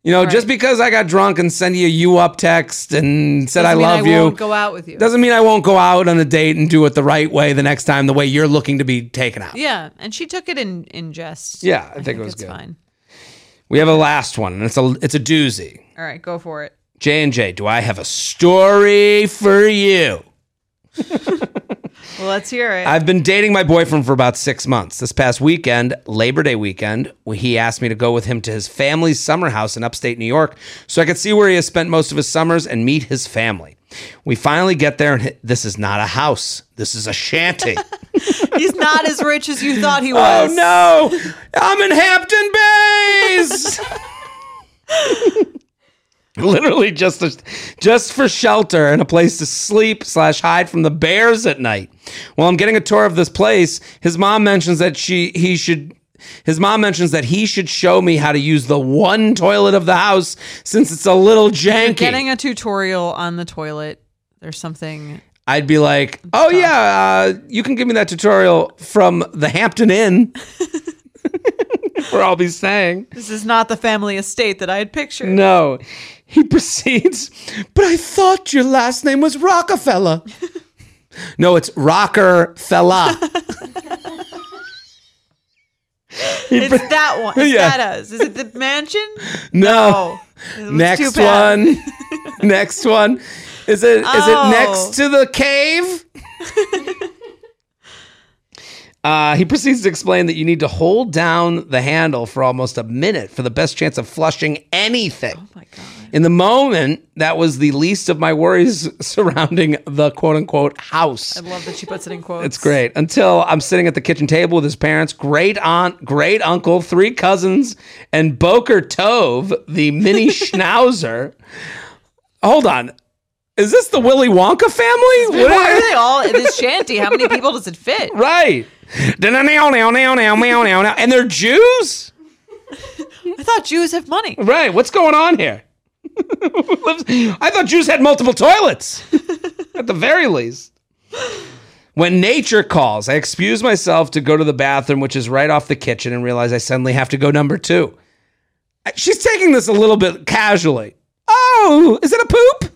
[SPEAKER 2] You know, just because I got drunk and sent you a you up text and said I
[SPEAKER 1] Doesn't mean
[SPEAKER 2] love
[SPEAKER 1] I
[SPEAKER 2] you
[SPEAKER 1] Won't go out with you.
[SPEAKER 2] doesn't mean I won't go out on a date and do it the right way the next time the way you're looking to be taken out.
[SPEAKER 1] yeah, and she took it in in jest.
[SPEAKER 2] Yeah, I think it was
[SPEAKER 1] it's
[SPEAKER 2] good.
[SPEAKER 1] Fine.
[SPEAKER 2] We have a last one, and it's a it's a doozy.
[SPEAKER 1] All right, go for it.
[SPEAKER 2] J and J, do I have a story for you?
[SPEAKER 1] Well, let's hear it.
[SPEAKER 2] I've been dating my boyfriend for about six months. This past weekend, Labor Day weekend, he asked me to go with him to his family's summer house in upstate New York so I could see where he has spent most of his summers and meet his family. We finally get there, and this is not a house. This is a shanty.
[SPEAKER 1] He's not as rich as you thought he
[SPEAKER 2] oh
[SPEAKER 1] was.
[SPEAKER 2] no! I'm in Hampton Bays. Literally just a, just for shelter and a place to sleep slash hide from the bears at night. While I'm getting a tour of this place, his mom mentions that she he should. His mom mentions that he should show me how to use the one toilet of the house since it's a little janky.
[SPEAKER 1] Getting a tutorial on the toilet or something.
[SPEAKER 2] I'd be like, "Oh yeah, uh, you can give me that tutorial from the Hampton Inn." Where I'll be staying.
[SPEAKER 1] This is not the family estate that I had pictured.
[SPEAKER 2] No. He proceeds, but I thought your last name was Rockefeller. no, it's Rocker Fella.
[SPEAKER 1] It's that one. It's
[SPEAKER 2] Yeah.
[SPEAKER 1] that us. Is it the mansion?
[SPEAKER 2] No.
[SPEAKER 1] Oh, it looks too
[SPEAKER 2] Next
[SPEAKER 1] bad.
[SPEAKER 2] one. next one. Is it is
[SPEAKER 1] Oh.
[SPEAKER 2] it next to the cave? Uh, he proceeds to explain that you need to hold down the handle for almost a minute for the best chance of flushing anything.
[SPEAKER 1] Oh my god.
[SPEAKER 2] In the moment, that was the least of my worries surrounding the quote unquote house.
[SPEAKER 1] I love that she puts it in quotes.
[SPEAKER 2] It's great. Until I'm sitting at the kitchen table with his parents, great aunt, great uncle, three cousins, and Boker Tove, the mini schnauzer. Hold on. Is this the Willy Wonka family? What
[SPEAKER 1] Why
[SPEAKER 2] are-
[SPEAKER 1] are they all in this shanty? How many people does it fit?
[SPEAKER 2] right. And they're Jews?
[SPEAKER 1] I thought Jews have money.
[SPEAKER 2] Right. What's going on here? I thought Jews had multiple toilets, at the very least. When nature calls, I excuse myself to go to the bathroom, which is right off the kitchen, and realize I suddenly have to go number two. I- She's taking this a little bit casually. Oh, is it a poop?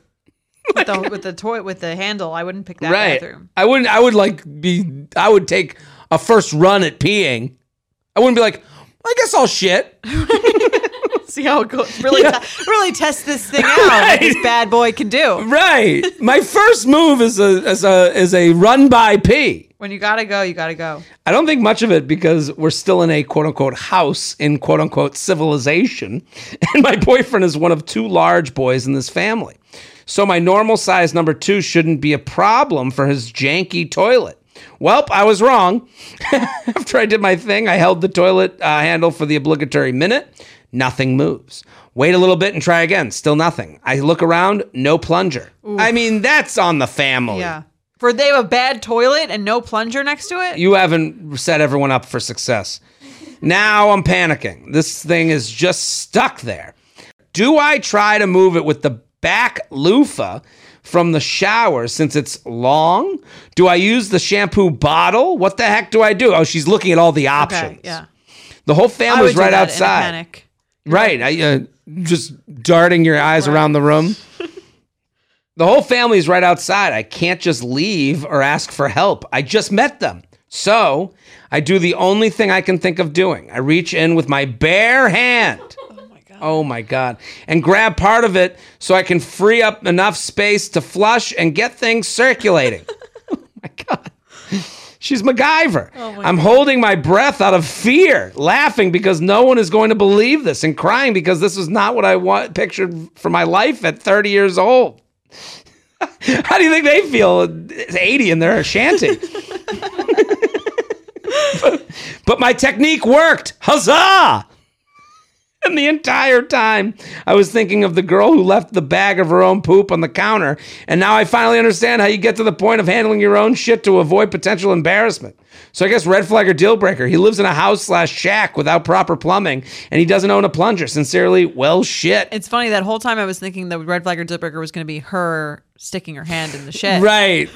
[SPEAKER 1] With the, with the toy with the handle, I wouldn't pick that bathroom.
[SPEAKER 2] I wouldn't. I would like be. I would take a first run at peeing. I wouldn't be like. I guess I'll shit.
[SPEAKER 1] See how it goes. Really, te- really test this thing out. What this
[SPEAKER 2] Right.
[SPEAKER 1] bad boy can do.
[SPEAKER 2] Right. My first move is a is a is a run by pee.
[SPEAKER 1] When you gotta go, you gotta go.
[SPEAKER 2] I don't think much of it because we're still in a quote unquote house in quote unquote civilization. And my boyfriend is one of two large boys in this family. So my normal size number two shouldn't be a problem for his janky toilet. Welp, I was wrong. After I did my thing, I held the toilet uh, handle for the obligatory minute. Nothing moves. Wait a little bit and try again. Still nothing. I look around, no plunger. I mean, that's on the family.
[SPEAKER 1] Yeah. For they have a bad toilet and no plunger next to it.
[SPEAKER 2] You haven't set everyone up for success. Now I'm panicking. This thing is just stuck there. Do I try to move it with the back loofah from the shower since it's long? Do I use the shampoo bottle? What the heck do I do? Oh, she's looking at all the
[SPEAKER 1] Okay,
[SPEAKER 2] options.
[SPEAKER 1] yeah.
[SPEAKER 2] The whole
[SPEAKER 1] I
[SPEAKER 2] family's
[SPEAKER 1] do
[SPEAKER 2] right
[SPEAKER 1] that in a
[SPEAKER 2] outside.
[SPEAKER 1] panic.
[SPEAKER 2] Right. I, uh, just darting your eyes around the room. the whole family's right outside. I can't just leave or ask for help. I just met them. So I do the only thing I can think of doing. I reach in with my bare hand. Oh my God. And grab part of it so I can free up enough space to flush and get things circulating. oh my God. She's MacGyver. I'm holding my breath out of fear, laughing because no one is going to believe this and crying because this is not what I want, pictured for my life at 30 years old. How do you think they feel? It's 80 and they're a shanty. but, but my technique worked. Huzzah! And the entire time, I was thinking of the girl who left the bag of her own poop on the counter. And now I finally understand how you get to the point of handling your own shit to avoid potential embarrassment. So I guess red flag or deal breaker. He lives in a house slash shack without proper plumbing, and he doesn't own a plunger. Sincerely, well, shit.
[SPEAKER 1] It's funny that whole time I was thinking the red flag or deal breaker was going to be her sticking her hand in the shed.
[SPEAKER 2] right.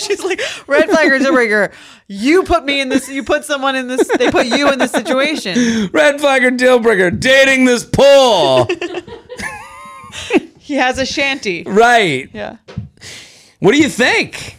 [SPEAKER 1] She's like, red flag or deal breaker. You put me in this. You put someone in this. They put you in this situation.
[SPEAKER 2] red flag or deal breaker. Dating this pole.
[SPEAKER 1] He has a shanty.
[SPEAKER 2] right.
[SPEAKER 1] Yeah.
[SPEAKER 2] What do you think?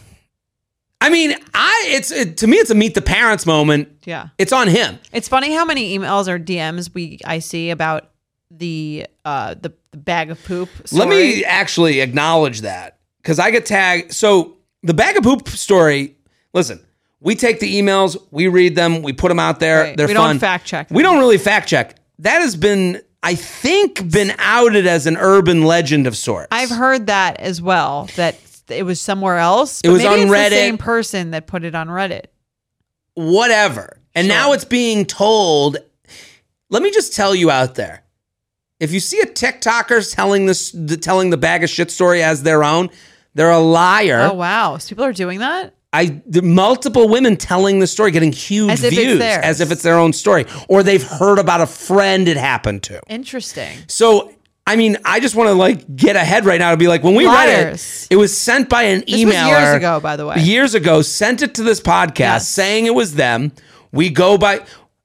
[SPEAKER 2] I mean, I it's it, to me it's a meet the parents moment.
[SPEAKER 1] Yeah.
[SPEAKER 2] It's on him.
[SPEAKER 1] It's funny how many emails or DMs we I see about the uh the, the bag of poop.
[SPEAKER 2] Let me
[SPEAKER 1] story.
[SPEAKER 2] actually acknowledge that because I get tagged. So the bag of poop story. Listen, we take the emails, we read them, we put them out there.
[SPEAKER 1] Right.
[SPEAKER 2] They're
[SPEAKER 1] We don't
[SPEAKER 2] fun.
[SPEAKER 1] fact check
[SPEAKER 2] We don't really fact check. That has been, I think, been outed as an urban legend of sorts.
[SPEAKER 1] I've heard that as well. That it was somewhere else.
[SPEAKER 2] It was
[SPEAKER 1] maybe
[SPEAKER 2] on
[SPEAKER 1] it's
[SPEAKER 2] Reddit.
[SPEAKER 1] The same person that put it on Reddit.
[SPEAKER 2] whatever. And now it's being told. Let me just tell you out there. If you see a TikToker telling this the, telling the bag of shit story as their own, they're a liar.
[SPEAKER 1] Oh wow, so people are doing that.
[SPEAKER 2] I the multiple women telling the story getting huge
[SPEAKER 1] As if it's
[SPEAKER 2] views
[SPEAKER 1] theirs.
[SPEAKER 2] as if it's their own story or they've heard about a friend it happened to.
[SPEAKER 1] Interesting.
[SPEAKER 2] So I mean, I just want to like get ahead right now to be like, when we read
[SPEAKER 1] Liars.
[SPEAKER 2] it, it was sent by an
[SPEAKER 1] was
[SPEAKER 2] emailer
[SPEAKER 1] years ago, by the way.
[SPEAKER 2] Years ago, sent it to this podcast
[SPEAKER 1] Yes.
[SPEAKER 2] saying it was them. We go by,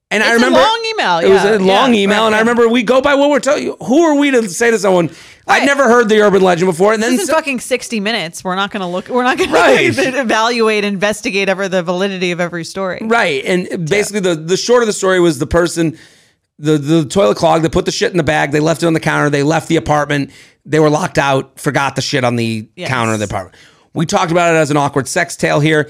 [SPEAKER 2] and I
[SPEAKER 1] It's a
[SPEAKER 2] remember
[SPEAKER 1] long email,
[SPEAKER 2] It was a
[SPEAKER 1] yeah,
[SPEAKER 2] long
[SPEAKER 1] yeah,
[SPEAKER 2] email,
[SPEAKER 1] right,
[SPEAKER 2] and I
[SPEAKER 1] right.
[SPEAKER 2] remember we go by what we're telling you. Who are we to say to someone? I've
[SPEAKER 1] Right.
[SPEAKER 2] never heard the urban legend before, and then
[SPEAKER 1] This is
[SPEAKER 2] so-
[SPEAKER 1] fucking sixty minutes. We're not going to look. We're not going
[SPEAKER 2] Right.
[SPEAKER 1] to evaluate, investigate ever the validity of every story.
[SPEAKER 2] Right. And basically the the short of the story was the person the the toilet clog, they put the shit in the bag, they left it on the counter, they left the apartment, they were locked out, forgot the shit on the
[SPEAKER 1] Yes.
[SPEAKER 2] counter of the apartment. We talked about it as an awkward sex tale here.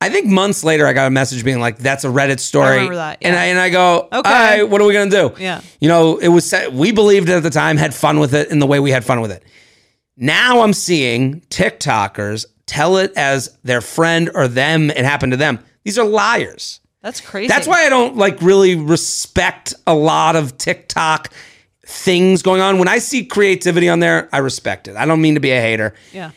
[SPEAKER 2] I think months later I got a message being like, that's a Reddit story.
[SPEAKER 1] remember that,
[SPEAKER 2] And
[SPEAKER 1] yeah.
[SPEAKER 2] I and I go, Okay,
[SPEAKER 1] Okay.
[SPEAKER 2] what are we gonna do?
[SPEAKER 1] Yeah.
[SPEAKER 2] You know, it was set, we believed it at the time, had fun with it in the way we had fun with it. Now I'm seeing TikTokers tell it as their friend or them, it happened to them. These are liars.
[SPEAKER 1] That's crazy.
[SPEAKER 2] That's why I don't like really respect a lot of TikTok things going on. When I see creativity on there, I respect it. I don't mean to be a hater,
[SPEAKER 1] Yeah,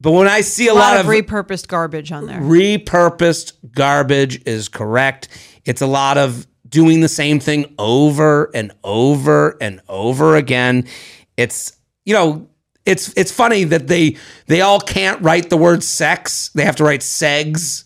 [SPEAKER 2] but when I see a,
[SPEAKER 1] a lot, of,
[SPEAKER 2] of
[SPEAKER 1] repurposed garbage on there.
[SPEAKER 2] repurposed garbage is correct, it's a lot of doing the same thing over and over and over again. It's you know, it's it's funny that they they all can't write the word sex. They have to write segs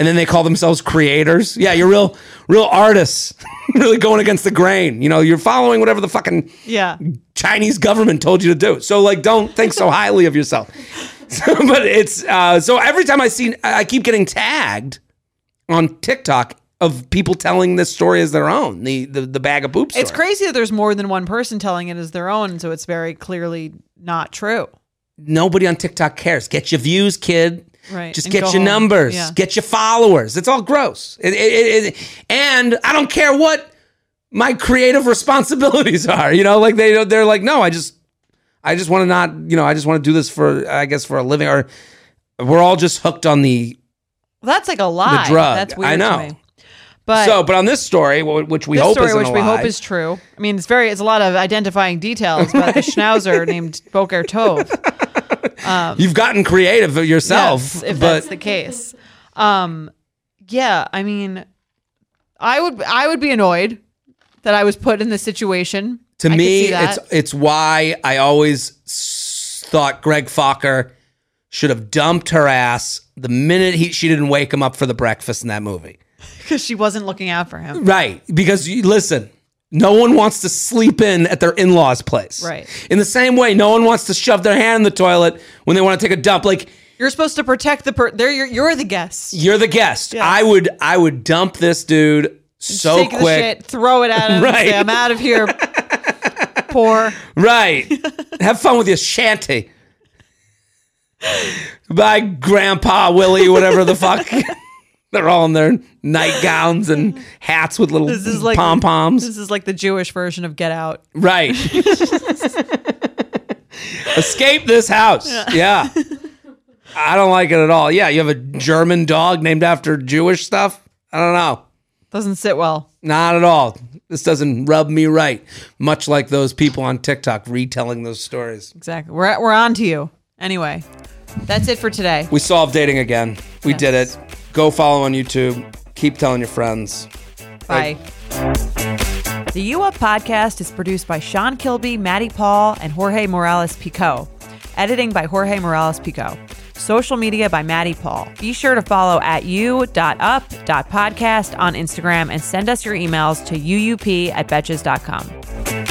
[SPEAKER 2] and then they call themselves creators. Yeah, you're real, real artists, really going against the grain. You know, you're following whatever the fucking
[SPEAKER 1] Yeah,
[SPEAKER 2] Chinese government told you to do. So like, don't think so highly of yourself. So, but it's uh, so every time I see, I I keep getting tagged on TikTok of people telling this story as their own. The the, the bag of poops.
[SPEAKER 1] it's crazy that there's more than one person telling it as their own, so it's very clearly not true.
[SPEAKER 2] Nobody on TikTok cares. Get your views, kid.
[SPEAKER 1] Right,
[SPEAKER 2] Just
[SPEAKER 1] and
[SPEAKER 2] get
[SPEAKER 1] go
[SPEAKER 2] your
[SPEAKER 1] home.
[SPEAKER 2] numbers.
[SPEAKER 1] Yeah.
[SPEAKER 2] Get your followers. It's all gross. It- it- it- it- and I don't care what my creative responsibilities are. You know, like they they're like, no, I just I just want to not. You know, I just want to do this for I guess for a living. Or we're all just hooked on the
[SPEAKER 1] Well, that's like a lie.
[SPEAKER 2] drug.
[SPEAKER 1] That's
[SPEAKER 2] I
[SPEAKER 1] weird
[SPEAKER 2] know.
[SPEAKER 1] to me. But
[SPEAKER 2] so. But on this story, wh- which we
[SPEAKER 1] this
[SPEAKER 2] hope
[SPEAKER 1] story,
[SPEAKER 2] isn't
[SPEAKER 1] which
[SPEAKER 2] a
[SPEAKER 1] we
[SPEAKER 2] lie,
[SPEAKER 1] hope is true. I mean, it's very. It's a lot of identifying details about the schnauzer named Boker Tov.
[SPEAKER 2] you've gotten creative yourself.
[SPEAKER 1] Yes, if
[SPEAKER 2] Oh, but
[SPEAKER 1] that's the case. Um, yeah, I mean, I would I would be annoyed that I was put in this situation.
[SPEAKER 2] to
[SPEAKER 1] I could
[SPEAKER 2] me,
[SPEAKER 1] see that.
[SPEAKER 2] it's it's why I always s- thought Greg Fokker should have dumped her ass the minute he she didn't wake him up for the breakfast in that movie.
[SPEAKER 1] because she wasn't looking out for him.
[SPEAKER 2] Right, because you, listen, no one wants to sleep in at their in laws' place.
[SPEAKER 1] Right.
[SPEAKER 2] In the same way, no one wants to shove their hand in the toilet when they want to take a dump. Like
[SPEAKER 1] You're supposed to protect the per. There, you're you're the guest.
[SPEAKER 2] you're the guest. I would I would dump this dude so
[SPEAKER 1] Take the
[SPEAKER 2] quick.
[SPEAKER 1] shit, throw it at him.
[SPEAKER 2] Right.
[SPEAKER 1] Say, I'm out of here. Poor.
[SPEAKER 2] Right. Have fun with your shanty. By Grandpa Willie, whatever the fuck. They're all in their nightgowns and hats with little
[SPEAKER 1] This is like
[SPEAKER 2] pom poms.
[SPEAKER 1] This is like the Jewish version of Get Out.
[SPEAKER 2] Right. Escape this house. Yeah. I don't like it at all. Yeah, you have a German dog named after Jewish stuff. I don't know.
[SPEAKER 1] Doesn't sit well.
[SPEAKER 2] Not at all. This doesn't rub me right. Much like those people on TikTok retelling those stories.
[SPEAKER 1] Exactly. We're we're on to you. Anyway, that's it for today.
[SPEAKER 2] We solved dating again. We
[SPEAKER 1] Yes.
[SPEAKER 2] did it. Go follow on YouTube. Keep telling your friends.
[SPEAKER 1] Bye. The U Up podcast is produced by Sean Kilby, Maddie Paul, and Jorge Morales Pico. Editing by Jorge Morales Pico. Social media by Maddie Paul. Be sure to follow at u.up.podcast on Instagram and send us your emails to uup at betches.com.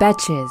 [SPEAKER 1] Betches.